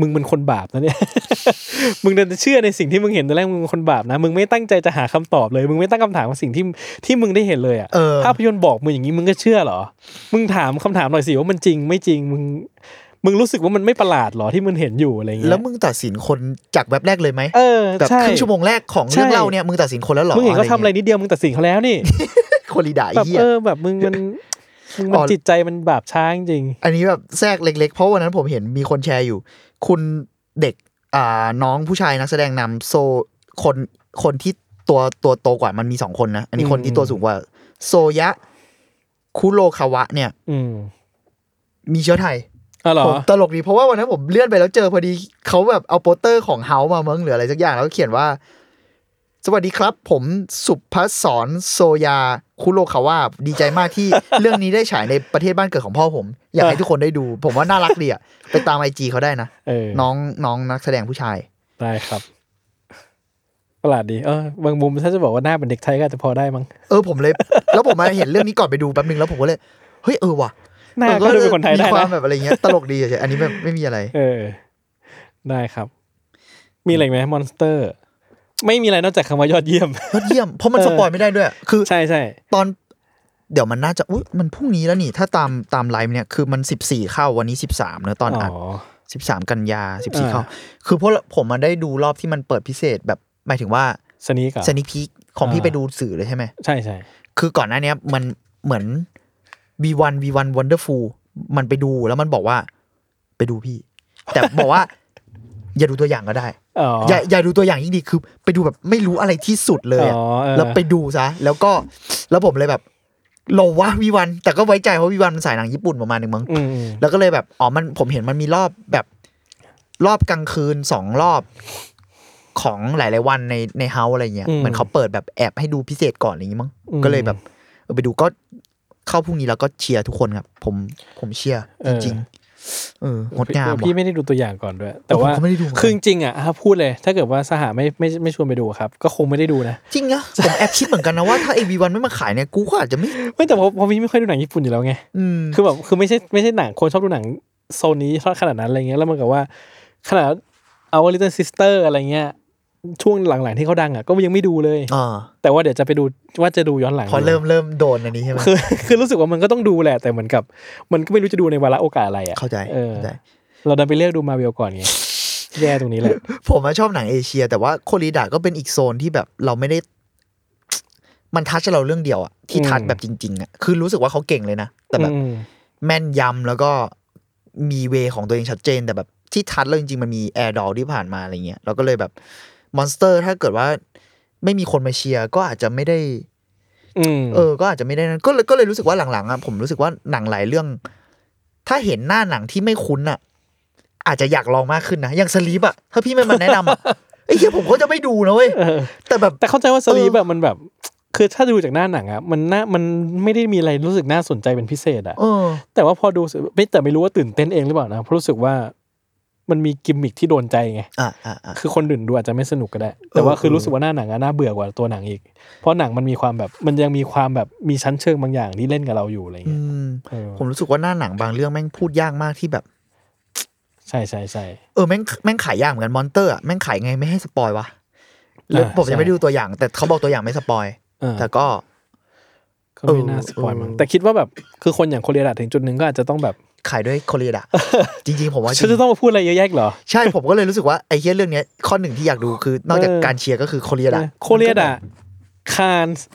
มึงเป็นคนบาปนะเนี่ย มึงดันเชื่อในสิ่งที่มึงเห็นตอนแรกมึงเป็นคนบาปนะมึงไม่ตั้งใจจะหาคำตอบเลย มึงไม่ตั้งคำถามกับสิ่งที่ที่มึงได้เห็นเลยอะ เออ ภาพยนตร์บอกมึงอย่างนี้มึงก็เชื่อเหรอ มึงถามคำถามหน่อยสิว่ามันจริงไม่จริงมึง มึงรู้สึกว่ามันไม่ประหลาดเหรอที่มึงเห็นอยู่อะไรอย่างเงี้ย แล้วมึงตัดสินคนจากแว็บแรกเลยไหม เออ แบบ ใช่ ครึ่งชั่วโมงแรกของเรื่อง ใช่ เล่าเนี่ยมึงตัดสินคนแล้วหรอ มึงเห็นเขาทำอะไร เงี้ย นิดเดียวมึงตัดสินเขาแล้วนี่ คนรีดาไอ้ แบบ เหี้ย เออแบบมึงมันมึงมั อ๋ น อ จิตใจมันบาปช้างจริง อันนี้แบบแทรกเล็กๆ เพราะวันนั้นผมเห็นมีคนแชร์อยู่ คุณเด็กอ่าน้องผู้ชายนักแสดงนำโซคนคนที่ตัวตัวโตกว่ามันมีสองคนนะ อันนี้คนที่ตัวสูงกว่า โซยะ คุโรคาวะ เนี่ย อืม มีเชื้อไทย อ๋อเหรอ ผมตลกดีเพราะว่าวันนั้นผมเลื่อนไปแล้วเจอพอดีเขาแบบเอาโปสเตอร์ของเฮามาเมืองหรืออะไรสักอย่างแล้วก็เขียนว่า สวัสดีครับ ผมสุภศรโซยาคุโรคาวาดีใจมากที่ เรื่องนี้ได้ฉายในประเทศบ้านเกิดของพ่อผม อยากให้ทุกคนได้ดู ผมว่าน่ารักดีอ่ะ ไปตามไอจีเขาได้นะ เออ น้องน้องนักแสดงผู้ชาย ได้ครับ ประหลาดดีเออบางมุมถ้าจะบอกว่าหน้าเป็นเด็กไทยก็อาจจะพอได้มั้ง เออผมเลย แล้วผมมาเห็นเรื่องนี้ก่อนไปดูแป๊บนึงแล้วผมก็เลยเฮ้ยเออว่ะ หน้า ออ ก็ดูเป็นคนไทยได้ มีความ นะ แบบอะไรเงี้ยตลกดีเฉยๆอันนี้แบบไม่มีอะไร เออ ได้ครับ มีอะไรอีกไหมมอนสเตอร์ ไม่มีอะไรนอกจากคำว่ายอดเยี่ ยม ยอดเยี่ยมเพราะมัน เออ สปอยไม่ได้ด้วย คือ ใช่ใช่ ตอนเดี๋ยวมันน่าจะอุยมันพรุ่งนี้แล้วนี่ ถ้าตามตามไลฟ์เนี่ยคือมันสิบสี่เข้าวันนี้สิบสามเนอะตอนอัด อ๋อ สิบสามกันยาสิบ อ่า สี่เข้า คือพวกเราผมมาได้ดูรอบที่มันเปิดพิเศษแบบหมายถึงว่า สนิกเหรอ่ะ เซนิพีของพี่ อ่า ไปดูสื่อเลยใช่ไหม ใช่ใช่ คือก่อนหน้าเนี้ยมันเหมือน V1 V1 Wonderful มันไปดูแล้วมันบอกว่า ไปดูพี่ แต่บอกว่า อย่าดูตัวอย่างก็ได้ อ๋ออ อย่าอย่าดูตัวอย่างยิ่งดีคือ ไปดูแบบไม่รู้อะไรที่สุดเลยอะ อ๋อเออ แล้วไปดูซะแล้วก็แล้วผมเลยแบบโลว่าวีวันแต่ก็ไว้ใจเพราะวีวันมันสายหนังญี่ปุ่นประมาณหนึ่งมั้ง อืมอืม แล้วก็เลยแบบอ๋อมันผมเห็นมันมีรอบแบบรอบกลางคืนสองรอบของหลาย ๆ วันในในเฮาอะไรเงี้ยเหมือนเขาเปิดแบบแอบให้ดูพิเศษก่อนอะไรอย่างงี้มั้งก็เลยแบบเออไปดูก็เข้าพรุ่งนี้แล้วก็เชียร์ทุกคนครับผมผมเชียร์จริงๆเอองดงาม เออพี่ ว่ะ ไม่ได้ดูตัวอย่างก่อนด้วย แต่ว่า ผมก็ไม่ได้ดูเหมือนกัน คือจริงๆอ่ะถ้าพูดเลย ถ้าเกิดว่าสหาไม่ไม่ไม่ชวนไปดูครับ ก็คงไม่ได้ดูนะ จริงนะผมแอบคิดเหมือนกันนะว่าถ้าไอวีวันไม่มาขายเนี่ยกูก็อาจจะไม่ ไม่แต่เพราะเพราะพี่ไม่ค่อยดูหนังญี่ปุ่นอยู่แล้วไง อืม คือแบบคือไม่ใช่ไม่ใช่หนังคนชอบดูหนังโซนนี้ขนาดนั้นอะไรเงี้ยแล้วมันกับว่า ขนาดเอาลิตเติ้ลซิสเตอร์อะไรเงี้ยช่วงหลังๆที่เขาดังอ่ะก็ยังไม่ดูเลย อ่า แต่ว่าเดี๋ยวจะไปดูว่าจะดูย้อนหลัง พอเริ่มเริ่มโดนอันนี้ใช่ไหม คือ คือรู้สึกว่ามันก็ต้องดูแหละ แต่เหมือนกับ มันก็ไม่รู้จะดูในวาระโอกาสอะไรอ่ะ เข้าใจ เออ เข้าใจ เราดันไปเลือกดูมาเวลก่อนไงแย่ตรงนี้แหละ ผมอะชอบหนังเอเชีย แต่ว่าโคริดาก็เป็นอีกโซนที่แบบเราไม่ได้ มันทัชเราเรื่องเดียวอะที่ อืม ทัชแบบจริง ๆอะคือรู้สึกว่าเขาเก่งเลยนะ แต่แบบ อืม แม่นยำแล้วก็มีเวของตัวเองชัดเจน แต่แบบที่ทัชเราจริง ๆ มันมีแอร์ดอลที่ผ่านมาอะไรเงี้ยเราก็เลยแบบมอนสเตอร์ถ้าเกิดว่าไม่มีคนมาเชียร์ก็อาจจะไม่ได้ อืม เออ ก็อาจจะไม่ได้นั้นก็เลยก็เลยรู้สึกว่าหลังๆอ่ะผมรู้สึกว่าหนังหลายเรื่อง ถ้าเห็นหน้าหนังที่ไม่คุ้นอ่ะ อาจจะอยากลองมากขึ้นนะ อย่างสลีปอ่ะ ถ้าพี่ไม่มาแนะนำ อ่ะ ไอ้เหี้ยผมก็จะไม่ดูนะเว้ย เออ แต่แบบ แต่เข้าใจว่าสลีป เอ แบบ อ มันแบบ คือถ้าดูจากหน้าหนังอ่ะมันน่ามันไม่ได้มีอะไรรู้สึกน่าสนใจเป็นพิเศษอ่ะ เออ แต่ว่าพอดูเสร็จไม่แต่ไม่รู้ว่าตื่นเต้นเองหรือเปล่านะเพราะรู้สึกว่ามันมีกิมมิคที่โดนใจไง อ่ะอ่ะอ่ะ คือคนอื่นดูอาจจะไม่สนุกก็ได้ แต่ว่าคือรู้สึกว่าหน้าหนังอะน่าเบื่อกว่าตัวหนังอีก เพราะหนังมันมีความแบบมันยังมีความแบบมีชั้นเชิงบางอย่างที่เล่นกับเราอยู่อะไร อื เงี้ย ม เออ ผมรู้สึกว่าหน้าหนังบางเรื่องแม่งพูดยากมากที่แบบ ใช่ใช่ใช่ เออแม่งแม่งขายยากเหมือนกันมอนเตอร์อ่ะแม่งขายไงไม่ให้สปอยวะแล้ว อ่ะ ผมยังไม่ ใช่ ได้ดูตัวอย่าง แต่เขาบอกตัวอย่างไม่สปอย เออ แต่ก็ ก็ไม่น่าสปอยมั้งแต่คิดว่าแบบคือคนอย่างโคเรียดะถึงจุดหนึ่งก็อาจจะต้องแบบ ขายด้วยโคเรีย ดะ จริง ๆ ผมว่าจริ ฉัน ง จะต้องมาพูดอะไรเยอะแยะอีกเหรอ ใช่ ผมก็เลยรู้สึกว่าไอ้เฮียเรื่องเนี้ยข้อหนึ่งที่อยากดูคือนอกจาก เออ การเชียร์ก็คือโคเรียดะ โคเรียดะคานส์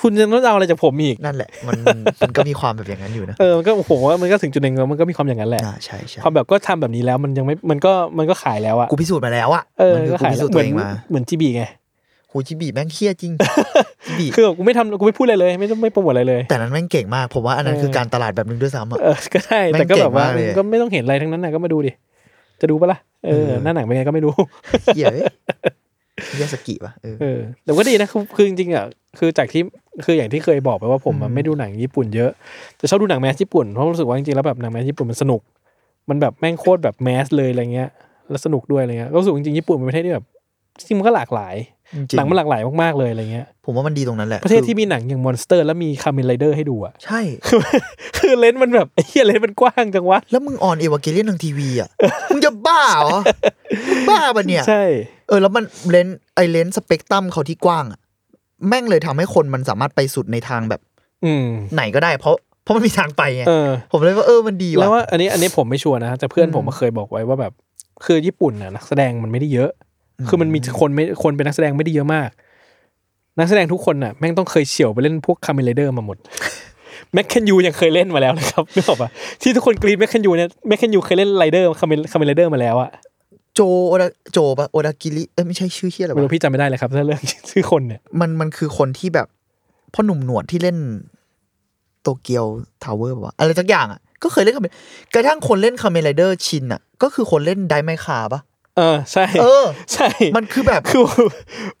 คุณยังต้องเอาอะไรจากผมอีก นั่นแหละ มันมันมันก็มีความแบบอย่างนั้น อยู่นะ เออมันก็โอ้โหมันก็ถึงจุดหนึ่งแล้วมันก็มีความอย่างนั้นแหละ อ่าใช่ใช่ ความแบบก็ทำแบบนี้แล้วมันยังไม่ มันก็มันก็ขายแล้วอะ กูพิสูจน์มาแล้วอ่ะ เออ มันคือ ก็ กู ขาย พิ แล้ สู ว จน์ เหมืตัวน เองมา เหมือนจีบีไง โหจิบีแม่งเฮียจริง จิบี คือแบบกูไม่ทำกูไม่พูดอะไรเลย ไม่ต้องไม่โปรโมทอะไรเลย แต่นั้นแม่งเก่งมาก ผมว่าอันนั้น เออ คือการตลาดแบบนึงด้วยซ้ำอ่ะ เออ ก็ได้แต่ก็แบบว่า แม่งเก่งมากเลย ก็ไม่ต้องเห็นอะไรทั้งนั้นนะก็มาดูดิ จะดูปะล่ะเออหน้าหนังเป็นไงก็ไม่รู้ เฮียเว้ยเฮียสกิปะเออ เออแต่ก็ดีนะคือคือจริงๆอ่ะคือจากที่คืออย่างที่เคยบอกไปว่าผมอะ อืม ไม่ดูหนังญี่ปุ่นเยอะ แต่ชอบดูหนังแมสญี่ปุ่นเพราะรู้สึกว่าจริงๆแล้วแบบหนังแมสญี่ปุ่นมันสนุก มันแบบแม่งโคตรแบบแมสเลยอะไรเงี้ยแล้วสนุกด้วยอะไรเงี้ยก็รู้สึกว่าจริงๆญี่ปุ่นเป็นประเทศที่แบบจริงๆมันก็หลากหลาย จริหงนังมันหลากหลายมากๆเลยอะไรเงี้ย ผมว่ามันดีตรงนั้นแหละ ประเทศ คือ ที่มีหนังอย่างมอนสเตอร์แล้วมีคา m ม n ไรเดอร์ให้ดูอ่ะ ใช่ คือคือเลนส์มันแบบไอ้เหี้ยเลนส์มันกว้างจังวะ แล้วมึงออนเอวาเกเลียนทางทีวีอ่ะมึงจะบ้าเหรอมึงบ้าปะเนี่ย ใช่ เออแล้วมันเลนส์ไอเลนส์สเปกตรัมเขาที่กว้างอะแม่งเลยทำให้คนมันสามารถไปสุดในทางแบบ อืม ไหนก็ได้เพราะเพราะมันมีทางไปไง เออ ผมเลยว่าเออมันดี แล้ว ว่ะ ว่าอันนี้อันนี้ผมไม่ชัวร์นะแต่เพื่อนผม อืม เคยบอกไว้ว่าแบบคือญี่ปุ่นน่ะนักแสดงมันไม่ได้เยอะ คือมันมีคนไม่คนเป็นนักแสดงไม่ได้เยอะมาก นักแสดงทุกคนน่ะแม่งต้องเคยเฉี่ยวไปเล่นพวกคาเมเลเดอร์มาหมด แมคเคนยูยังเคยเล่นมาแล้วนะครับนึกออกปะที่ทุกคนกรีดแมคเคนยูเนี่ยแมคเคนยูเคยเล่นไรเดอร์คาเมคาเมเลเดอร์มาแล้วอะ โจโอดาโจปะโอดากิริเอ้ยไม่ใช่ชื่อเฮียอะไร ไม่รู้ วะ พี่จำไม่ได้เลยครับถ้าเรื่องชื่อคนเนี่ย มันมันคือคนที่แบบพ่อหนุ่มหนวดที่เล่นโตเกียวทาวเวอร์วะอะไรสักอย่างอ่ะก็เคยเล่นคาเมกระทั่งคนเล่นคาเมไรเดอร์ชินอ่ะ ก็คือคนเล่นไดไมคาปะ เออใช่ เออ ใช่ มันคือแบบ คือ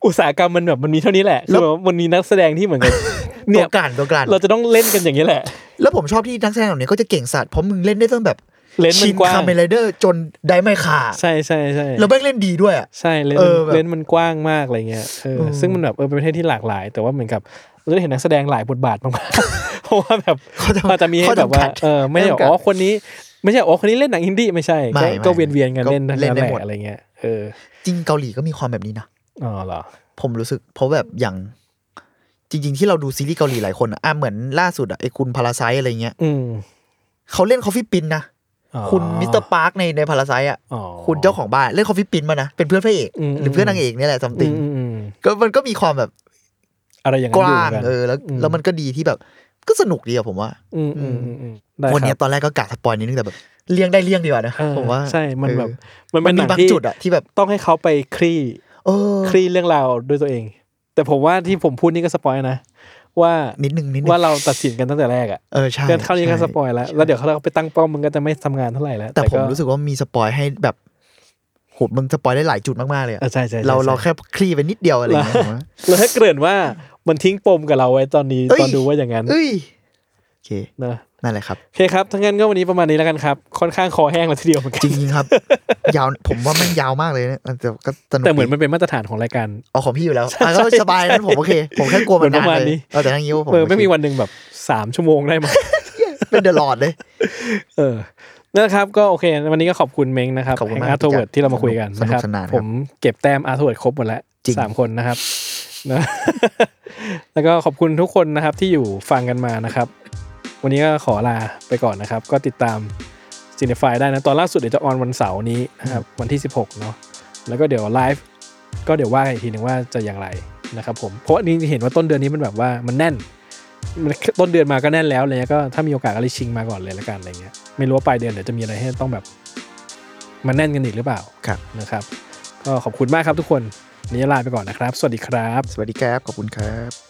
อุตสาหกรรมมันแบบมันมีเท่านี้แหละ แล้ คือ ว แบบมันมีนักแสดงที่เหมือน กัน ตั เนี่ วยกลานตัวกลาน เราจะต้องเล่นกันอย่างนี้แหละ แล้วผมชอบที่นักแสดงเหล่านี้ก็จะเก่งสัตว์เพราะมึงเล่นได้ตั้งแบบ เลนส์มั ชิ นกว้าง คาเมนไรเดอร์จนได้ไม่ขาด ใช่ใช่ใช่ แล้วแม่งเล่นดีด้วยอะ ใช่เลน เอ ส์ อแบบ เลนส์มันกว้างมากอะไรเงี้ยเออ เออ ซึ่งมันแบบเออเป็นประเทศที่หลากหลาย แต่ว่าเหมือนกับเราได้เห็นนักแสดงหลายบทบาทมาก ๆเพราะว่าแบบ เขา อาจจะมีให้ ข้ แบบว่า จำกัด เออไม่ได้แบบอ๋อคนนี้ ไม่ใช่อ๋อคนนี้เล่นหนังอินดี้ไม่ใช่ก็ ไม่ไม่ ก็เวียนเวียนๆกัน ก็ เล่นทั้ง เล่น นั้นแหได้ละ หมด อะไรเงี้ยเออ จริงเกาหลีก็มีความแบบนี้นะ อ๋อเหรอ ผมรู้สึกเพราะแบบอย่างจริง ๆ ที่เราดูซีรีส์เกาหลีหลายคนอะอ่ะเหมือนล่าสุดอะไอ้คุณพาราไซอะไรเงี้ย อืม เขาเล่นคอฟฟี่ปินนะ อ๋อ คุณมิสเตอร์พาร์คในในพาราไซอะ อ๋อ คุณเจ้าของบ้านเล่นคอฟฟี่ปินมานะเป็นเพื่อนพระเอก อืม หรือเพื่อนนางเอกเนี่ยแหละซัมติ อื ง มอืมอืม ก็มันก็มีความแบบ อะไรอย่าง ก นั้นอยู่ ว้า เหมือนงกัน เออแล้วแล้วมันก็ดีที่แบบก็สนุกดีอะผมว่า อืมอืมอืมอืมได้ วันเนี้ ค ย รับ ตอนแรกก็กะสปอยนิดนึงแต่แบบเลี่ยงได้เลี่ยงดีกว่านะ เออ ผมว่า ใช่มันแบบ เออ มัน มั เป็น นห มี นัง บาง ที่ จุดอะที่แบบ ต้องให้เขาไปคลี่ เออ คลี่เรื่องราวด้วยตัวเอง แต่ผมว่าที่ผมพูดนี่ก็สปอยนะ ว่า นิดนึงนิดนึง ว่าเราตัดสินกันตั้งแต่แรกอะ เออใช่ เกินเข้านี้ก็ ใช่ สปอยแล้ว แล้วเดี๋ยวเขาไปตั้งป้อมมันก็จะไม่ทำงานเท่าไหร่แล้ว แต่ผมรู้สึกว่ามีสปอยให้แบบโหมึงสปอยได้หลายจุดมากๆเลยอะ เออใช่ใช่ใช่ เราเรา ใช่ แค่คลี่ไปนิดเดียวอะไรอย่างเงี้ยผมว่า เราแค่เกริ่นว่ามันทิ้งปมกับเราไว้ตอนนี้ เอ้ย ตอนดูว่าอย่างนั้น เอ้ยโอเค นะ นั่นแหละครับ โอเคครับทั้างนั้นก็วันนี้ประมาณนี้แล้วกันครับ ค่อนข้างคอแห้งแล้วทีเดียวเหมือนกั จ น ริงๆครับ ยาวผมว่ามันยาวมากเลยเนี่ยแต่ก็สนุก แต่เหมือน ดี มันเป็นมาตรฐานของรายการ เอาของพี่อยู่แล้วอ่ะก็สบายนั้นผมโอเค ผมแค่กลัวมัน เหมือนปนาน ระมาณ เลย นี้ เออแต่ทั้งนี้ว่าผม เออไม่มีวันหนึ่งแบบสามชั่วโมงได้มั้ง เป็นเดอะลอดเลย เออนะครับก็โอเค วันนี้ก็ขอบคุณเม้งนะครับ ขอบคุณมาก อาร์ทเวิร์ด พี่จักร ที่เรามาคุยกัน สนุนะคกรับ สนานครับ ผมเก็บแต้มอาร์ทเวิร์ดครบหมดแล้ว จริง สามคนนะครับนะ แล้วก็ขอบคุณทุกคนนะครับที่อยู่ฟังกันมานะครับ วันนี้ก็ขอลาไปก่อนนะครับ ก็ติดตาม c i n e f y ได้นะ ตอนล่าสุดเดี๋ยวจะออนวันเสาร์นี้นะครับวันที่ 16 เนาะแล้วก็เดี๋ยวไลฟ์ก็เดี๋ยวว่ากันอีกทีหนึ่งว่าจะอย่างไรนะครับผมเพราะว่านี่เห็นว่าต้นเดือนนี้มันแบบว่ามันแน่น มัน ต้นเดือนมาก็แน่นแล้วอะไรเลยก็ถ้ามีโอกาสก็เลยชิงมาก่อนเลยละกันอะไรเงี้ยไม่รู้ว่าปลายเดือนเดี๋ยวจะมีอะไรให้ต้องแบบมันแน่นกันอีกหรือเปล่า ครับ นะครับ ก็ขอบคุณมากครับทุกคนวันนี้ลาไปก่อนนะครับ สวัสดีครับ สวัสดีครับขอบคุณครับ